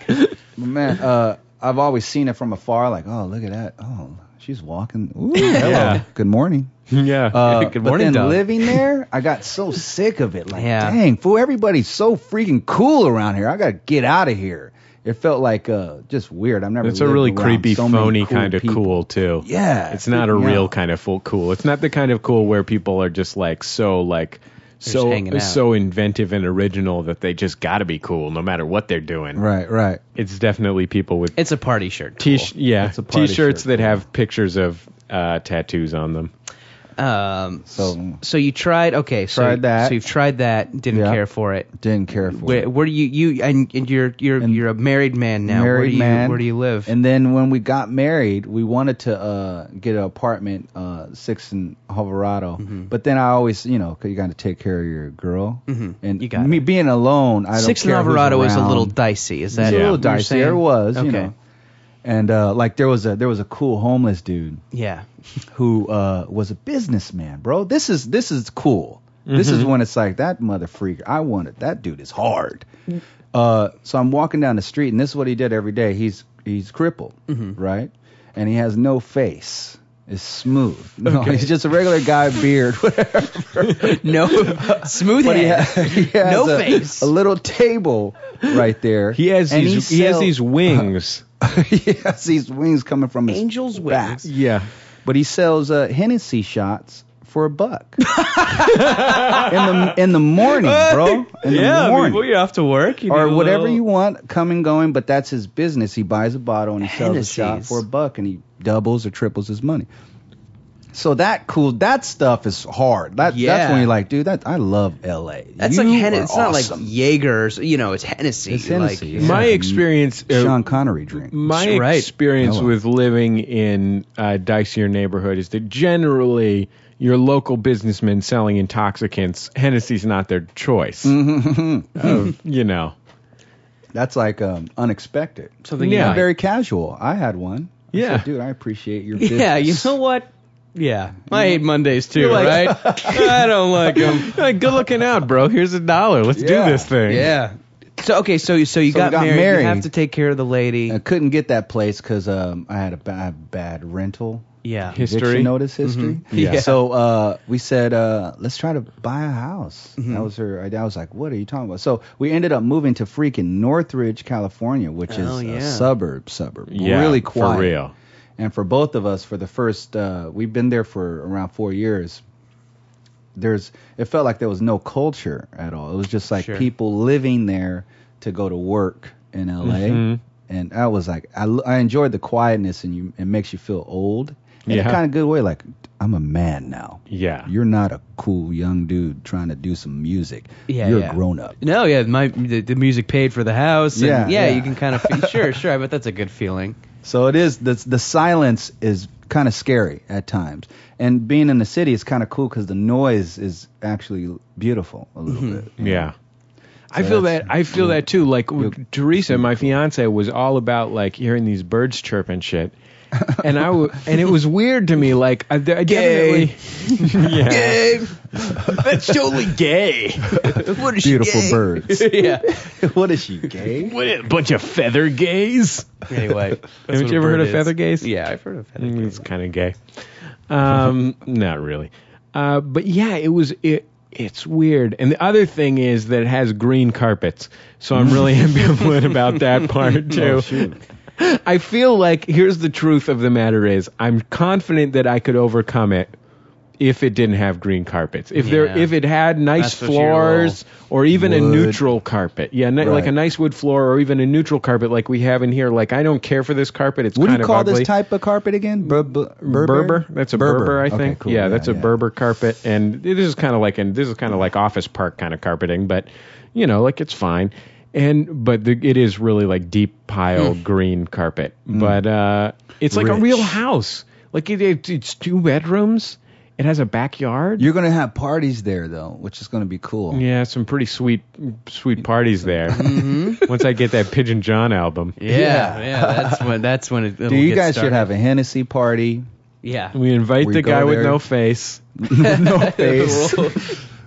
[SPEAKER 3] Man, uh, I've always seen it from afar, like, oh, look at that. Oh, she's walking. Ooh, hello.
[SPEAKER 1] Yeah.
[SPEAKER 3] Good morning.
[SPEAKER 1] Yeah.
[SPEAKER 3] Uh,
[SPEAKER 2] Good
[SPEAKER 3] but
[SPEAKER 2] morning,
[SPEAKER 3] then
[SPEAKER 2] dog.
[SPEAKER 3] living there, I got so sick of it. Like,
[SPEAKER 2] Yeah.
[SPEAKER 3] dang, fool, everybody's so freaking cool around here. I gotta get out of here. It felt like uh, just weird. I've never.
[SPEAKER 1] it's a
[SPEAKER 3] lived
[SPEAKER 1] really
[SPEAKER 3] around
[SPEAKER 1] creepy,
[SPEAKER 3] so many
[SPEAKER 1] phony
[SPEAKER 3] cool
[SPEAKER 1] kind of
[SPEAKER 3] people.
[SPEAKER 1] cool too.
[SPEAKER 3] Yeah,
[SPEAKER 1] It's not a
[SPEAKER 3] freaking
[SPEAKER 1] real
[SPEAKER 3] out.
[SPEAKER 1] kind of full cool. It's not the kind of cool where people are just like so like
[SPEAKER 2] just
[SPEAKER 1] so
[SPEAKER 2] hanging out.
[SPEAKER 1] so inventive and original that they just got to be cool no matter what they're doing.
[SPEAKER 3] Right, right.
[SPEAKER 1] It's definitely people with
[SPEAKER 2] It's a party shirt.
[SPEAKER 1] t
[SPEAKER 2] Cool.
[SPEAKER 1] sh yeah
[SPEAKER 3] It's a party
[SPEAKER 1] t-shirts
[SPEAKER 3] shirt,
[SPEAKER 1] that have pictures of uh, tattoos on them.
[SPEAKER 2] Um,
[SPEAKER 3] So
[SPEAKER 2] so you tried okay, so
[SPEAKER 3] Tried that.
[SPEAKER 2] so you've tried that, didn't
[SPEAKER 3] Yeah.
[SPEAKER 2] care for it.
[SPEAKER 3] didn't care for it.
[SPEAKER 2] Where, where do you you and, and you're you're
[SPEAKER 3] And-
[SPEAKER 2] you're a married man now.
[SPEAKER 3] married
[SPEAKER 2] where do you
[SPEAKER 3] man.
[SPEAKER 2] where do you live?
[SPEAKER 3] And then when we got married, we wanted to uh, get an apartment uh, six in Alvarado.
[SPEAKER 2] Mm-hmm.
[SPEAKER 3] But then I always, you know, 'cause you got to take care of your girl. Mm-hmm. And
[SPEAKER 2] You got
[SPEAKER 3] me being alone, I don't
[SPEAKER 2] Six in
[SPEAKER 3] care who's
[SPEAKER 2] Alvarado is a
[SPEAKER 3] around.
[SPEAKER 2] little dicey. Is that
[SPEAKER 3] It's a little
[SPEAKER 2] what you're
[SPEAKER 3] dicey. There
[SPEAKER 2] saying?
[SPEAKER 3] was,
[SPEAKER 2] okay.
[SPEAKER 3] you know. And uh, like there was a there was a cool homeless dude
[SPEAKER 2] Yeah.
[SPEAKER 3] who uh, was a businessman, bro. This is this is cool. This
[SPEAKER 1] Mm-hmm.
[SPEAKER 3] is when it's like that mother freak. I want it. That dude is hard. Uh, so I'm walking down the street, and this is what he did every day. He's he's crippled,
[SPEAKER 4] Mm-hmm.
[SPEAKER 3] right? And he has no face. It's smooth. No, he's just a regular guy, beard, whatever.
[SPEAKER 2] No smooth
[SPEAKER 3] But he,
[SPEAKER 2] head.
[SPEAKER 3] ha- he has
[SPEAKER 2] No
[SPEAKER 3] a,
[SPEAKER 2] face.
[SPEAKER 3] a little table right there.
[SPEAKER 1] He has
[SPEAKER 3] and
[SPEAKER 1] these he, has
[SPEAKER 3] sell-
[SPEAKER 1] these wings.
[SPEAKER 3] he has these wings coming from his
[SPEAKER 2] Angel's
[SPEAKER 3] back.
[SPEAKER 2] wings.
[SPEAKER 1] Yeah.
[SPEAKER 3] but he sells uh, Hennessy shots for a buck in the in the morning, bro. In the morning.
[SPEAKER 1] you have to work
[SPEAKER 3] or whatever you want, come and going, but that's his business. He buys a bottle and he sells a shot
[SPEAKER 2] Hennessy's.
[SPEAKER 3] for a buck, and he doubles or triples his money. So that cool, that stuff is hard. That, That's
[SPEAKER 2] Yeah.
[SPEAKER 3] when you're like, dude, that I love L.A.
[SPEAKER 2] That's
[SPEAKER 3] You
[SPEAKER 2] like Hen-
[SPEAKER 3] are
[SPEAKER 2] it's not like
[SPEAKER 3] awesome.
[SPEAKER 2] Jaegers, you know, it's Hennessy.
[SPEAKER 3] It's Hennessy,
[SPEAKER 2] Like,
[SPEAKER 3] yeah.
[SPEAKER 1] My experience uh,
[SPEAKER 3] Sean Connery drink.
[SPEAKER 1] my
[SPEAKER 2] Right.
[SPEAKER 1] experience
[SPEAKER 3] Hello.
[SPEAKER 1] with living in uh, dicier neighborhood is that generally your local businessmen selling intoxicants, Hennessy's not their choice.
[SPEAKER 3] Mm-hmm.
[SPEAKER 1] Of, you know.
[SPEAKER 3] That's like um, unexpected.
[SPEAKER 2] Something
[SPEAKER 1] Yeah.
[SPEAKER 2] you
[SPEAKER 3] Yeah,
[SPEAKER 2] like.
[SPEAKER 3] very casual. I had one. I
[SPEAKER 1] Yeah.
[SPEAKER 3] said, dude, I appreciate your business.
[SPEAKER 2] Yeah, you know what? Yeah. I hate Mondays too,
[SPEAKER 1] like-
[SPEAKER 2] right? I don't like them.
[SPEAKER 1] Like, good looking out, bro. Here's a dollar. Let's
[SPEAKER 3] Yeah.
[SPEAKER 1] do this thing.
[SPEAKER 2] Yeah. So okay, so so you
[SPEAKER 3] So we
[SPEAKER 2] got,
[SPEAKER 3] got
[SPEAKER 2] married.
[SPEAKER 3] married.
[SPEAKER 2] You have to take care of the lady.
[SPEAKER 3] I couldn't get that place because um, I had a bad, bad rental
[SPEAKER 2] yeah.
[SPEAKER 1] His- History. Mm-hmm.
[SPEAKER 3] eviction notice
[SPEAKER 2] Mm-hmm.
[SPEAKER 3] history.
[SPEAKER 1] Yeah. Yeah.
[SPEAKER 3] So uh, we said, uh, let's try to buy a house.
[SPEAKER 1] Mm-hmm.
[SPEAKER 3] That was her idea. I was like, what are you talking about? So we ended up moving to freaking Northridge, California, which is
[SPEAKER 2] Oh, yeah.
[SPEAKER 3] a suburb, suburb.
[SPEAKER 1] Yeah,
[SPEAKER 3] really quiet.
[SPEAKER 1] For real.
[SPEAKER 3] And for both of us, for the first, uh, we've been there for around four years. There's, it felt like there was no culture at all. It was just like
[SPEAKER 2] Sure.
[SPEAKER 3] people living there to go to work in LA.
[SPEAKER 1] Mm-hmm.
[SPEAKER 3] And I was like, I, l- I enjoyed the quietness, and you, it makes you feel old in
[SPEAKER 1] Yeah.
[SPEAKER 3] a kind of good way. Like I'm a man now.
[SPEAKER 1] Yeah.
[SPEAKER 3] You're not a cool young dude trying to do some music.
[SPEAKER 2] Yeah,
[SPEAKER 3] You're
[SPEAKER 2] yeah.
[SPEAKER 3] grown up.
[SPEAKER 2] No, yeah, my the, the music paid for the house. And yeah,
[SPEAKER 3] Yeah, yeah.
[SPEAKER 2] you can kind of sure, sure. I bet that's a good feeling.
[SPEAKER 3] So it is the the silence is kind of scary at times, and being in the city is kind of cool because the noise is actually beautiful a
[SPEAKER 1] Mm-hmm.
[SPEAKER 3] little bit.
[SPEAKER 1] Yeah. I feel
[SPEAKER 3] that's-
[SPEAKER 1] that I feel that too. Like Teresa, my fiance, was all about like hearing these birds chirp and shit, and I w- and it was weird to me. Like I, I definitely,
[SPEAKER 2] Mm-hmm.
[SPEAKER 1] yeah,
[SPEAKER 2] That's totally gay. what is
[SPEAKER 3] Beautiful
[SPEAKER 2] gay?
[SPEAKER 3] birds.
[SPEAKER 2] yeah.
[SPEAKER 3] what is she gay?
[SPEAKER 5] What a bunch of feather gays.
[SPEAKER 2] Anyway. that's
[SPEAKER 1] you
[SPEAKER 2] what a
[SPEAKER 1] ever heard
[SPEAKER 2] bird
[SPEAKER 1] of
[SPEAKER 2] is.
[SPEAKER 1] feather gaze?
[SPEAKER 2] Yeah, I've heard of feather gaze.
[SPEAKER 1] it's kind of gay. Um, not really, uh, but yeah, it was it. It's weird. And the other thing is that it has green carpets, so I'm really ambivalent about that part too.
[SPEAKER 3] Oh,
[SPEAKER 1] I feel like here's the truth of the matter is I'm confident that I could overcome it if it didn't have green carpets. If there
[SPEAKER 2] Yeah.
[SPEAKER 1] if it had nice
[SPEAKER 2] That's what your little
[SPEAKER 1] floors or even a
[SPEAKER 3] wood-
[SPEAKER 1] neutral carpet. Yeah, ni- like
[SPEAKER 3] Right.
[SPEAKER 1] a nice wood floor or even a neutral carpet like we have in here. Like I don't care for this carpet. It's
[SPEAKER 3] What do
[SPEAKER 1] kind
[SPEAKER 3] you
[SPEAKER 1] of
[SPEAKER 3] call
[SPEAKER 1] ugly.
[SPEAKER 3] this type of carpet again? Bur- bur-
[SPEAKER 1] Berber?
[SPEAKER 3] Berber?
[SPEAKER 1] That's a Berber, I think.
[SPEAKER 3] Okay, cool.
[SPEAKER 1] yeah, that's a Berber carpet, and this is kind of like and this is kind of like office park kind of carpeting, but you know, like it's fine. And but the, it is really like deep pile green carpet, but uh, it's like a
[SPEAKER 3] Mm. Rich.
[SPEAKER 1] real house. Like it, it, it's two bedrooms. It has a backyard.
[SPEAKER 3] You're gonna have parties there though, which is gonna be cool.
[SPEAKER 1] yeah, some pretty sweet, sweet parties there. Once I get that Pigeon John album,
[SPEAKER 2] Yeah, yeah, that's when that's when it. it'll
[SPEAKER 3] Dude, you
[SPEAKER 2] get
[SPEAKER 3] guys should
[SPEAKER 2] started.
[SPEAKER 3] have a Hennessy party.
[SPEAKER 2] Yeah.
[SPEAKER 1] we invite
[SPEAKER 3] We
[SPEAKER 1] the
[SPEAKER 3] go
[SPEAKER 1] guy with
[SPEAKER 3] there.
[SPEAKER 1] no face.
[SPEAKER 3] no face.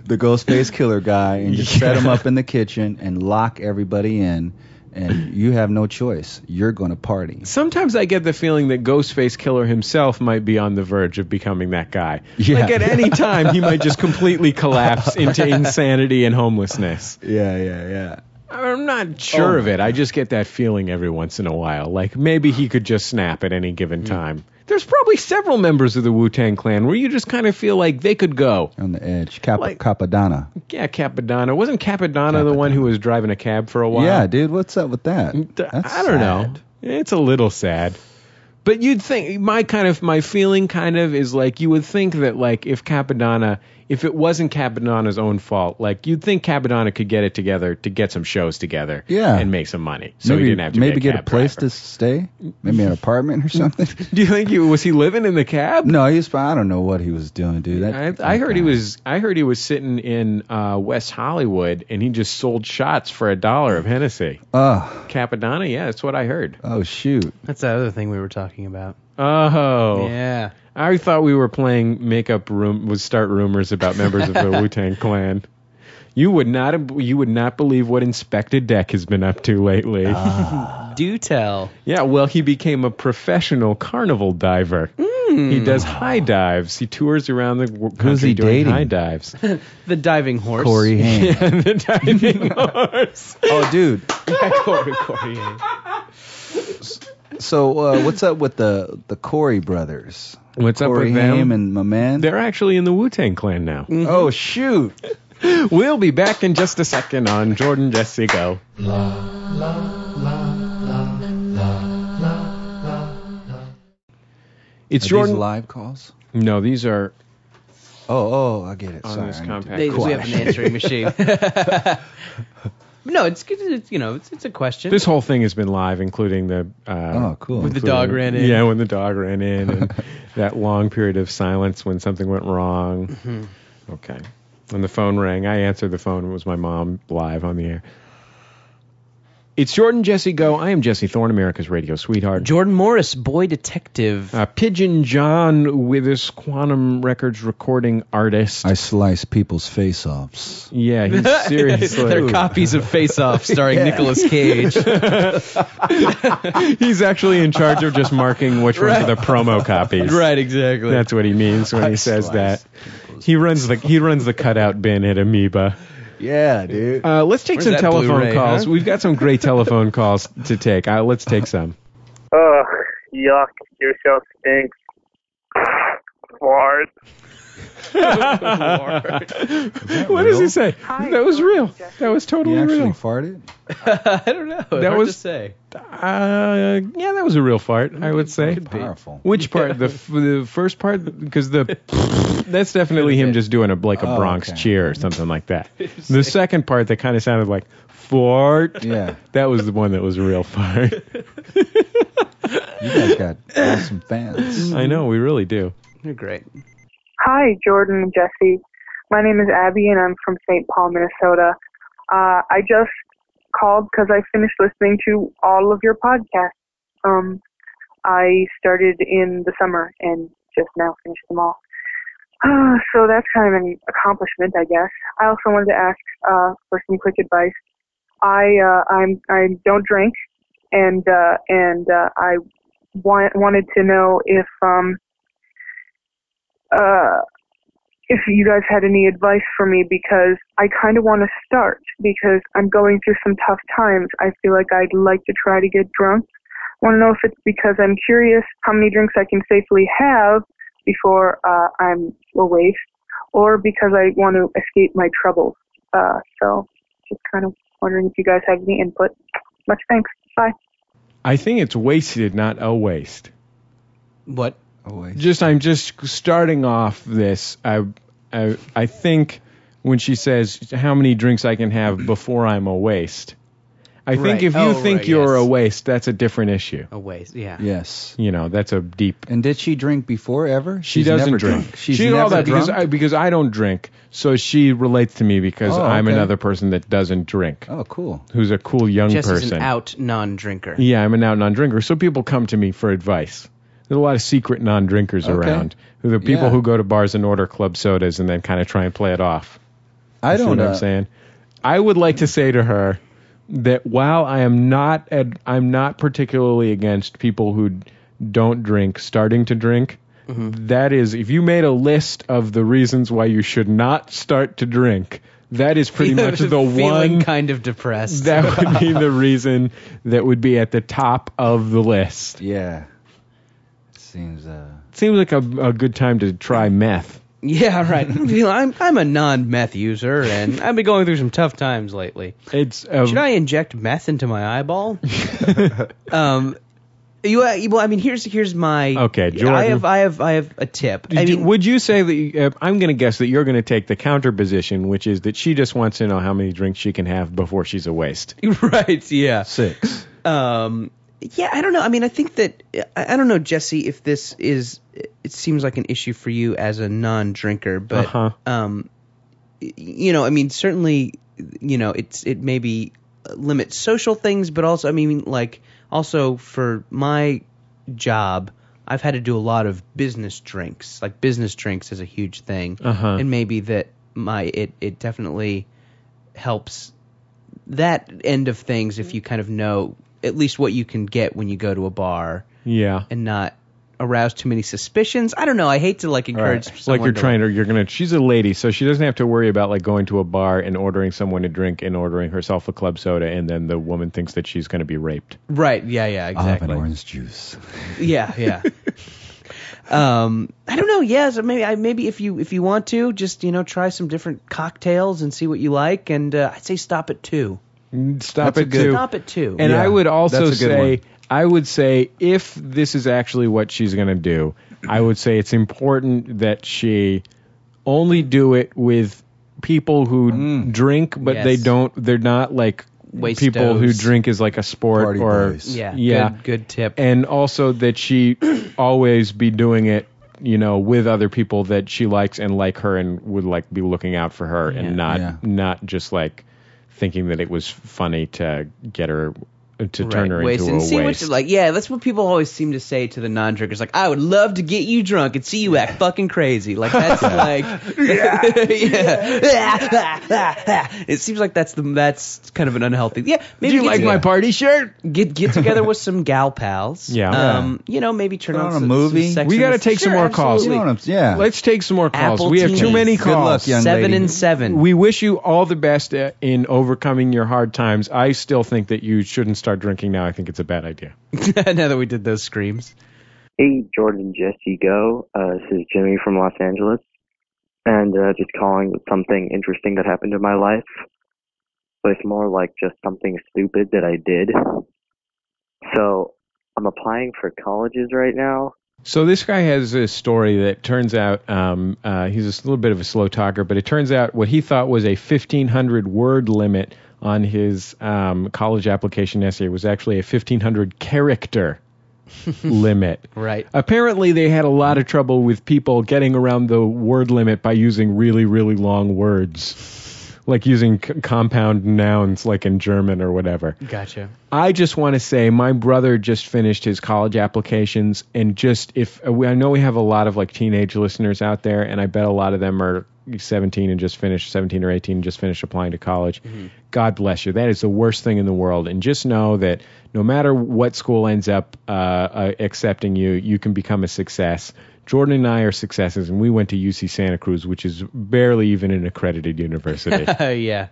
[SPEAKER 3] the ghost face killer guy and just set him up in the kitchen and lock everybody in and you have no choice. You're going to party.
[SPEAKER 1] Sometimes I get the feeling that Ghostface Killer himself might be on the verge of becoming that guy.
[SPEAKER 3] Yeah.
[SPEAKER 1] Like at any time, he might just completely collapse into insanity and homelessness.
[SPEAKER 3] Yeah, yeah, yeah. Oh.
[SPEAKER 1] I'm not sure of it. I just get that feeling every once in a while. Like maybe he could just snap at any
[SPEAKER 3] Mm.
[SPEAKER 1] given time. There's probably several members of the Wu Tang Clan where you just kind of feel like they could go.
[SPEAKER 3] On the edge. Cap-
[SPEAKER 1] Like-
[SPEAKER 3] Capadonna.
[SPEAKER 1] Yeah, Capadonna. Wasn't Capadonna the one who was driving a cab for a while?
[SPEAKER 3] Yeah, dude, what's up with that? That's
[SPEAKER 1] I don't know.
[SPEAKER 3] sad.
[SPEAKER 1] It's a little sad. But you'd think my kind of my feeling kind of is like you would think that like if Capadonna if it wasn't Capadonna's own fault, like you'd think Capadonna could get it together to get some shows together
[SPEAKER 3] Yeah.
[SPEAKER 1] and make some money. So
[SPEAKER 3] maybe
[SPEAKER 1] he didn't have to
[SPEAKER 3] maybe
[SPEAKER 1] be a
[SPEAKER 3] get a
[SPEAKER 1] cab
[SPEAKER 3] place
[SPEAKER 1] driver.
[SPEAKER 3] to stay, maybe an apartment or something.
[SPEAKER 1] Do you think he was he living in the cab?
[SPEAKER 3] no, he was. fi- I don't know what he was doing, dude. That,
[SPEAKER 1] I, I heard he was. I heard he was sitting in uh, West Hollywood, and he just sold shots for a dollar of Hennessy.
[SPEAKER 3] Oh,
[SPEAKER 1] Capadonna, yeah, that's what I heard.
[SPEAKER 3] oh shoot.
[SPEAKER 2] That's the other thing we were talking about.
[SPEAKER 1] Oh,
[SPEAKER 2] Yeah.
[SPEAKER 1] I thought we were playing makeup room would start rumors about members of the Wu Tang Clan. You would not you would not believe what Inspector Deck has been up to lately.
[SPEAKER 3] Ah.
[SPEAKER 2] Do tell.
[SPEAKER 1] yeah, well, he became a professional carnival diver. He does high dives. He tours around the w- country
[SPEAKER 3] Hmm. he
[SPEAKER 1] doing
[SPEAKER 3] dating?
[SPEAKER 1] high dives.
[SPEAKER 2] The diving horse.
[SPEAKER 3] Corey Haim.
[SPEAKER 1] and the diving horse.
[SPEAKER 3] Oh, dude. So uh, what's up with the the Corey brothers?
[SPEAKER 1] What's up
[SPEAKER 3] Corey
[SPEAKER 1] with them?
[SPEAKER 3] Haim and my man.
[SPEAKER 1] They're actually in the Wu Tang Clan now.
[SPEAKER 3] Oh shoot!
[SPEAKER 1] We'll be back in just a second on Jordan Jesse Go. It's
[SPEAKER 3] Are
[SPEAKER 1] Jordan.
[SPEAKER 3] these live calls?
[SPEAKER 1] no, these are
[SPEAKER 3] Oh, oh, I get it.
[SPEAKER 1] on
[SPEAKER 3] Sorry,
[SPEAKER 1] this
[SPEAKER 3] I need
[SPEAKER 1] compact.
[SPEAKER 2] They, we
[SPEAKER 1] clock.
[SPEAKER 2] have an answering machine. no, it's, it's you know it's, it's a question.
[SPEAKER 1] This whole thing has been live, including the. Uh,
[SPEAKER 3] Oh, cool.
[SPEAKER 2] With the dog ran in.
[SPEAKER 1] Yeah, when the dog ran in, and that long period of silence when something went wrong. Okay. When the phone rang, I answered the phone. It was my mom live on the air. It's Jordan Jesse Go. I am Jesse Thorne, America's radio sweetheart.
[SPEAKER 2] Jordan Morris, boy detective.
[SPEAKER 1] Uh, Pigeon John with his Quantum Records recording artist.
[SPEAKER 3] I slice people's face offs.
[SPEAKER 1] yeah, he's
[SPEAKER 2] They're
[SPEAKER 1] seriously.
[SPEAKER 2] copies of Face Off starring Nicolas Cage.
[SPEAKER 1] he's actually in charge of just marking which ones are the promo copies.
[SPEAKER 2] right, exactly.
[SPEAKER 1] That's what he means when he says that. He runs the he runs the cutout bin at Amoeba.
[SPEAKER 3] Yeah, dude.
[SPEAKER 1] Uh, let's take
[SPEAKER 2] Where's
[SPEAKER 1] some
[SPEAKER 2] that
[SPEAKER 1] telephone
[SPEAKER 2] Blu-ray,
[SPEAKER 1] calls.
[SPEAKER 2] huh?
[SPEAKER 1] We've got some great telephone calls to take. Uh, let's take some.
[SPEAKER 6] Ugh, yuck, your show stinks. Fart.
[SPEAKER 1] what does he say? that was real. That was
[SPEAKER 3] he
[SPEAKER 1] totally
[SPEAKER 3] actually
[SPEAKER 1] real.
[SPEAKER 3] farted.
[SPEAKER 2] I don't know. That
[SPEAKER 1] was-
[SPEAKER 2] to say.
[SPEAKER 1] Uh, yeah, that was a real fart. I would say.
[SPEAKER 3] Powerful.
[SPEAKER 1] Which part? The f- the first part? Because the that's definitely him just doing a like a
[SPEAKER 3] Oh,
[SPEAKER 1] Bronx
[SPEAKER 3] okay.
[SPEAKER 1] cheer or something like that. The second part that kind of sounded like fart.
[SPEAKER 3] Yeah.
[SPEAKER 1] That was the one that was a real fart.
[SPEAKER 3] You guys got awesome fans.
[SPEAKER 1] I know, we really do.
[SPEAKER 2] They're great.
[SPEAKER 7] Hi, Jordan and Jesse. My name is Abby, and I'm from St. Paul, Minnesota. Uh, I just called because I finished listening to all of your podcasts. Um, I started in the summer and just now finished them all. Uh, so that's kind of an accomplishment, I guess. I also wanted to ask uh, for some quick advice. I uh, I'm I don't drink, and uh, and uh, I wa- wanted to know if um uh if you guys had any advice for me because I kind of want to start because I'm going through some tough times. I feel like I'd like to try to get drunk. Want to know if it's because I'm curious how many drinks I can safely have before uh, I'm a waste, or because I want to escape my troubles. Uh, so just kind of wondering if you guys have any input. Much thanks. Bye.
[SPEAKER 1] I think it's wasted, not a waste.
[SPEAKER 2] What?
[SPEAKER 3] Always.
[SPEAKER 1] Just I'm just starting off this. I I I think when she says how many drinks I can have before I'm a waste. I think
[SPEAKER 2] Right.
[SPEAKER 1] if you
[SPEAKER 2] Oh,
[SPEAKER 1] think
[SPEAKER 2] right,
[SPEAKER 1] you're a
[SPEAKER 2] yes.
[SPEAKER 1] waste, that's a different issue.
[SPEAKER 2] A waste. Yeah.
[SPEAKER 3] Yes.
[SPEAKER 1] You know, that's a deep
[SPEAKER 3] And did she drink before ever?
[SPEAKER 1] She
[SPEAKER 3] She's
[SPEAKER 1] doesn't
[SPEAKER 3] never
[SPEAKER 1] drink.
[SPEAKER 3] drunk. She's
[SPEAKER 1] she
[SPEAKER 3] never
[SPEAKER 1] all that
[SPEAKER 3] drunk.
[SPEAKER 1] because I, because I don't drink, so she relates to me because
[SPEAKER 3] Oh,
[SPEAKER 1] I'm
[SPEAKER 3] okay.
[SPEAKER 1] another person that doesn't drink,
[SPEAKER 3] oh, cool.
[SPEAKER 1] who's a cool young
[SPEAKER 2] Jess
[SPEAKER 1] person.
[SPEAKER 2] is an out non-drinker.
[SPEAKER 1] Yeah, I'm an out non-drinker, so people come to me for advice. There's a lot of secret non-drinkers
[SPEAKER 3] Okay.
[SPEAKER 1] around, who the people
[SPEAKER 3] Yeah.
[SPEAKER 1] who go to bars and order club sodas and then kind of try and play it off.
[SPEAKER 3] I
[SPEAKER 1] You see
[SPEAKER 3] don't uh,
[SPEAKER 1] what
[SPEAKER 3] know.
[SPEAKER 1] I'm saying. I would like to say to her that while I am not ad- I'm not particularly against people who don't drink starting to drink. that is, if you made a list of the reasons why you should not start to drink, that is pretty much the
[SPEAKER 2] feeling
[SPEAKER 1] one
[SPEAKER 2] kind of depressed.
[SPEAKER 1] that would be the reason that would be at the top of the list.
[SPEAKER 3] Yeah. Seems uh
[SPEAKER 1] Seems like a, a good time to try meth.
[SPEAKER 2] yeah, right. You know, I'm I'm a non-meth user, and I've been going through some tough times lately.
[SPEAKER 1] It's um, a,
[SPEAKER 2] Should I inject meth into my eyeball? um, you uh, well, I mean, here's here's my
[SPEAKER 1] Okay,
[SPEAKER 2] I
[SPEAKER 1] Jordan.
[SPEAKER 2] have I have I have a tip. I
[SPEAKER 1] Do-
[SPEAKER 2] mean,
[SPEAKER 1] would you say that you- uh, I'm going to guess that you're going to take the counter position, which is that she just wants to know how many drinks she can have before she's a waste.
[SPEAKER 2] right? Yeah.
[SPEAKER 3] six.
[SPEAKER 2] um yeah i don't know i mean i think that i, I don't know jesse if this is it seems like an issue for you as a non-drinker but
[SPEAKER 1] Uh-huh.
[SPEAKER 2] um y- you know i mean certainly you know it's it maybe limits social things but also i mean like also for my job i've had to do a lot of business drinks like business drinks is a huge thing
[SPEAKER 1] Uh-huh.
[SPEAKER 2] and maybe that my it it definitely helps that end of things if you kind of know at least what you can get when you go to a bar
[SPEAKER 1] Yeah.
[SPEAKER 2] and not arouse too many suspicions. I don't know. I hate to like encourage
[SPEAKER 1] It's
[SPEAKER 2] someone
[SPEAKER 1] like you're
[SPEAKER 2] to,
[SPEAKER 1] trying to, you're gonna. She's a lady, so she doesn't have to worry about like going to a bar and ordering someone a drink and ordering herself a club soda, and then the woman thinks that she's gonna be raped.
[SPEAKER 2] Right. Yeah. Yeah.
[SPEAKER 3] I'll have an
[SPEAKER 2] Exactly.
[SPEAKER 3] orange juice.
[SPEAKER 2] Yeah. Yeah. um. I don't know. Yeah. So maybe I maybe if you if you want to just you know try some different cocktails and see what you like and uh, I'd say stop at two.
[SPEAKER 1] Mm, Stop
[SPEAKER 3] That's a
[SPEAKER 1] it,
[SPEAKER 3] good-
[SPEAKER 1] too.
[SPEAKER 2] Stop at two.
[SPEAKER 1] And
[SPEAKER 3] Yeah,
[SPEAKER 1] I would also
[SPEAKER 3] that's a good
[SPEAKER 1] say,
[SPEAKER 3] one.
[SPEAKER 1] I would say, if this is actually what she's going to do, I would say it's important that she only do it with people who drink, but
[SPEAKER 2] Mm. Yes.
[SPEAKER 1] they don't. They're not like
[SPEAKER 2] Wastos.
[SPEAKER 1] people who drink is like a sport
[SPEAKER 3] Party
[SPEAKER 1] or
[SPEAKER 3] boys.
[SPEAKER 2] yeah.
[SPEAKER 1] yeah.
[SPEAKER 2] Good, good tip.
[SPEAKER 1] And also that she always be doing it. You know, with other people that she likes and like her, and would like be looking out for her,
[SPEAKER 2] Yeah.
[SPEAKER 1] and not
[SPEAKER 3] Yeah.
[SPEAKER 1] not just like thinking that it was funny to get her to
[SPEAKER 2] Right,
[SPEAKER 1] turn her
[SPEAKER 2] waste
[SPEAKER 1] into
[SPEAKER 2] and
[SPEAKER 1] a
[SPEAKER 2] see what
[SPEAKER 1] waste.
[SPEAKER 2] you like. Yeah, that's what people always seem to say to the non-drinkers. Like, I would love to get you drunk and see you act fucking crazy. Like that's like, yeah, it seems like that's the that's kind of an unhealthy. Yeah, maybe get, to-
[SPEAKER 1] party shirt?
[SPEAKER 2] get get together with some gal pals.
[SPEAKER 1] Yeah.
[SPEAKER 2] um, you know, maybe turn
[SPEAKER 3] Put
[SPEAKER 2] on,
[SPEAKER 3] on a
[SPEAKER 2] some,
[SPEAKER 3] movie.
[SPEAKER 2] Some sex
[SPEAKER 1] We
[SPEAKER 2] and
[SPEAKER 1] gotta
[SPEAKER 2] the-
[SPEAKER 1] take some
[SPEAKER 2] Sure,
[SPEAKER 1] more calls.
[SPEAKER 3] You
[SPEAKER 2] absolutely.
[SPEAKER 3] know what I'm yeah.
[SPEAKER 1] Let's take some more calls.
[SPEAKER 2] Apple
[SPEAKER 1] we have too
[SPEAKER 2] teenies.
[SPEAKER 1] many
[SPEAKER 2] Good
[SPEAKER 1] calls.
[SPEAKER 3] luck, young
[SPEAKER 2] Seven
[SPEAKER 3] lady.
[SPEAKER 2] and seven.
[SPEAKER 1] We wish you all the best uh, in overcoming your hard times. I still think that you shouldn't start drinking now. I think it's a bad idea.
[SPEAKER 2] now that we did those screams.
[SPEAKER 6] Hey, Jordan, Jesse, go. Uh, this is Jimmy from Los Angeles, and uh, just calling with something interesting that happened in my life. But it's more like just something stupid that I did. So I'm applying for colleges right now.
[SPEAKER 1] So this guy has a story that turns out um, uh, he's a little bit of a slow talker, but it turns out what he thought was a 1,500 word limit on his um, college application essay was actually a 1,500 character limit.
[SPEAKER 2] Right.
[SPEAKER 1] Apparently, they had a lot of trouble with people getting around the word limit by using really, really long words, like using c- compound nouns, like in German or whatever.
[SPEAKER 2] Gotcha.
[SPEAKER 1] I just want to say my brother just finished his college applications, and just if I know we have a lot of like teenage listeners out there, and I bet a lot of them are 17 and just finished 17 or 18 and just finished applying to college. God bless you. That is the worst thing in the world. And just know that no matter what school ends up uh, uh, accepting you, you can become a success. Jordan and I are successes, and we went to UC Santa Cruz, which is barely even an accredited university.
[SPEAKER 2] Oh yeah.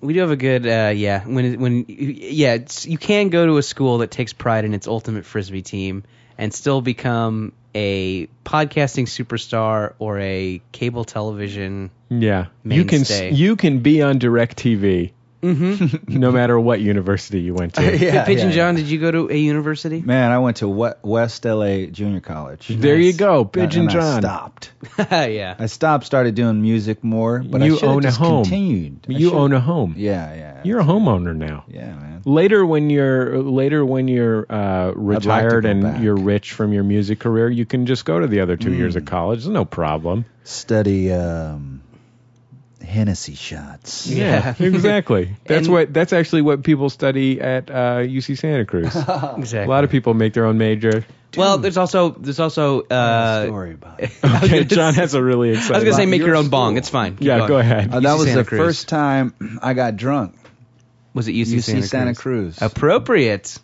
[SPEAKER 2] We do have a good uh, yeah. When when yeah, it's, you can go to a school that takes pride in its ultimate frisbee team and still become a podcasting superstar or a cable television.
[SPEAKER 1] Yeah, you can
[SPEAKER 2] Mainstay.
[SPEAKER 1] you can be on Directv, mm-hmm. no matter what university you went to.
[SPEAKER 3] yeah,
[SPEAKER 2] Pigeon
[SPEAKER 3] yeah.
[SPEAKER 2] John, did you go to a university?
[SPEAKER 3] Man, I went to we- West LA Junior College.
[SPEAKER 1] There you go, Pigeon
[SPEAKER 3] and I
[SPEAKER 1] John.
[SPEAKER 3] stopped.
[SPEAKER 2] yeah.
[SPEAKER 3] I stopped, started doing music more, but
[SPEAKER 1] You
[SPEAKER 3] I should
[SPEAKER 1] own a
[SPEAKER 3] just
[SPEAKER 1] home.
[SPEAKER 3] continued. I
[SPEAKER 1] You
[SPEAKER 3] shoulda-
[SPEAKER 1] own a home.
[SPEAKER 3] Yeah, yeah.
[SPEAKER 1] You're a homeowner now.
[SPEAKER 3] yeah, man.
[SPEAKER 1] Later, when you're later when you're uh,
[SPEAKER 3] to go
[SPEAKER 1] retired and
[SPEAKER 3] back. Mm.
[SPEAKER 1] you're rich from your music career, you can just go to the other two years of college. There's no problem.
[SPEAKER 3] Study um, Hennessy shots.
[SPEAKER 1] Yeah, exactly. That's
[SPEAKER 2] And-
[SPEAKER 1] what that's actually what people study at uh, UC Santa Cruz. a
[SPEAKER 2] Exactly.
[SPEAKER 1] lot of people make their own major.
[SPEAKER 2] well, there's also there's also uh,
[SPEAKER 3] story about it.
[SPEAKER 2] I was
[SPEAKER 1] Okay,
[SPEAKER 2] gonna
[SPEAKER 1] John
[SPEAKER 2] say-
[SPEAKER 1] has a really exciting.
[SPEAKER 2] I was gonna say make
[SPEAKER 3] your
[SPEAKER 2] your own
[SPEAKER 3] school.
[SPEAKER 2] bong. It's fine. Keep
[SPEAKER 1] Yeah,
[SPEAKER 2] going.
[SPEAKER 1] go ahead.
[SPEAKER 3] Uh, that
[SPEAKER 2] UC
[SPEAKER 3] was
[SPEAKER 2] Santa
[SPEAKER 3] the
[SPEAKER 2] Cruz.
[SPEAKER 3] first time I got drunk.
[SPEAKER 2] Was it UC,
[SPEAKER 3] UC Santa, Cruz.
[SPEAKER 2] Appropriate.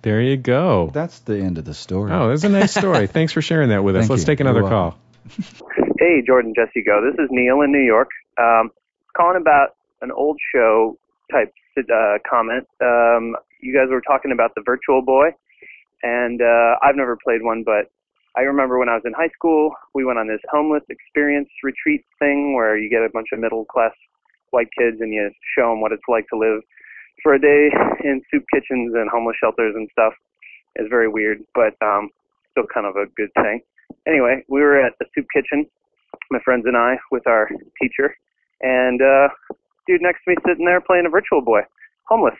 [SPEAKER 1] there you go.
[SPEAKER 3] That's the end of the story.
[SPEAKER 1] Oh, that's a nice story. Thanks for sharing that with us.
[SPEAKER 3] Thank
[SPEAKER 1] Let's
[SPEAKER 3] you.
[SPEAKER 1] take another
[SPEAKER 3] You're welcome.
[SPEAKER 1] call.
[SPEAKER 6] Hey, Jordan, Jesse, go. This is Neil in New York. Um, calling about an old show type uh, comment. Um, you guys were talking about the Virtual Boy, and uh, I've never played one, but I remember when I was in high school, we went on this homeless experience retreat thing where you get a bunch of middle class white kids and you show them what it's like to live for a day in soup kitchens and homeless shelters and stuff. It's very weird, but um, still kind of a good thing. Anyway, we were at the soup kitchen my friends and I with our teacher, and uh, dude next to me sitting there playing a Virtual Boy, homeless.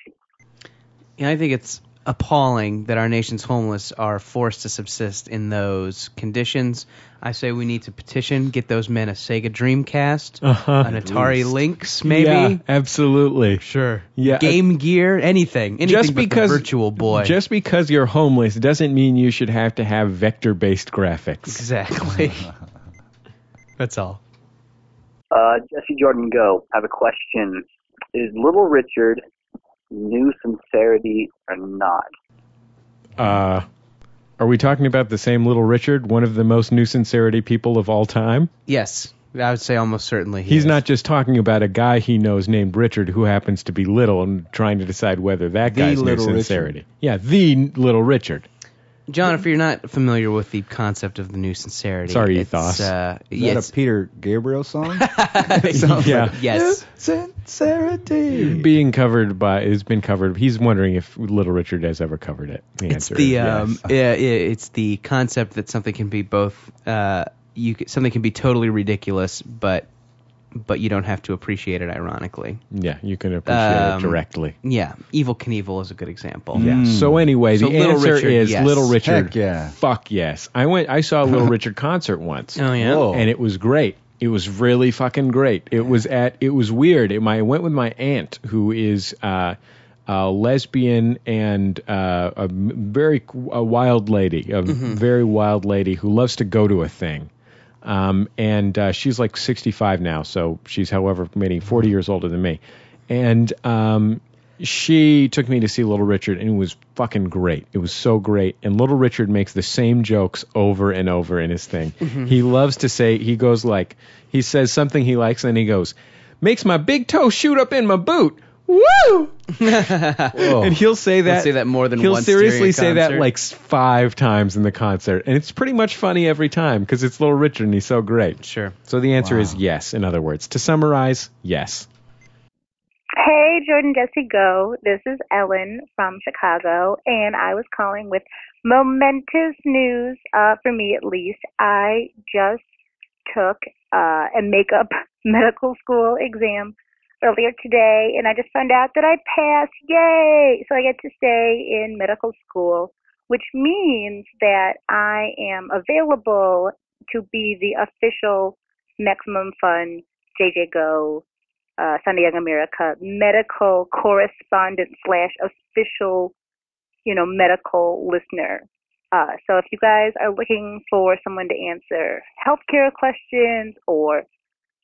[SPEAKER 2] Yeah, I think it's appalling that our nation's homeless are forced to subsist in those conditions. I say we need to petition, get those men a Sega Dreamcast, an Atari Lynx, maybe.
[SPEAKER 1] Yeah, absolutely.
[SPEAKER 2] Sure.
[SPEAKER 1] Yeah,
[SPEAKER 2] Game Gear, anything. Anything
[SPEAKER 1] Just
[SPEAKER 2] but the
[SPEAKER 1] because-
[SPEAKER 2] Virtual Boy.
[SPEAKER 1] Just because you're homeless doesn't mean you should have to have vector-based graphics.
[SPEAKER 2] exactly. That's all.
[SPEAKER 6] Uh, Jesse Jordan Go, I have a question. Is Little Richard new sincerity or not?
[SPEAKER 1] Uh, are we talking about the same Little Richard, one of the most new sincerity people of all time?
[SPEAKER 2] Yes. I would say almost certainly. he
[SPEAKER 1] He's
[SPEAKER 2] is.
[SPEAKER 1] not just talking about a guy he knows named Richard who happens to be little and trying to decide whether that
[SPEAKER 3] The
[SPEAKER 1] guy's new
[SPEAKER 3] Little Richard.
[SPEAKER 1] sincerity. Yeah, the Little Richard.
[SPEAKER 2] John, if you're not familiar with the concept of the new sincerity,
[SPEAKER 1] Sorry,
[SPEAKER 2] it's,
[SPEAKER 1] ethos.
[SPEAKER 2] Uh,
[SPEAKER 3] Is
[SPEAKER 2] yeah,
[SPEAKER 3] that
[SPEAKER 2] it's-
[SPEAKER 3] a Peter Gabriel song? It sounds
[SPEAKER 1] Yeah.
[SPEAKER 3] like-
[SPEAKER 2] yes. Hmm.
[SPEAKER 3] Sincerity.
[SPEAKER 1] Being covered by has been covered. He's wondering if Little Richard has ever covered it. The
[SPEAKER 2] it's
[SPEAKER 1] answer
[SPEAKER 2] the
[SPEAKER 1] is yes.
[SPEAKER 2] um, yeah, yeah, it's the concept that something can be both uh, you c- something can be totally ridiculous, but but you don't have to appreciate it ironically.
[SPEAKER 1] Yeah, you can appreciate
[SPEAKER 2] Um,
[SPEAKER 1] it directly.
[SPEAKER 2] Yeah, Evil Knievel is a good example.
[SPEAKER 1] Yeah. Mm. So anyway,
[SPEAKER 2] So
[SPEAKER 1] the
[SPEAKER 2] Little
[SPEAKER 1] answer
[SPEAKER 2] Richard,
[SPEAKER 1] is
[SPEAKER 2] yes.
[SPEAKER 1] Little Richard.
[SPEAKER 3] Mm. Heck yeah.
[SPEAKER 1] Fuck yes. I went. I saw a Little Richard concert once.
[SPEAKER 2] Oh yeah.
[SPEAKER 3] Whoa.
[SPEAKER 1] And it was great. It was really fucking great. It was at. It was weird. It, my, I went with my aunt, who is uh, a lesbian and uh, a m- very qu- a wild lady, a
[SPEAKER 2] Mm-hmm.
[SPEAKER 1] very wild lady who loves to go to a thing. Um, and uh, she's like 65 now, so she's however many 40 years older than me. And um, she took me to see Little Richard, and it was fucking great. It was so great. And Little Richard makes the same jokes over and over in his thing.
[SPEAKER 2] Mm-hmm.
[SPEAKER 1] He loves to say, he goes like, he says something he likes, and he goes, makes my big toe Oh, shoot up in my boot. Woo! and he'll say that.
[SPEAKER 2] Oh. say that more than
[SPEAKER 1] he'll
[SPEAKER 2] once during a
[SPEAKER 1] seriously say that
[SPEAKER 2] concert.
[SPEAKER 1] like s- five times in the concert, and it's pretty much funny every time because it's Little Richard and he's so great.
[SPEAKER 2] Sure.
[SPEAKER 1] So the answer is yes. In other words, to summarize, yes.
[SPEAKER 8] Hey, Jordan Jesse Go. This is Ellen from Chicago, and I was calling with momentous news, uh, for me at least. I just took uh, a makeup medical school exam earlier today, and I just found out that I passed. Yay! So I get to stay in medical school which means that I am available to be the official Maximum Fun JJ Go uh, Sunday Young America medical correspondent slash official, you know, medical listener. Uh, so if you guys are looking for someone to answer healthcare questions or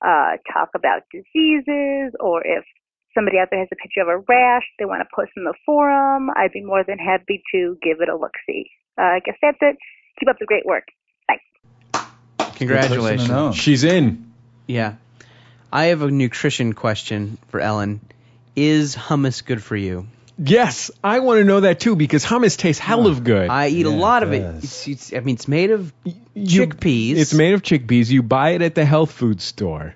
[SPEAKER 8] uh, talk about diseases, or if somebody out there has a picture of a rash they want to post in the forum, I'd be more than happy to give it a look see. Uh, I guess that's it. Keep up the great work.
[SPEAKER 2] Congratulations.
[SPEAKER 1] She's in.
[SPEAKER 2] Yeah. I have a nutrition question for Ellen. Is hummus good for you?
[SPEAKER 1] Yes, I want to know that too because hummus tastes hell of good.
[SPEAKER 2] I eat a
[SPEAKER 3] Yeah,
[SPEAKER 2] lot of it.
[SPEAKER 3] it does.
[SPEAKER 2] It's, it's, I mean, it's made of
[SPEAKER 1] You-
[SPEAKER 2] chickpeas.
[SPEAKER 1] It's made of chickpeas. You buy it at the health food store.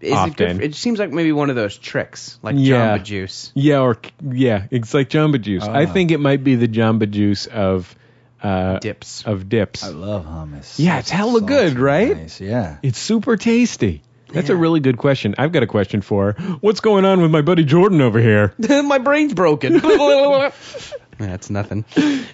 [SPEAKER 2] Is It, good
[SPEAKER 1] often.
[SPEAKER 2] for- it seems like maybe one of those tricks, like
[SPEAKER 1] Yeah.
[SPEAKER 2] Jamba Juice.
[SPEAKER 1] Yeah, or yeah, it's like Jamba Juice. I
[SPEAKER 3] Ah.
[SPEAKER 1] think it might be the Jamba Juice of uh,
[SPEAKER 2] Dips.
[SPEAKER 1] Of dips.
[SPEAKER 3] I love hummus.
[SPEAKER 1] Yeah, it's hella good,
[SPEAKER 3] salty,
[SPEAKER 1] right?
[SPEAKER 3] Nice. Yeah.
[SPEAKER 1] It's super tasty. That's a
[SPEAKER 2] Yeah.
[SPEAKER 1] really good question. I've got a question for her. What's going on with my buddy Jordan over here?
[SPEAKER 2] My brain's broken. That's nothing.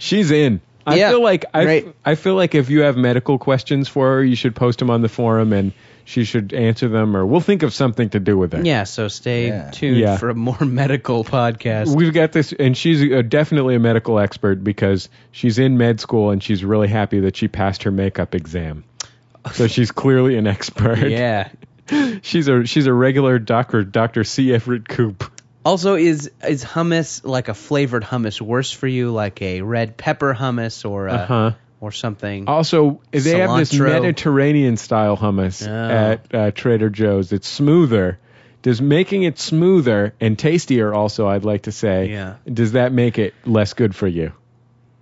[SPEAKER 1] She's in. I
[SPEAKER 2] Yeah,
[SPEAKER 1] feel like I,
[SPEAKER 2] great.
[SPEAKER 1] I feel like if you have medical questions for her, you should post them on the forum and she should answer them, or we'll think of something to do with it.
[SPEAKER 2] Yeah, so stay
[SPEAKER 3] Yeah.
[SPEAKER 2] tuned
[SPEAKER 1] Yeah.
[SPEAKER 2] for a more medical podcast.
[SPEAKER 1] We've got this, and she's uh definitely a medical expert because she's in med school and she's really happy that she passed her makeup exam. So she's clearly an expert.
[SPEAKER 2] yeah.
[SPEAKER 1] she's a she's a regular doctor, Doctor C. Everett Koop.
[SPEAKER 2] Also, is is hummus like a flavored hummus worse for you, like a red pepper hummus or a,
[SPEAKER 1] Uh-huh.
[SPEAKER 2] or something?
[SPEAKER 1] Also, they have this
[SPEAKER 2] Cilantro.
[SPEAKER 1] Mediterranean style hummus
[SPEAKER 2] Oh.
[SPEAKER 1] at uh, Trader Joe's. It's smoother. Does making it smoother and tastier also, I'd like to say,
[SPEAKER 2] Yeah.
[SPEAKER 1] does that make it less good for you?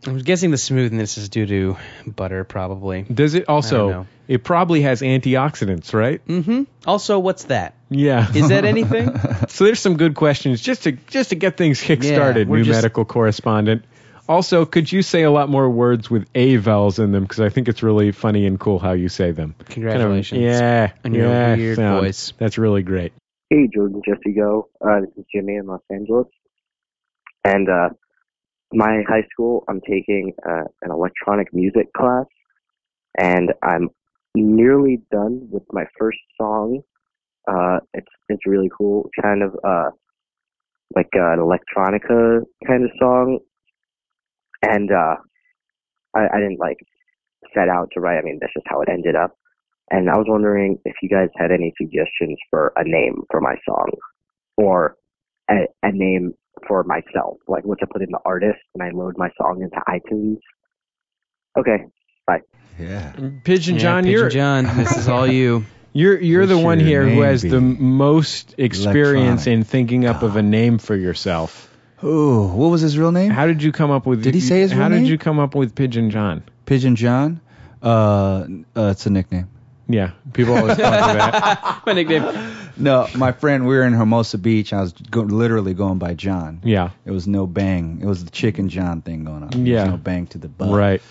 [SPEAKER 2] I'm guessing the smoothness is due to butter, probably.
[SPEAKER 1] Does it also,
[SPEAKER 2] know.
[SPEAKER 1] it probably has antioxidants, right?
[SPEAKER 2] Mm-hmm. Also, what's that?
[SPEAKER 1] Yeah.
[SPEAKER 2] Is that anything?
[SPEAKER 1] so there's some good questions just to just to get things kick-started,
[SPEAKER 2] we're
[SPEAKER 1] new
[SPEAKER 2] just-
[SPEAKER 1] medical correspondent. Also, could you say a lot more words with A vowels in them? Because I think it's really funny and cool how you say them. Kind of-
[SPEAKER 2] Congratulations.
[SPEAKER 1] yeah.
[SPEAKER 2] on your
[SPEAKER 1] yeah,
[SPEAKER 2] weird
[SPEAKER 1] sound.
[SPEAKER 2] voice.
[SPEAKER 1] That's really great.
[SPEAKER 6] Hey, Jordan, Jesse, go. Uh, this is Jimmy in Los Angeles, and uh, my high school. I'm taking uh, an electronic music class, and I'm nearly done with my first song. Uh, it's it's really cool, kind of uh, like uh, an electronica kind of song, and uh, I, I didn't like set out to write. I mean, that's just how it ended up. And I was wondering if you guys had any suggestions for a name for my song or a, a name for myself, like what to put in the artist when I load my song into iTunes. Okay,
[SPEAKER 3] Yeah.
[SPEAKER 1] Pigeon
[SPEAKER 2] Yeah,
[SPEAKER 1] John,
[SPEAKER 2] Pigeon
[SPEAKER 1] you're
[SPEAKER 2] John, this is all you.
[SPEAKER 1] you're you're
[SPEAKER 3] What
[SPEAKER 1] the
[SPEAKER 3] should
[SPEAKER 1] one
[SPEAKER 3] your
[SPEAKER 1] here who
[SPEAKER 3] name
[SPEAKER 1] has the
[SPEAKER 3] be?
[SPEAKER 1] most experience
[SPEAKER 3] Electronic.
[SPEAKER 1] in thinking up of a name for yourself.
[SPEAKER 3] Ooh, what was his real name?
[SPEAKER 1] How did you come up with?
[SPEAKER 3] Did he say his
[SPEAKER 1] How
[SPEAKER 3] real
[SPEAKER 1] did
[SPEAKER 3] name?
[SPEAKER 1] you come up with Pigeon John?
[SPEAKER 3] Pigeon John. Uh, uh, it's a nickname.
[SPEAKER 1] Yeah, people always call me that.
[SPEAKER 2] My nickname.
[SPEAKER 3] No, my friend, we were in Hermosa Beach. I was go- literally going by John.
[SPEAKER 1] Yeah,
[SPEAKER 3] It was no bang. It was the chicken John thing going on. There was
[SPEAKER 1] Yeah.
[SPEAKER 3] no bang to the butt.
[SPEAKER 1] right.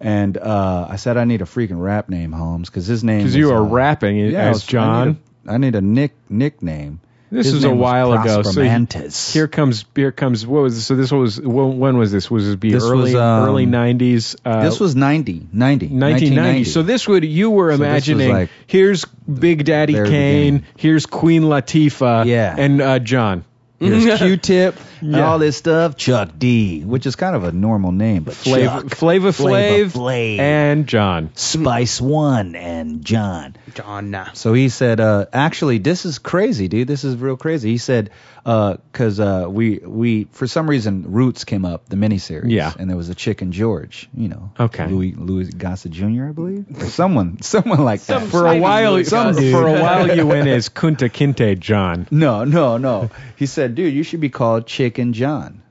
[SPEAKER 3] And uh, I said I need a freaking rap name, Holmes, because his name.
[SPEAKER 1] Because
[SPEAKER 3] was,
[SPEAKER 1] you were
[SPEAKER 3] uh,
[SPEAKER 1] rapping
[SPEAKER 3] yeah, I
[SPEAKER 1] as
[SPEAKER 3] was-
[SPEAKER 1] John.
[SPEAKER 3] I need a, I need a nick nickname.
[SPEAKER 1] this
[SPEAKER 3] His
[SPEAKER 1] was a
[SPEAKER 3] name
[SPEAKER 1] while ago.
[SPEAKER 3] Prosper
[SPEAKER 1] So he-
[SPEAKER 3] Mantis.
[SPEAKER 1] here comes here comes what was so this was when, when was this? Was it be
[SPEAKER 3] This was,
[SPEAKER 1] early
[SPEAKER 3] um,
[SPEAKER 1] early nineties? Uh,
[SPEAKER 3] this was 90, 90,
[SPEAKER 1] 1990. So this would you were
[SPEAKER 3] So this was
[SPEAKER 1] imagining
[SPEAKER 3] like-
[SPEAKER 1] here's Big Daddy
[SPEAKER 3] There it
[SPEAKER 1] Kane,
[SPEAKER 3] began.
[SPEAKER 1] here's Queen Latifah,
[SPEAKER 3] Yeah.
[SPEAKER 1] and uh, John.
[SPEAKER 3] Here's Q-Tip and
[SPEAKER 1] Yeah.
[SPEAKER 3] all this stuff. Chuck D, which is kind of a normal name, but
[SPEAKER 1] Flavor
[SPEAKER 3] Chuck,
[SPEAKER 1] Flavor
[SPEAKER 3] Flavor
[SPEAKER 1] Flav,
[SPEAKER 3] Flav.
[SPEAKER 1] and John.
[SPEAKER 3] Spice One, and John.
[SPEAKER 2] John.
[SPEAKER 3] So he said, uh, actually, this is crazy, dude. This is real crazy. He said, because uh, we we for some reason Roots came up the miniseries,
[SPEAKER 1] Yeah.
[SPEAKER 3] and there was a Chicken George, you know,
[SPEAKER 1] Okay.
[SPEAKER 3] Louis Louis Gossett Jr. I believe, or someone someone like that.
[SPEAKER 1] For a while,
[SPEAKER 3] Some dude.
[SPEAKER 1] for a while you went as Kunta Kinte John.
[SPEAKER 3] No, no, no. He said, dude, you should be called Chicken John,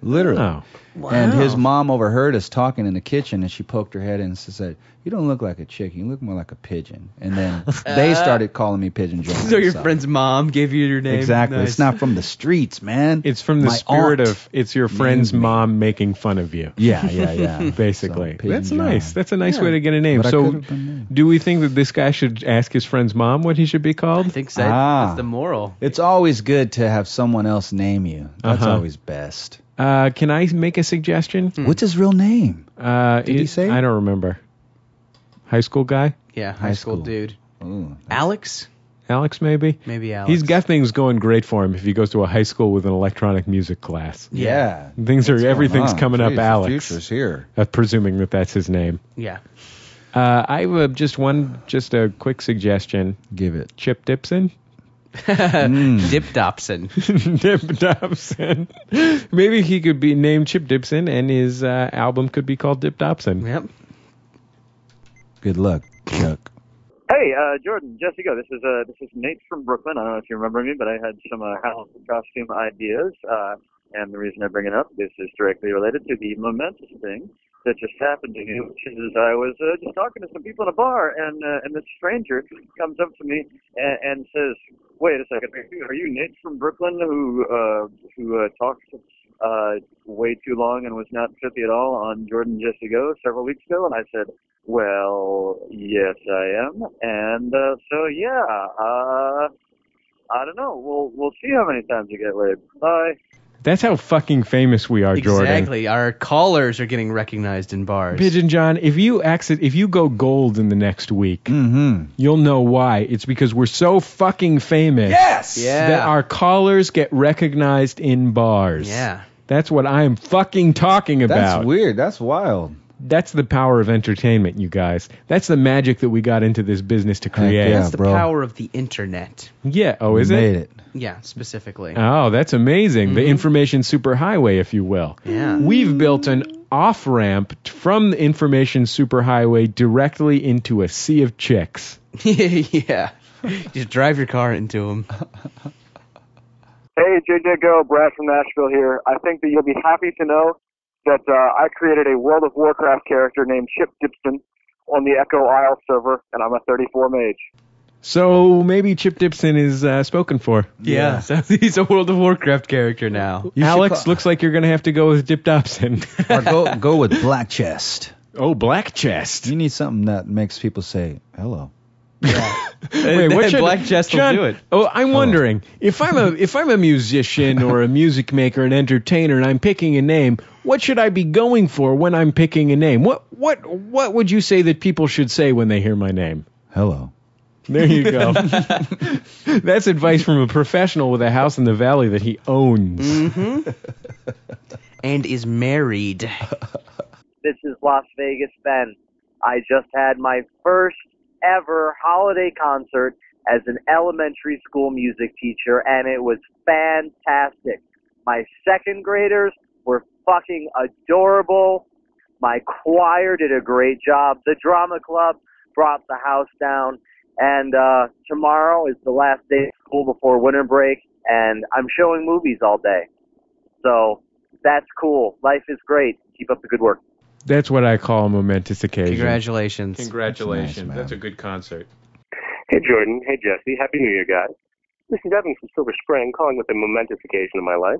[SPEAKER 3] literally.
[SPEAKER 1] Oh,
[SPEAKER 3] And his mom overheard us talking in the kitchen, and she poked her head in and she said, "You don't look like a chicken. You look more like a pigeon." And then they started calling me Pigeon John.
[SPEAKER 2] So your friend's mom gave you your name.
[SPEAKER 3] Exactly.
[SPEAKER 2] Nice.
[SPEAKER 3] It's not from the streets, man.
[SPEAKER 1] it's from the
[SPEAKER 3] My
[SPEAKER 1] spirit
[SPEAKER 3] aunt.
[SPEAKER 1] of it's your friend's
[SPEAKER 3] Named me.
[SPEAKER 1] mom making fun of you.
[SPEAKER 3] Yeah, yeah, yeah.
[SPEAKER 1] basically.
[SPEAKER 3] So, Pigeon
[SPEAKER 1] That's
[SPEAKER 3] John.
[SPEAKER 1] nice. That's a nice way to get a name.
[SPEAKER 3] But I
[SPEAKER 1] so,
[SPEAKER 3] could've been named.
[SPEAKER 1] do we think that this guy should ask his friend's mom what he should be
[SPEAKER 2] I
[SPEAKER 1] called?
[SPEAKER 2] think so.
[SPEAKER 3] Ah.
[SPEAKER 2] That's the moral.
[SPEAKER 3] It's always good to have someone else name you. That's
[SPEAKER 1] Uh-huh.
[SPEAKER 3] always best.
[SPEAKER 1] Uh, can I make a suggestion?
[SPEAKER 2] Hmm.
[SPEAKER 3] What's his real name?
[SPEAKER 1] Uh,
[SPEAKER 3] Did he
[SPEAKER 1] it-
[SPEAKER 3] say?
[SPEAKER 1] I don't remember. High school guy,
[SPEAKER 2] Yeah, high,
[SPEAKER 3] High
[SPEAKER 2] school,
[SPEAKER 3] school.
[SPEAKER 2] dude.
[SPEAKER 3] Ooh.
[SPEAKER 2] Alex?
[SPEAKER 1] Alex maybe.
[SPEAKER 2] Maybe Alex.
[SPEAKER 1] He's got things going great for him if he goes to a high school with an electronic music class.
[SPEAKER 3] Yeah.
[SPEAKER 1] Things are
[SPEAKER 3] What's going
[SPEAKER 1] everything's
[SPEAKER 3] on?
[SPEAKER 1] coming
[SPEAKER 3] Jeez,
[SPEAKER 1] up,
[SPEAKER 3] Oh, the
[SPEAKER 1] Alex.
[SPEAKER 3] Future's here.
[SPEAKER 1] Uh, presuming that that's his name.
[SPEAKER 2] Yeah.
[SPEAKER 1] Uh, I have uh, just one, just a quick suggestion.
[SPEAKER 3] Give it. Mm.
[SPEAKER 1] Chip Dipson.
[SPEAKER 2] Dip Dobson.
[SPEAKER 1] Chip Dobson. Maybe he could be named Chip Dipson, and his uh, album could be called Dip Dobson.
[SPEAKER 2] yep.
[SPEAKER 3] Good luck, Chuck.
[SPEAKER 6] Hey, uh, Jordan, Jessica, this is uh, this is Nate from Brooklyn. I don't know if you remember me, but I had some uh, Halloween costume ideas, uh, and the reason I bring it up this is directly related to the momentous thing that just happened to me, which is I was uh, just talking to some people in a bar, and uh, and this stranger comes up to me and, and says, "Wait a second, are you, are you Nate from Brooklyn who uh, who uh, talked uh, way too long and was not pithy at all on Jordan Jesse Go several weeks ago?" And I said. Well, yes, I am, and uh, so yeah. Uh, I don't know. We'll we'll see how many times you get laid. Bye.
[SPEAKER 1] That's how fucking famous we are, Jordan.
[SPEAKER 2] Exactly. Our callers are getting recognized in bars.
[SPEAKER 1] Pigeon John, if you exit, if you go gold in the next week,
[SPEAKER 3] Mm-hmm.
[SPEAKER 1] you'll know why. It's because we're so fucking famous
[SPEAKER 3] Yes.
[SPEAKER 1] that
[SPEAKER 2] Yeah.
[SPEAKER 1] our callers get recognized in bars.
[SPEAKER 2] yeah.
[SPEAKER 1] That's what I'm fucking talking about.
[SPEAKER 3] That's weird. That's wild.
[SPEAKER 1] That's the power of entertainment, you guys. That's the magic that we got into this business to
[SPEAKER 3] Heck
[SPEAKER 1] create.
[SPEAKER 3] yeah.
[SPEAKER 2] That's the
[SPEAKER 3] bro.
[SPEAKER 2] power of the internet.
[SPEAKER 1] Yeah. Oh, is
[SPEAKER 3] we
[SPEAKER 1] it?
[SPEAKER 3] made it?
[SPEAKER 2] Yeah, specifically.
[SPEAKER 1] Oh, that's amazing. The information superhighway, if you will.
[SPEAKER 2] Mm-hmm. Yeah.
[SPEAKER 1] We've built an off ramp from the information superhighway directly into a sea of chicks.
[SPEAKER 2] yeah. Just drive your car into them.
[SPEAKER 6] Hey, JJ Go, Brad from Nashville here. I think that you'll be happy to know that uh, I created a World of Warcraft character named Chip Dipson on the Echo Isle server, and I'm a 34 mage.
[SPEAKER 1] So maybe Chip Dipson is uh, spoken for.
[SPEAKER 2] Yeah. So he's a World of Warcraft character now.
[SPEAKER 3] You should
[SPEAKER 1] Alex,
[SPEAKER 3] call-
[SPEAKER 1] looks like you're going to have to go with Dip Dobson.
[SPEAKER 3] Or go go with black chest.
[SPEAKER 1] oh, Black Chest.
[SPEAKER 3] You need something that makes people say hello.
[SPEAKER 1] Wait,
[SPEAKER 2] That
[SPEAKER 1] what should-
[SPEAKER 2] Black Chest will
[SPEAKER 1] John,
[SPEAKER 2] do it.
[SPEAKER 1] Oh, I'm wondering if I'm a if I'm a musician or a music maker, an entertainer, and I'm picking a name. What should I be going for when I'm picking a name? What what what would you say that people should say when they hear my name?
[SPEAKER 3] Hello.
[SPEAKER 1] There you go. That's advice from a professional with a house in the valley that he owns.
[SPEAKER 2] Mm-hmm. And is married.
[SPEAKER 6] This is Las Vegas Ben. I just had my first ever holiday concert as an elementary school music teacher, and it was fantastic. My second graders were fucking adorable. My choir did a great job. The drama club brought the house down. And uh, tomorrow is the last day of school before winter break, and I'm showing movies all day. So that's cool. Life is great. Keep up the good work.
[SPEAKER 1] That's what I call a momentous occasion.
[SPEAKER 2] Congratulations.
[SPEAKER 1] Congratulations.
[SPEAKER 3] That's nice, man.
[SPEAKER 1] That's a good concert.
[SPEAKER 9] Hey Jordan, hey Jesse, happy new year guys. This is Evan from Silver Spring calling with a momentous occasion in my life.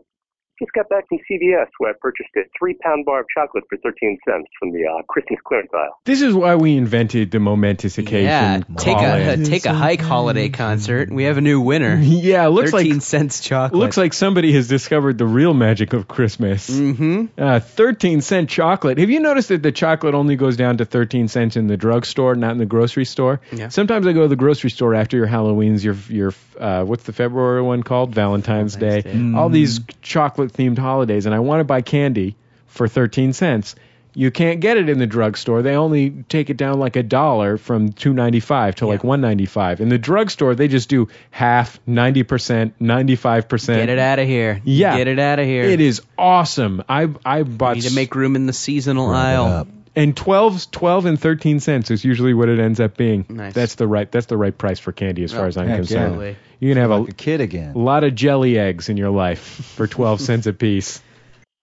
[SPEAKER 9] Just got back from CVS where I purchased a three pound bar of chocolate for 13 cents from the uh, Christmas clearance aisle.
[SPEAKER 1] This is why we invented the momentous occasion.
[SPEAKER 2] yeah. Take a
[SPEAKER 1] call-in.
[SPEAKER 2] take a hike holiday concert. We have a new winner.
[SPEAKER 1] Yeah, looks
[SPEAKER 2] Thirteen
[SPEAKER 1] like
[SPEAKER 2] cents chocolate.
[SPEAKER 1] looks like somebody has discovered the real magic of Christmas.
[SPEAKER 2] Mm-hmm.
[SPEAKER 1] Uh, 13 cent chocolate. Have you noticed that the chocolate only goes down to 13 cents in the drugstore, not in the grocery store?
[SPEAKER 2] Yeah.
[SPEAKER 1] Sometimes I go to the grocery store after your Halloween's, your your uh, what's the February one called? Valentine's,
[SPEAKER 2] Valentine's
[SPEAKER 1] Day.
[SPEAKER 2] Day. Mm.
[SPEAKER 1] All these chocolate themed holidays, and I want to buy candy for 13 cents. You can't get it in the drugstore. They only take it down like a dollar from 2.95 to like 1.95. In the drugstore, they just do half, 90%, 95%.
[SPEAKER 2] Get it out of here.
[SPEAKER 1] Yeah.
[SPEAKER 2] Get it out of here.
[SPEAKER 1] It is awesome. I I bought
[SPEAKER 2] Need to make room in the seasonal aisle.
[SPEAKER 3] Up.
[SPEAKER 1] and 12, 12 and 13 cents is usually what it ends up being.
[SPEAKER 2] Nice.
[SPEAKER 1] That's the right that's the right price for candy as far as I'm
[SPEAKER 3] heck
[SPEAKER 1] concerned.
[SPEAKER 2] yeah.
[SPEAKER 1] You can have
[SPEAKER 3] Like a
[SPEAKER 1] a
[SPEAKER 3] kid again.
[SPEAKER 1] lot of jelly eggs in your life for 12 cents a piece.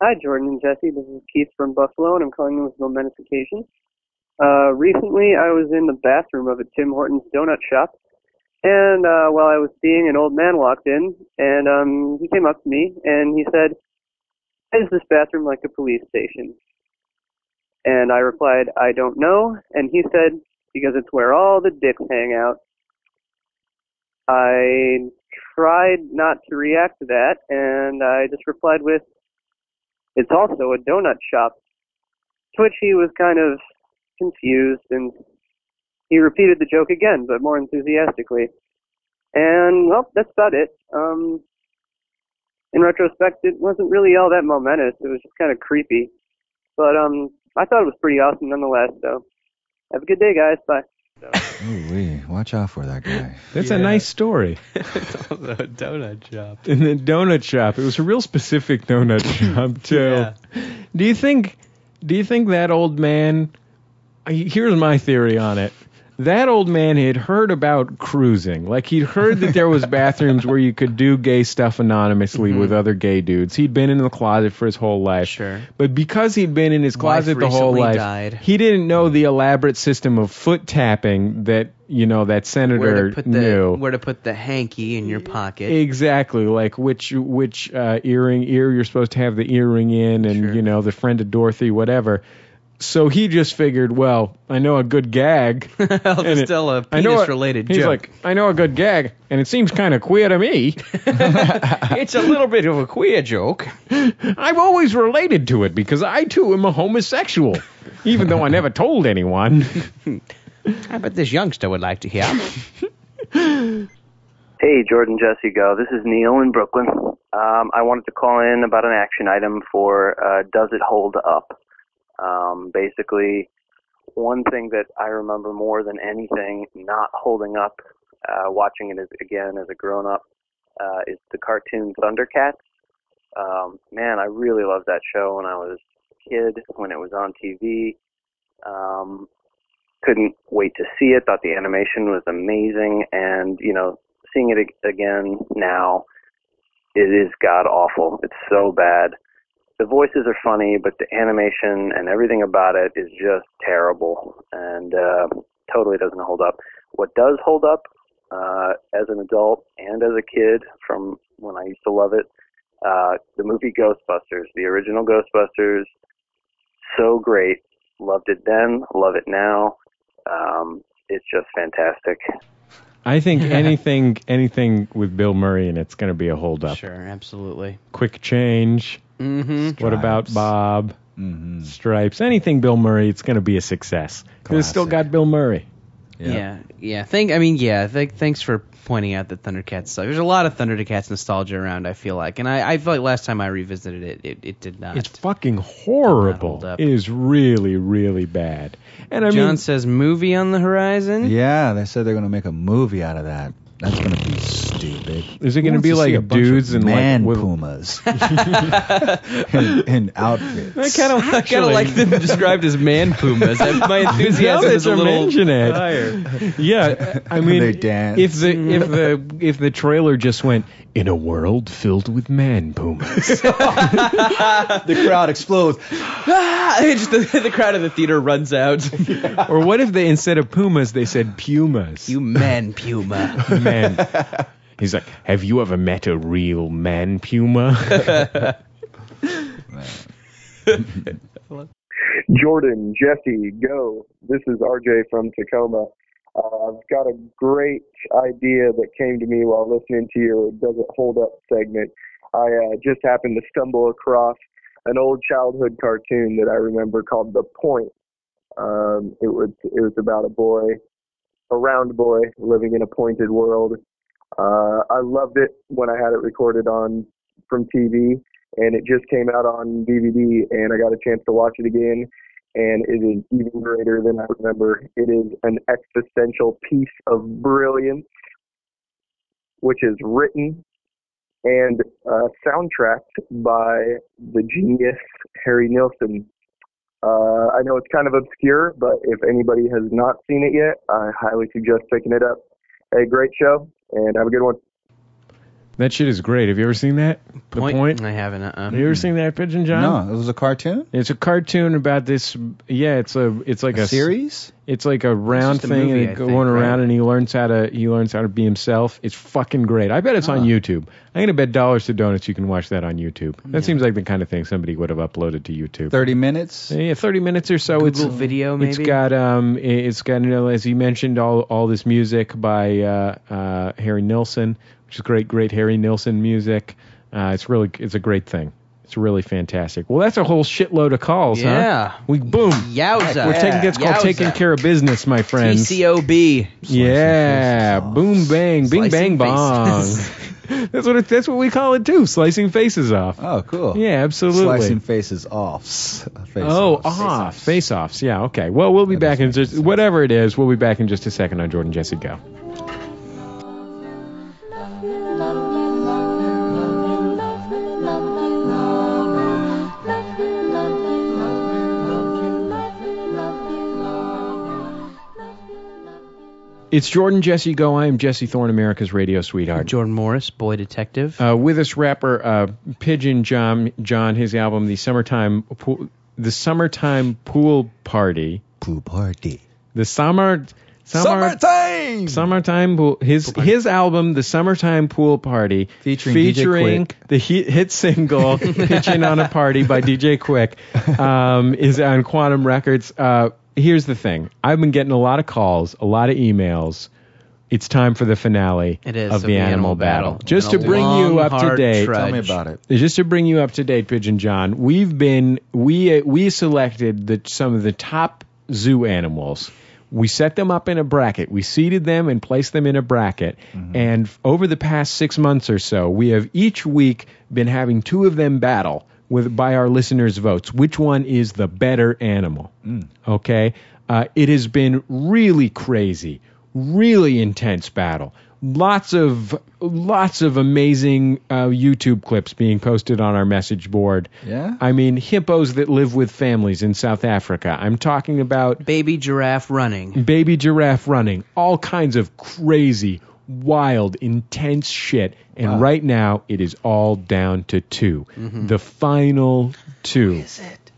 [SPEAKER 9] Hi, Jordan and Jesse. This is Keith from Buffalo, and I'm calling you with a momentous occasion. Uh, recently, I was in the bathroom of a Tim Hortons donut shop, and uh, while I was seeing, an old man walked in, and um, he came up to me and he said, "Is this bathroom like a police station?" And I replied, "I don't know." And he said, "Because it's where all the dicks hang out." I tried not to react to that, and I just replied with, It's also a donut shop. To which he was kind of confused and he repeated the joke again, but more enthusiastically. And well, that's about it. Um, in retrospect, it wasn't really all that momentous. It was just kind of creepy, but um, I thought it was pretty awesome nonetheless. So, have a good day, guys. Bye.
[SPEAKER 3] Ooh-wee. Watch out for that guy.
[SPEAKER 1] That's a nice story.
[SPEAKER 2] it's also a donut shop.
[SPEAKER 1] In the donut shop, it was a real specific donut shop too.
[SPEAKER 2] Yeah.
[SPEAKER 1] Do you think? Do you think that old man? I- Here's my theory on it. That old man had heard about cruising. Like he'd heard that there was bathrooms where you could do gay stuff anonymously
[SPEAKER 2] Mm-hmm.
[SPEAKER 1] with other gay dudes. He'd been in the closet for his whole life.
[SPEAKER 2] Sure.
[SPEAKER 1] But because he'd been in his closet the whole
[SPEAKER 2] recently
[SPEAKER 1] life,
[SPEAKER 2] died.
[SPEAKER 1] he didn't know the elaborate system of foot tapping that, you know, that senator
[SPEAKER 2] Where to put the
[SPEAKER 1] knew.
[SPEAKER 2] where to put the hanky in your pocket.
[SPEAKER 1] Exactly, like which which uh, earring ear you're supposed to have the earring in, and you know the friend of Dorothy, whatever. So he just figured, well, I know a good gag.
[SPEAKER 2] I'll
[SPEAKER 1] and
[SPEAKER 2] just
[SPEAKER 1] it-
[SPEAKER 2] tell a
[SPEAKER 1] I know
[SPEAKER 2] penis related
[SPEAKER 1] He's
[SPEAKER 2] joke.
[SPEAKER 1] like, I know a good gag, and it seems kind of queer to me.
[SPEAKER 2] it's a little bit of a queer joke.
[SPEAKER 1] I've always related to it because I too am a homosexual, even though I never told anyone.
[SPEAKER 2] I bet this youngster would like to hear.
[SPEAKER 6] Hey, Jordan, Jesse, go. This is Neil in Brooklyn. Um, I wanted to call in about an action item for uh, Does It Hold Up? Um, basically, one thing that I remember more than anything not holding up, uh, watching it as, again as a grown up, uh, is the cartoon Thundercats. Um, man, I really loved that show when I was a kid, when it was on TV. Um, couldn't wait to see it, thought the animation was amazing, and, you know, seeing it ag- again now, it is god awful. It's so bad. The voices are funny, but the animation and everything about it is just terrible and uh, totally doesn't hold up. What does hold up uh, as an adult and as a kid from when I used to love it, uh, the movie Ghostbusters, the original Ghostbusters, so great. Loved it then, love it now. Um, it's just fantastic.
[SPEAKER 1] I think anything anything with Bill Murray in it's going to be a hold up.
[SPEAKER 2] Sure, absolutely.
[SPEAKER 1] Quick change.
[SPEAKER 2] Mm-hmm.
[SPEAKER 1] What about
[SPEAKER 3] Stripes.
[SPEAKER 1] Bob?
[SPEAKER 3] Mm-hmm.
[SPEAKER 1] Stripes, anything Bill Murray, it's going to be a success. 'Cause it's still
[SPEAKER 3] Classic.
[SPEAKER 1] got Bill Murray.
[SPEAKER 2] Yeah, yeah. Thank. I mean, yeah. Thank, thanks for pointing out the Thundercats stuff. There's a lot of Thundercats nostalgia around. I feel like, and I, I feel like last time I revisited it, it, it did not.
[SPEAKER 1] It's fucking horrible.
[SPEAKER 2] hold up.
[SPEAKER 1] It is really, really bad. And I
[SPEAKER 2] John
[SPEAKER 1] mean,
[SPEAKER 2] says movie on the horizon.
[SPEAKER 3] Yeah, they said they're going to make a movie out of that. That's going to be stupid.
[SPEAKER 1] is it
[SPEAKER 3] Who
[SPEAKER 1] going to
[SPEAKER 3] wants
[SPEAKER 1] be
[SPEAKER 3] see a
[SPEAKER 1] like
[SPEAKER 3] bunch of
[SPEAKER 1] dudes and
[SPEAKER 3] man
[SPEAKER 1] like with-
[SPEAKER 3] pumas and, and
[SPEAKER 1] I
[SPEAKER 3] outfits?
[SPEAKER 1] kind of
[SPEAKER 2] I kind of like them described as man pumas. I- My enthusiasm
[SPEAKER 1] that
[SPEAKER 2] is a
[SPEAKER 1] you
[SPEAKER 2] little Uh,
[SPEAKER 1] mention it.
[SPEAKER 2] higher.
[SPEAKER 1] Yeah, I mean,
[SPEAKER 3] They dance.
[SPEAKER 1] if the if the if the trailer just went in a world filled with man pumas,
[SPEAKER 3] the crowd explodes.
[SPEAKER 2] Ah, just the, the crowd in the theater runs out.
[SPEAKER 1] or what if they instead of pumas they said pumas?
[SPEAKER 2] you man puma.
[SPEAKER 1] man. He's like, have you ever met a real man puma?
[SPEAKER 10] Jordan, Jesse, go. This is RJ from Tacoma. Uh, I've got a great idea that came to me while listening to your Does It Hold Up segment. I uh, just happened to stumble across an old childhood cartoon that I remember called The Point. Um, it was it was about a boy, a round boy living in a pointed world. Uh, I loved it when I had it recorded on from TV, and it just came out on DVD, and I got a chance to watch it again and it is even greater than I remember. It is an existential piece of brilliance, which is written and uh, soundtracked by the genius Harry Nilsson. Uh, I know it's kind of obscure, but if anybody has not seen it yet, I highly suggest picking it up. Hey, great show, and have a good one.
[SPEAKER 1] that shit is great. Have you ever seen that? The point.
[SPEAKER 2] I haven't. Uh-uh.
[SPEAKER 1] Have you ever seen that pigeon, John?
[SPEAKER 3] No, it was a cartoon.
[SPEAKER 1] It's a cartoon about this. Yeah, it's a it's like a,
[SPEAKER 3] A series?
[SPEAKER 1] It's like a round
[SPEAKER 2] just a
[SPEAKER 1] thing
[SPEAKER 2] movie,
[SPEAKER 1] and
[SPEAKER 2] I
[SPEAKER 1] it going
[SPEAKER 2] think,
[SPEAKER 1] around,
[SPEAKER 2] right?
[SPEAKER 1] and he learns how to he learns how to be himself. It's fucking great. I bet it's
[SPEAKER 2] Ah.
[SPEAKER 1] on YouTube. I'm gonna bet dollars to donuts you can watch that on YouTube. That seems like the kind of thing somebody would have uploaded to YouTube.
[SPEAKER 3] 30 minutes?
[SPEAKER 1] Yeah, 30 minutes or so. it's
[SPEAKER 2] Google Video,
[SPEAKER 1] It's
[SPEAKER 2] maybe?
[SPEAKER 1] got um, i- it's got you know, as you mentioned, all all this music by uh, uh, Harry Nilsson, which is great, great Harry Nilsson music. Uh, it's really, it's a great thing. It's really fantastic. Well, that's a whole shitload of calls, huh?
[SPEAKER 2] Yeah.
[SPEAKER 1] We boom.
[SPEAKER 2] Yowza.
[SPEAKER 1] We're taking it's called
[SPEAKER 2] Yowza.
[SPEAKER 1] taking care of business, my friends.
[SPEAKER 2] TCOB.
[SPEAKER 1] Yeah. Boom bang. Bing bang
[SPEAKER 2] Slicing
[SPEAKER 1] bong.
[SPEAKER 2] faces.
[SPEAKER 1] that's what it, that's what we call it too. Slicing faces off.
[SPEAKER 3] Oh, cool.
[SPEAKER 1] Yeah, absolutely.
[SPEAKER 3] Slicing faces offs. Face
[SPEAKER 1] oh, ah, face offs. Yeah, okay. Well, we'll be back in just whatever it is. We'll be back in just a second on Jordan Jesse Go. It's Jordan Jesse Go. I am Jesse Thorne, America's radio sweetheart.
[SPEAKER 2] Jordan Morris, boy detective.
[SPEAKER 1] Uh, with us rapper uh, Pigeon John, John, his album, the summertime, pool, the summertime pool party,
[SPEAKER 3] pool party,
[SPEAKER 1] the summer, summer
[SPEAKER 3] Summertime!
[SPEAKER 1] Summertime pool. His his album, the summertime pool party,
[SPEAKER 3] Featuring DJ
[SPEAKER 1] featuring the hit, hit single "Pitching on a Party" by DJ Quick, um, is on Quantum Records. Uh, here's the thing: I've been getting a lot of calls, a lot of emails. It's time for the finale
[SPEAKER 2] It is,
[SPEAKER 1] of the animal, battle. Just to
[SPEAKER 2] Been a
[SPEAKER 1] bring you
[SPEAKER 2] long,
[SPEAKER 1] up to
[SPEAKER 2] hard
[SPEAKER 1] date,
[SPEAKER 2] trudge. Tell me
[SPEAKER 3] about it.
[SPEAKER 1] just to bring you up to date, Pigeon John, we've been we uh, we selected the, some of the top zoo animals. We set them up in a bracket. We seeded them and placed them in a bracket. And f- over the past six months or so, we have each week been having two of them battle with by our listeners' votes. Which one is the better animal? Okay, uh, it has been really crazy, really intense battle lots of lots of amazing uh, YouTube clips being posted on our message board.
[SPEAKER 3] Yeah?
[SPEAKER 1] I mean hippos that live with families in South Africa. I'm talking about
[SPEAKER 2] Baby giraffe running.
[SPEAKER 1] baby giraffe running, all kinds of crazy, wild, intense shit. And right now it is all down to 2
[SPEAKER 2] Mm-hmm.
[SPEAKER 1] The final two.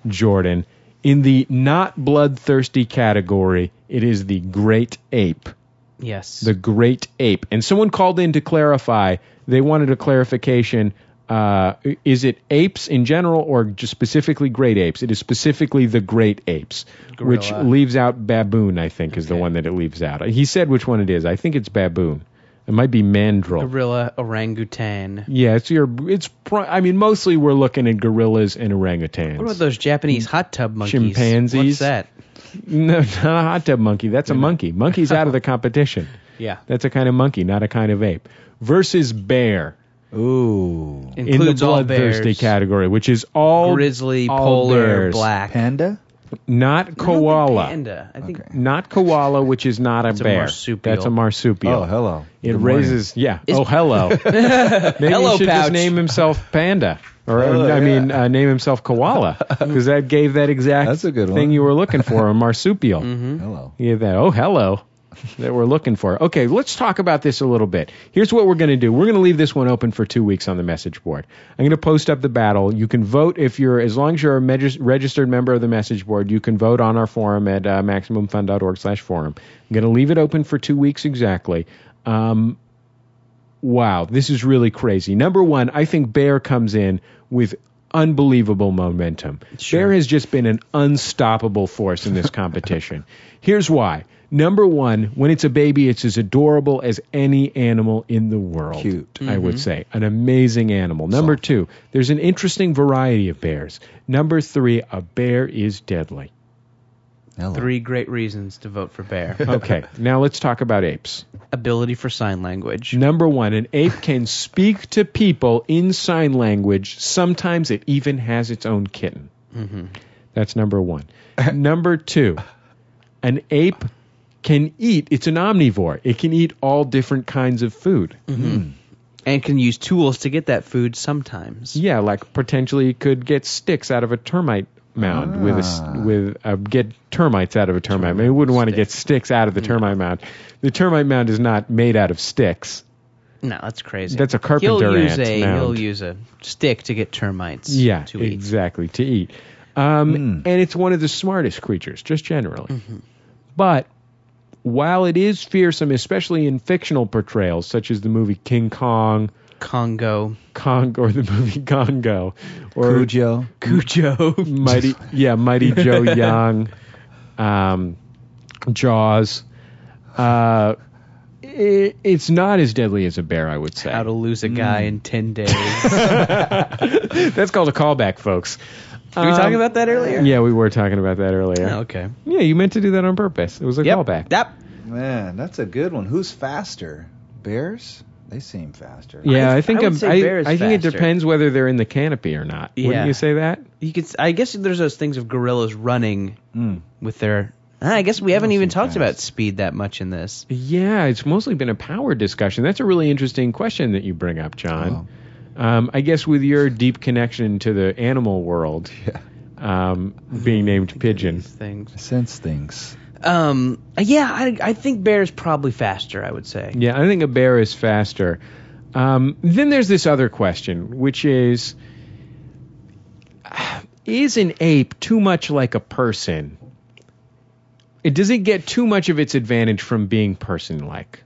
[SPEAKER 1] Jordan. In the not bloodthirsty category, it is the great ape
[SPEAKER 2] Yes.
[SPEAKER 1] the great ape. And someone called in to clarify. They wanted a clarification. Uh, is it apes in general or just specifically great apes? It is specifically the great apes, which
[SPEAKER 2] Gorilla.
[SPEAKER 1] leaves out baboon, I think, is the one that it leaves out. He said which one it is. I think it's baboon. It might be mandrill.
[SPEAKER 2] Gorilla orangutan.
[SPEAKER 1] yeah, it's your. It's. Pro- I mean, mostly we're looking at gorillas and orangutans.
[SPEAKER 2] What about those Japanese hot tub monkeys?
[SPEAKER 1] Chimpanzees.
[SPEAKER 2] What's that?
[SPEAKER 1] No, not a hot tub monkey. That's a monkey. Monkey's out of the competition.
[SPEAKER 2] Yeah.
[SPEAKER 1] That's a kind of monkey, not a kind of ape. Versus bear.
[SPEAKER 3] Ooh.
[SPEAKER 1] in the
[SPEAKER 2] Includes all
[SPEAKER 1] bloodthirsty
[SPEAKER 2] bears.
[SPEAKER 1] category, which is all
[SPEAKER 2] Grizzly,
[SPEAKER 1] all
[SPEAKER 2] polar,
[SPEAKER 1] bears.
[SPEAKER 2] black.
[SPEAKER 3] Panda?
[SPEAKER 1] not
[SPEAKER 2] I don't think
[SPEAKER 1] koala,
[SPEAKER 2] Panda. I think.
[SPEAKER 1] not koala, which is not a
[SPEAKER 2] a
[SPEAKER 1] bear.
[SPEAKER 2] marsupial.
[SPEAKER 1] That's a marsupial.
[SPEAKER 3] Oh, hello.
[SPEAKER 1] It
[SPEAKER 3] Good morning.
[SPEAKER 1] raises, yeah. oh, hello. Maybe
[SPEAKER 2] Hello,
[SPEAKER 1] he should just
[SPEAKER 2] pouch.
[SPEAKER 1] name himself Panda, or
[SPEAKER 3] Oh,
[SPEAKER 1] I
[SPEAKER 3] yeah.
[SPEAKER 1] mean, uh, name himself Koala, because that gave that exact
[SPEAKER 3] That's a good
[SPEAKER 1] thing
[SPEAKER 3] one. Mm-hmm.
[SPEAKER 1] you were looking for, a marsupial.
[SPEAKER 3] Hello.
[SPEAKER 1] Yeah, that. Oh, hello. That we're looking for. Okay, let's talk about this a little bit. Here's what we're going to do. We're going to leave this one open for two weeks on the message board. I'm going to post up the battle. You can vote if you're, as long as you're a megis- registered member of the message board, you can vote on our forum at uh, maximumfun.org/forum. I'm going to leave it open for two weeks exactly. Um, wow, this is really crazy. Number one, I think Bear comes in with unbelievable momentum. Bear has just been an unstoppable force in this competition. Here's why. Number one, when it's a baby, it's as adorable as any animal in the world.
[SPEAKER 3] Cute.
[SPEAKER 1] I would say. An amazing animal. Number two, there's an interesting variety of bears. Number three, a bear is deadly.
[SPEAKER 3] Hello.
[SPEAKER 2] Three great reasons to vote for bear.
[SPEAKER 1] Okay, now let's talk about apes.
[SPEAKER 2] Ability for sign language.
[SPEAKER 1] Number one, an ape can speak to people in sign language. Sometimes it even has its own kitten.
[SPEAKER 2] Mm-hmm.
[SPEAKER 1] That's number one. number two, an ape can eat. It's an omnivore. It can eat all different kinds of food.
[SPEAKER 2] Mm-hmm. And can use tools to get that food sometimes.
[SPEAKER 1] Yeah, like potentially it could get sticks out of a termite mound with a s- with uh, get termites out of a termite mound. You wouldn't want to get sticks out of the termite mound. The termite mound is not made out of sticks.
[SPEAKER 2] No, that's crazy.
[SPEAKER 1] That's a
[SPEAKER 2] He'll
[SPEAKER 1] carpenter
[SPEAKER 2] use
[SPEAKER 1] ant
[SPEAKER 2] a
[SPEAKER 1] mound.
[SPEAKER 2] he'll use a stick to get termites.
[SPEAKER 1] Yeah,
[SPEAKER 2] to eat. Hmm.
[SPEAKER 1] exactly to eat. Um, And it's one of the smartest creatures, just generally.
[SPEAKER 2] Mm-hmm.
[SPEAKER 1] But while it is fearsome, especially in fictional portrayals such as the movie King Kong,
[SPEAKER 2] Congo.
[SPEAKER 1] Kong or the movie Congo, or
[SPEAKER 3] Cujo.
[SPEAKER 1] Cujo, Mighty, yeah, Mighty Joe Young, um, Jaws. Uh, it, it's not as deadly as a bear, I would say. How
[SPEAKER 2] to lose a guy in 10 days.
[SPEAKER 1] That's called a callback, folks. Um,
[SPEAKER 2] Were we talking about that earlier?
[SPEAKER 1] Yeah, we were talking about that earlier.
[SPEAKER 2] Oh, okay.
[SPEAKER 1] Yeah, you meant to do that on purpose. It was a callback.
[SPEAKER 2] Yep.
[SPEAKER 3] Man, that's a good one. Who's faster? Bears? They seem faster.
[SPEAKER 1] Yeah, I,
[SPEAKER 2] I-
[SPEAKER 1] think
[SPEAKER 2] I would
[SPEAKER 1] um,
[SPEAKER 2] say
[SPEAKER 1] I-
[SPEAKER 2] bear is
[SPEAKER 1] I think it
[SPEAKER 2] faster.
[SPEAKER 1] depends whether they're in the canopy or not.
[SPEAKER 2] Yeah.
[SPEAKER 1] Wouldn't you say that?
[SPEAKER 2] You could. s- I guess there's those things of gorillas running
[SPEAKER 3] Hmm.
[SPEAKER 2] with their. Ah, I guess we haven't even talked about speed that much in this.
[SPEAKER 1] Yeah, it's mostly been a power discussion. That's a really interesting question that you bring up, John.
[SPEAKER 2] Oh.
[SPEAKER 1] Um, I guess with your deep connection to the animal world, um, being named pigeon.
[SPEAKER 2] Things.
[SPEAKER 3] Sense things.
[SPEAKER 2] Um. Yeah, I I think bear is probably faster. I would say.
[SPEAKER 1] Yeah, I think a bear is faster. Um, then there's this other question, which is Is an ape too much like a person? It, does it get too much of its advantage from being person like?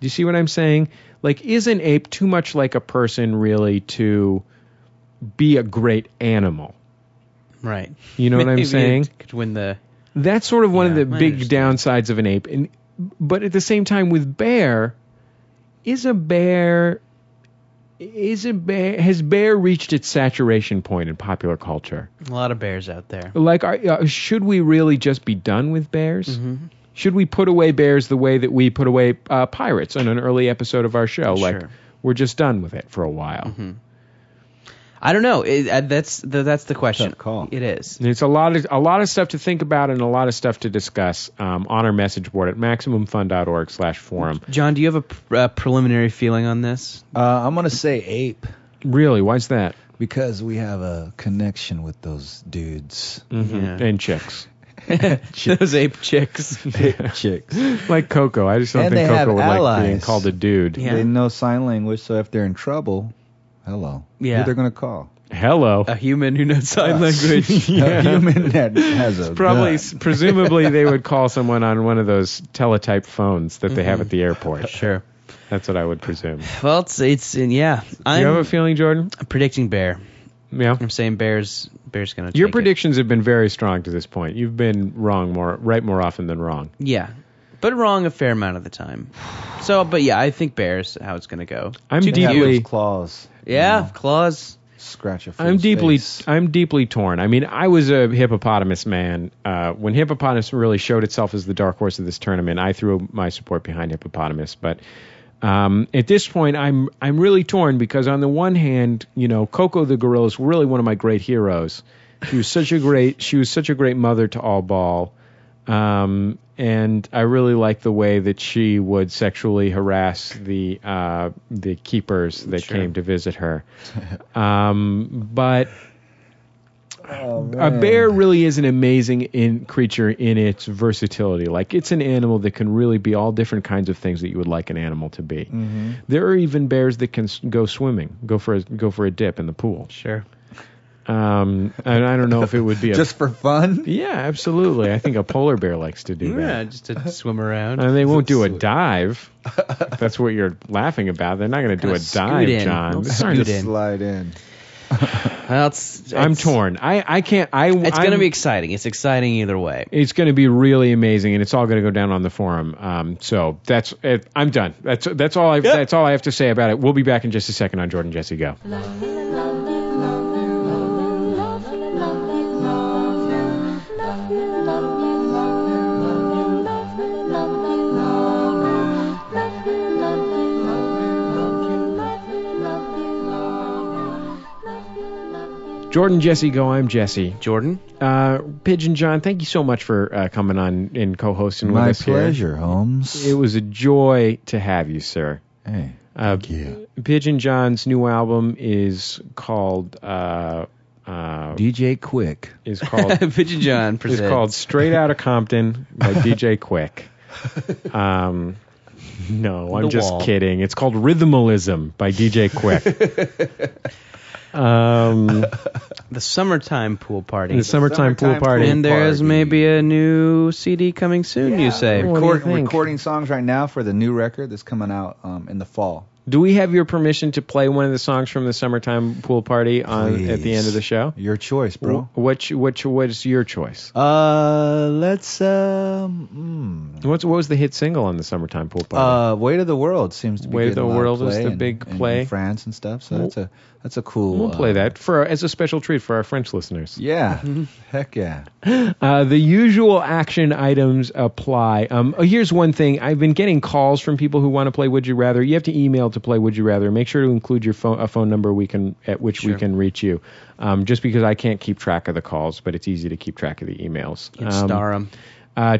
[SPEAKER 1] Do you see what I'm saying? Like, is an ape too much like a person really to be a great animal?
[SPEAKER 2] Right.
[SPEAKER 1] You know what I'm
[SPEAKER 2] Maybe it
[SPEAKER 1] saying?
[SPEAKER 2] Could win the.
[SPEAKER 1] That's sort of one of the
[SPEAKER 2] I
[SPEAKER 1] big downsides of an ape. And but at the same time with bear, is a bear is a bear has bear reached its saturation point in popular culture?
[SPEAKER 2] A lot of bears out there.
[SPEAKER 1] Like are, uh, should we really just be done with bears?
[SPEAKER 2] Mm-hmm.
[SPEAKER 1] Should we put away bears the way that we put away uh, pirates on an early episode of our show? Like we're just done with it for a while.
[SPEAKER 2] Mm-hmm. I don't know. It, uh, that's the, that's the question.
[SPEAKER 3] call.
[SPEAKER 2] It is.
[SPEAKER 1] It's a lot of a lot of stuff to think about and a lot of stuff to discuss um, on our message board at maximumfun.org/forum.
[SPEAKER 2] John, do you have a pr- uh, preliminary feeling on this?
[SPEAKER 3] Uh, I'm gonna say ape
[SPEAKER 1] Really, why's that?
[SPEAKER 3] because we have a connection with those dudes.
[SPEAKER 2] Yeah.
[SPEAKER 1] And chicks.
[SPEAKER 2] Mm-hmm. Those ape chicks.
[SPEAKER 3] Chicks.
[SPEAKER 1] like Coco. I just don't
[SPEAKER 3] And
[SPEAKER 1] think
[SPEAKER 3] they have
[SPEAKER 1] Coco would like being
[SPEAKER 3] allies.
[SPEAKER 1] called a dude.
[SPEAKER 2] Yeah.
[SPEAKER 3] They know sign language, so if they're in trouble, hello.
[SPEAKER 2] Yeah.
[SPEAKER 3] Who they're gonna call?
[SPEAKER 1] Hello. Uh,
[SPEAKER 2] A human who knows sign language.
[SPEAKER 3] A human that has a
[SPEAKER 1] Probably,
[SPEAKER 3] gun.
[SPEAKER 1] s presumably, they would call someone on one of those teletype phones that they have at the airport.
[SPEAKER 2] Mm-hmm. sure.
[SPEAKER 1] That's what I would presume.
[SPEAKER 2] Well, it's it's and yeah.
[SPEAKER 1] you have
[SPEAKER 2] I'm
[SPEAKER 1] a feeling, Jordan?
[SPEAKER 2] predicting bear.
[SPEAKER 1] Yeah.
[SPEAKER 2] I'm saying bears. Bears gonna.
[SPEAKER 1] Your
[SPEAKER 2] take it.
[SPEAKER 1] predictions have been very strong to this point. You've been wrong more, right more often than wrong.
[SPEAKER 2] Yeah, but wrong a fair amount of the time. So, but yeah, I think bears. How it's gonna go?
[SPEAKER 1] I'm
[SPEAKER 2] Two to
[SPEAKER 3] Have
[SPEAKER 1] deeply.
[SPEAKER 3] those claws.
[SPEAKER 2] Yeah,
[SPEAKER 1] Mm.
[SPEAKER 2] claws.
[SPEAKER 3] Scratch a
[SPEAKER 1] I'm
[SPEAKER 3] fool's
[SPEAKER 1] deeply
[SPEAKER 3] face.
[SPEAKER 1] I'm deeply torn. I mean, I was a hippopotamus man. Uh, when hippopotamus really showed itself as the dark horse of this tournament, I threw my support behind hippopotamus. But um, at this point, I'm I'm really torn because on the one hand, you know, Coco the gorilla is really one of my great heroes. She was such a great she was such a great mother to all ball. Um, and I really like the way that she would sexually harass the uh, the keepers that came to visit her. Um, but
[SPEAKER 3] Oh,
[SPEAKER 1] a bear really is an amazing in creature in its versatility. Like it's an animal that can really be all different kinds of things that you would like an animal to be. There are even bears that can s- go swimming, go for a, go for a dip in the pool.
[SPEAKER 2] Sure.
[SPEAKER 1] Um, and I don't know if it would be a
[SPEAKER 3] just for fun.
[SPEAKER 1] yeah, absolutely. I think a polar bear likes to do that.
[SPEAKER 2] Yeah, just to swim around.
[SPEAKER 1] And they won't do a dive. If That's what you're laughing about. They're not going to do
[SPEAKER 2] Kinda
[SPEAKER 1] a
[SPEAKER 2] scoot
[SPEAKER 1] dive,
[SPEAKER 2] in.
[SPEAKER 1] John.
[SPEAKER 2] Don't
[SPEAKER 1] These aren't-
[SPEAKER 2] scoot in.
[SPEAKER 3] Just slide in.
[SPEAKER 2] Well, it's, it's,
[SPEAKER 1] I'm torn. I, I can't. I.
[SPEAKER 2] It's gonna be exciting. It's exciting either way.
[SPEAKER 1] It's going to be really amazing, and it's all going to go down on the forum. Um, so that's it. I'm done. That's that's all. I That's all I have to say about it. We'll be back in just a second on Jordan Jesse Go. Jordan Jesse Go. I'm Jesse.
[SPEAKER 2] Jordan.
[SPEAKER 1] Uh, Pigeon John, thank you so much for uh, coming on and co-hosting
[SPEAKER 3] My
[SPEAKER 1] with us here.
[SPEAKER 3] pleasure, Holmes.
[SPEAKER 1] It was a joy to have you, sir.
[SPEAKER 3] hey,
[SPEAKER 1] Uh,
[SPEAKER 3] you.
[SPEAKER 1] Pigeon John's new album is called uh, uh,
[SPEAKER 3] DJ Quick.
[SPEAKER 1] is called
[SPEAKER 2] Pigeon John
[SPEAKER 1] is
[SPEAKER 2] presents.
[SPEAKER 1] called Straight Outta Compton by DJ Quick. Um, no, I'm
[SPEAKER 2] The
[SPEAKER 1] just
[SPEAKER 2] Wall.
[SPEAKER 1] kidding. It's called Rhythmalism by DJ Quick. um,
[SPEAKER 2] the summertime pool party.
[SPEAKER 1] the summertime, pool
[SPEAKER 3] Summertime
[SPEAKER 1] party.
[SPEAKER 3] pool
[SPEAKER 2] and there's
[SPEAKER 3] party.
[SPEAKER 2] maybe a new CD coming soon. You say?
[SPEAKER 1] What do you
[SPEAKER 3] Record,
[SPEAKER 1] think?
[SPEAKER 3] recording songs right now for the new record that's coming out um, in the fall.
[SPEAKER 1] Do we have your permission to play one of the songs from the summertime pool party on at the end of the show?
[SPEAKER 3] Your choice, bro.
[SPEAKER 1] Which which what's your choice?
[SPEAKER 3] Uh, let's um.
[SPEAKER 1] What's what was the hit single on the summertime pool
[SPEAKER 3] mm.
[SPEAKER 1] party?
[SPEAKER 3] Uh, Weight of the World seems to be
[SPEAKER 1] Weight of
[SPEAKER 3] getting
[SPEAKER 1] the
[SPEAKER 3] a lot
[SPEAKER 1] World is
[SPEAKER 3] play
[SPEAKER 1] the
[SPEAKER 3] in-
[SPEAKER 1] big
[SPEAKER 3] in
[SPEAKER 1] play.
[SPEAKER 3] France and stuff. So
[SPEAKER 1] We'll-
[SPEAKER 3] that's a that's a cool.
[SPEAKER 1] We'll play
[SPEAKER 3] uh,
[SPEAKER 1] that for as a special treat for our French listeners.
[SPEAKER 3] Yeah, heck yeah.
[SPEAKER 1] Uh, the usual action items apply. Um, oh, here's one thing. I've been getting calls from people who want to play Would You Rather. You have to email to play Would You Rather. Make sure to include your phone, a phone number we can at which we can reach you. Um, just because I can't keep track of the calls, but it's easy to keep track of the emails. Um,
[SPEAKER 2] Can't star 'em.
[SPEAKER 1] Uh,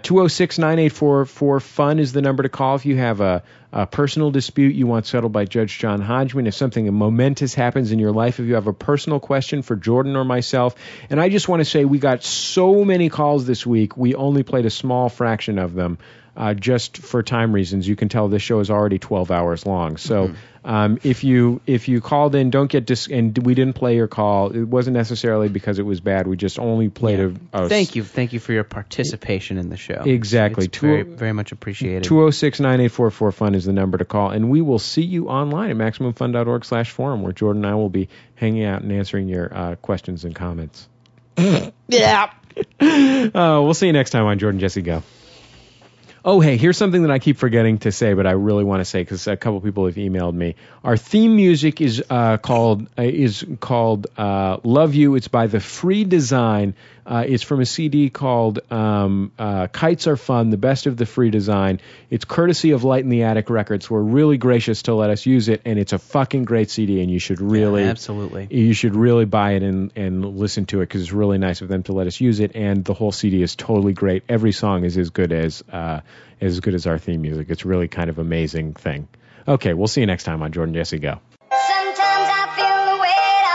[SPEAKER 1] 206-9844-FUN is the number to call if you have a, a personal dispute you want settled by Judge John Hodgman, if something momentous happens in your life, if you have a personal question for Jordan or myself. And I just want to say we got so many calls this week. We only played a small fraction of them uh, just for time reasons. You can tell this show is already 12 hours long. So um, if you if you called in, don't get dis- and we didn't play your call. It wasn't necessarily because it was bad. We just only played a, a
[SPEAKER 2] Thank you, thank you for your participation in the show.
[SPEAKER 1] Exactly.
[SPEAKER 2] it's
[SPEAKER 1] Two-
[SPEAKER 2] very, very much appreciated.
[SPEAKER 1] 206 fun is the number to call, and we will see you online at MaximumFun.org slash forum, where Jordan and I will be hanging out and answering your uh, questions and comments.
[SPEAKER 2] yeah.
[SPEAKER 1] Uh, we'll see you next time on Jordan Jesse Go. Oh, hey, here's something that I keep forgetting to say, but I really want to say because a couple people have emailed me. Our theme music is uh, called uh, is called uh, "Love You." It's by the Free Design. Uh, it's from a CD called um, uh, "Kites Are Fun: The Best of the Free Design." It's courtesy of Light in the Attic Records, who are really gracious to let us use it, and it's a fucking great CD, and you should really
[SPEAKER 2] Absolutely.
[SPEAKER 1] you should really buy it and, and listen to it because it's really nice of them to let us use it. And the whole CD is totally great. Every song is as good as uh, as good as our theme music. It's really kind of amazing thing. Okay, we'll see you next time on Jordan Jesse Go.
[SPEAKER 11] Sometimes I feel the weight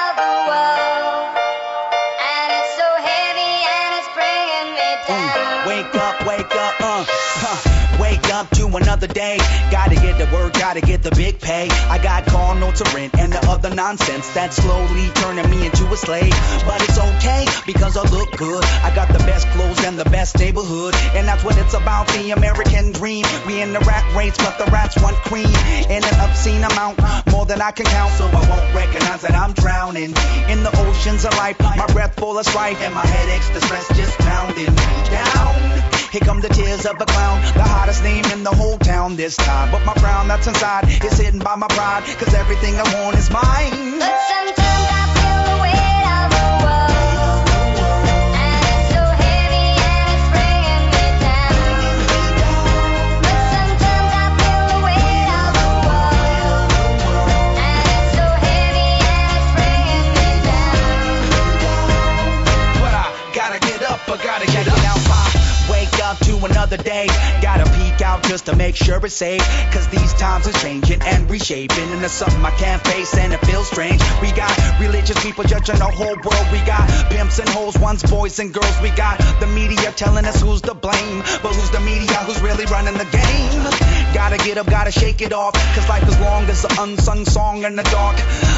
[SPEAKER 11] of the world, and it's so heavy and it's bringing me down.
[SPEAKER 4] Wake up, wake up, uh, huh. Wake up to another day. Gotta get to work, gotta get the big pay. I got call notes to rent and the other nonsense that's slowly turning me into a slave. But it's okay because I look good. I got the best clothes and the best neighborhood, and that's what it's about. The American dream. We in the rat race, but the rats want cream in an obscene amount, more than I can count. So I won't recognize that I'm drowning in the oceans of life. My breath full of strife and my headaches, the stress just pounding down. Here come the tears of a clown, the hottest name in the whole town this time. But my crown that's inside is hidden by my pride, cause everything I want is mine.
[SPEAKER 11] But sometimes I feel the weight of the world, and it's so heavy and it's bringing me down. But sometimes I feel the weight of the world, and it's so heavy and it's bringing me down.
[SPEAKER 4] But I gotta get up, I gotta get up. Now, pop, wake up to another day. Gotta peek out just to make sure it's safe. Cause these times are changing and reshaping. And there's something I can't face and it feels strange. We got religious people judging the whole world. We got pimps and hoes, ones, boys and girls. We got the media telling us who's to blame. But who's the media? Who's really running the game? Gotta get up, gotta shake it off. Cause life is long as an unsung song in the dark.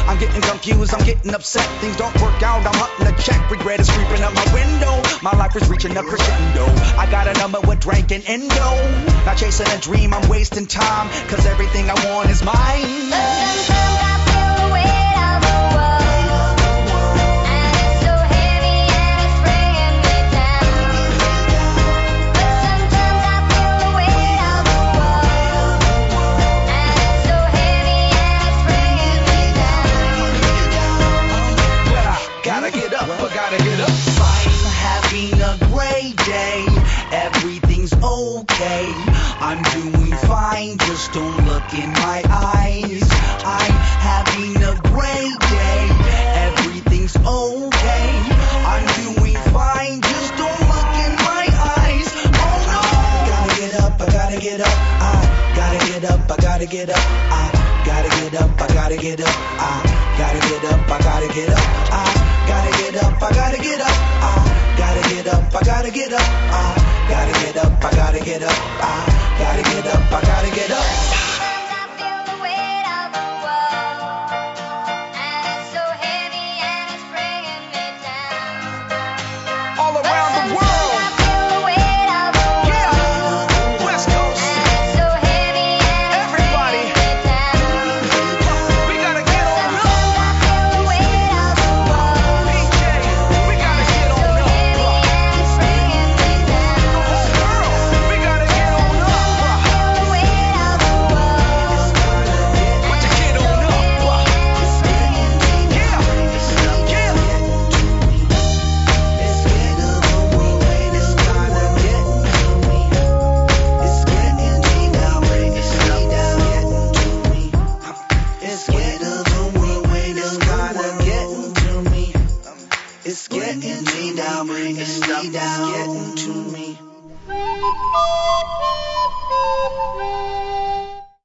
[SPEAKER 4] I'm getting confused, I'm getting upset. Things don't work out, I'm hunting a check. Regret is creeping up my window. My life is reaching a crescendo. I got a number with drank and endo. Not chasing a dream, I'm wasting time. Cause everything I want is mine.
[SPEAKER 11] Sometimes I feel the weight of the world, and it's so heavy and it's bringing me down. But sometimes I feel the weight of the world, and it's so heavy and it's bringing me down.
[SPEAKER 4] But I gotta get up, I gotta get up. I'm having a great day. Everything's okay. I'm doing fine, just don't look in my eyes. I'm having a great day. Everything's okay. I'm doing fine, just don't look in my eyes. Oh no! Gotta get up, I gotta get up. I gotta get up, I gotta get up. I gotta get up, I gotta get up. I gotta get up, I gotta get up. I gotta get up, I gotta get up. I gotta get up, I gotta get up. I gotta get up, I gotta get up. I gotta get up, I gotta get up. All around the world. Yeah. West Coast. Everybody. down.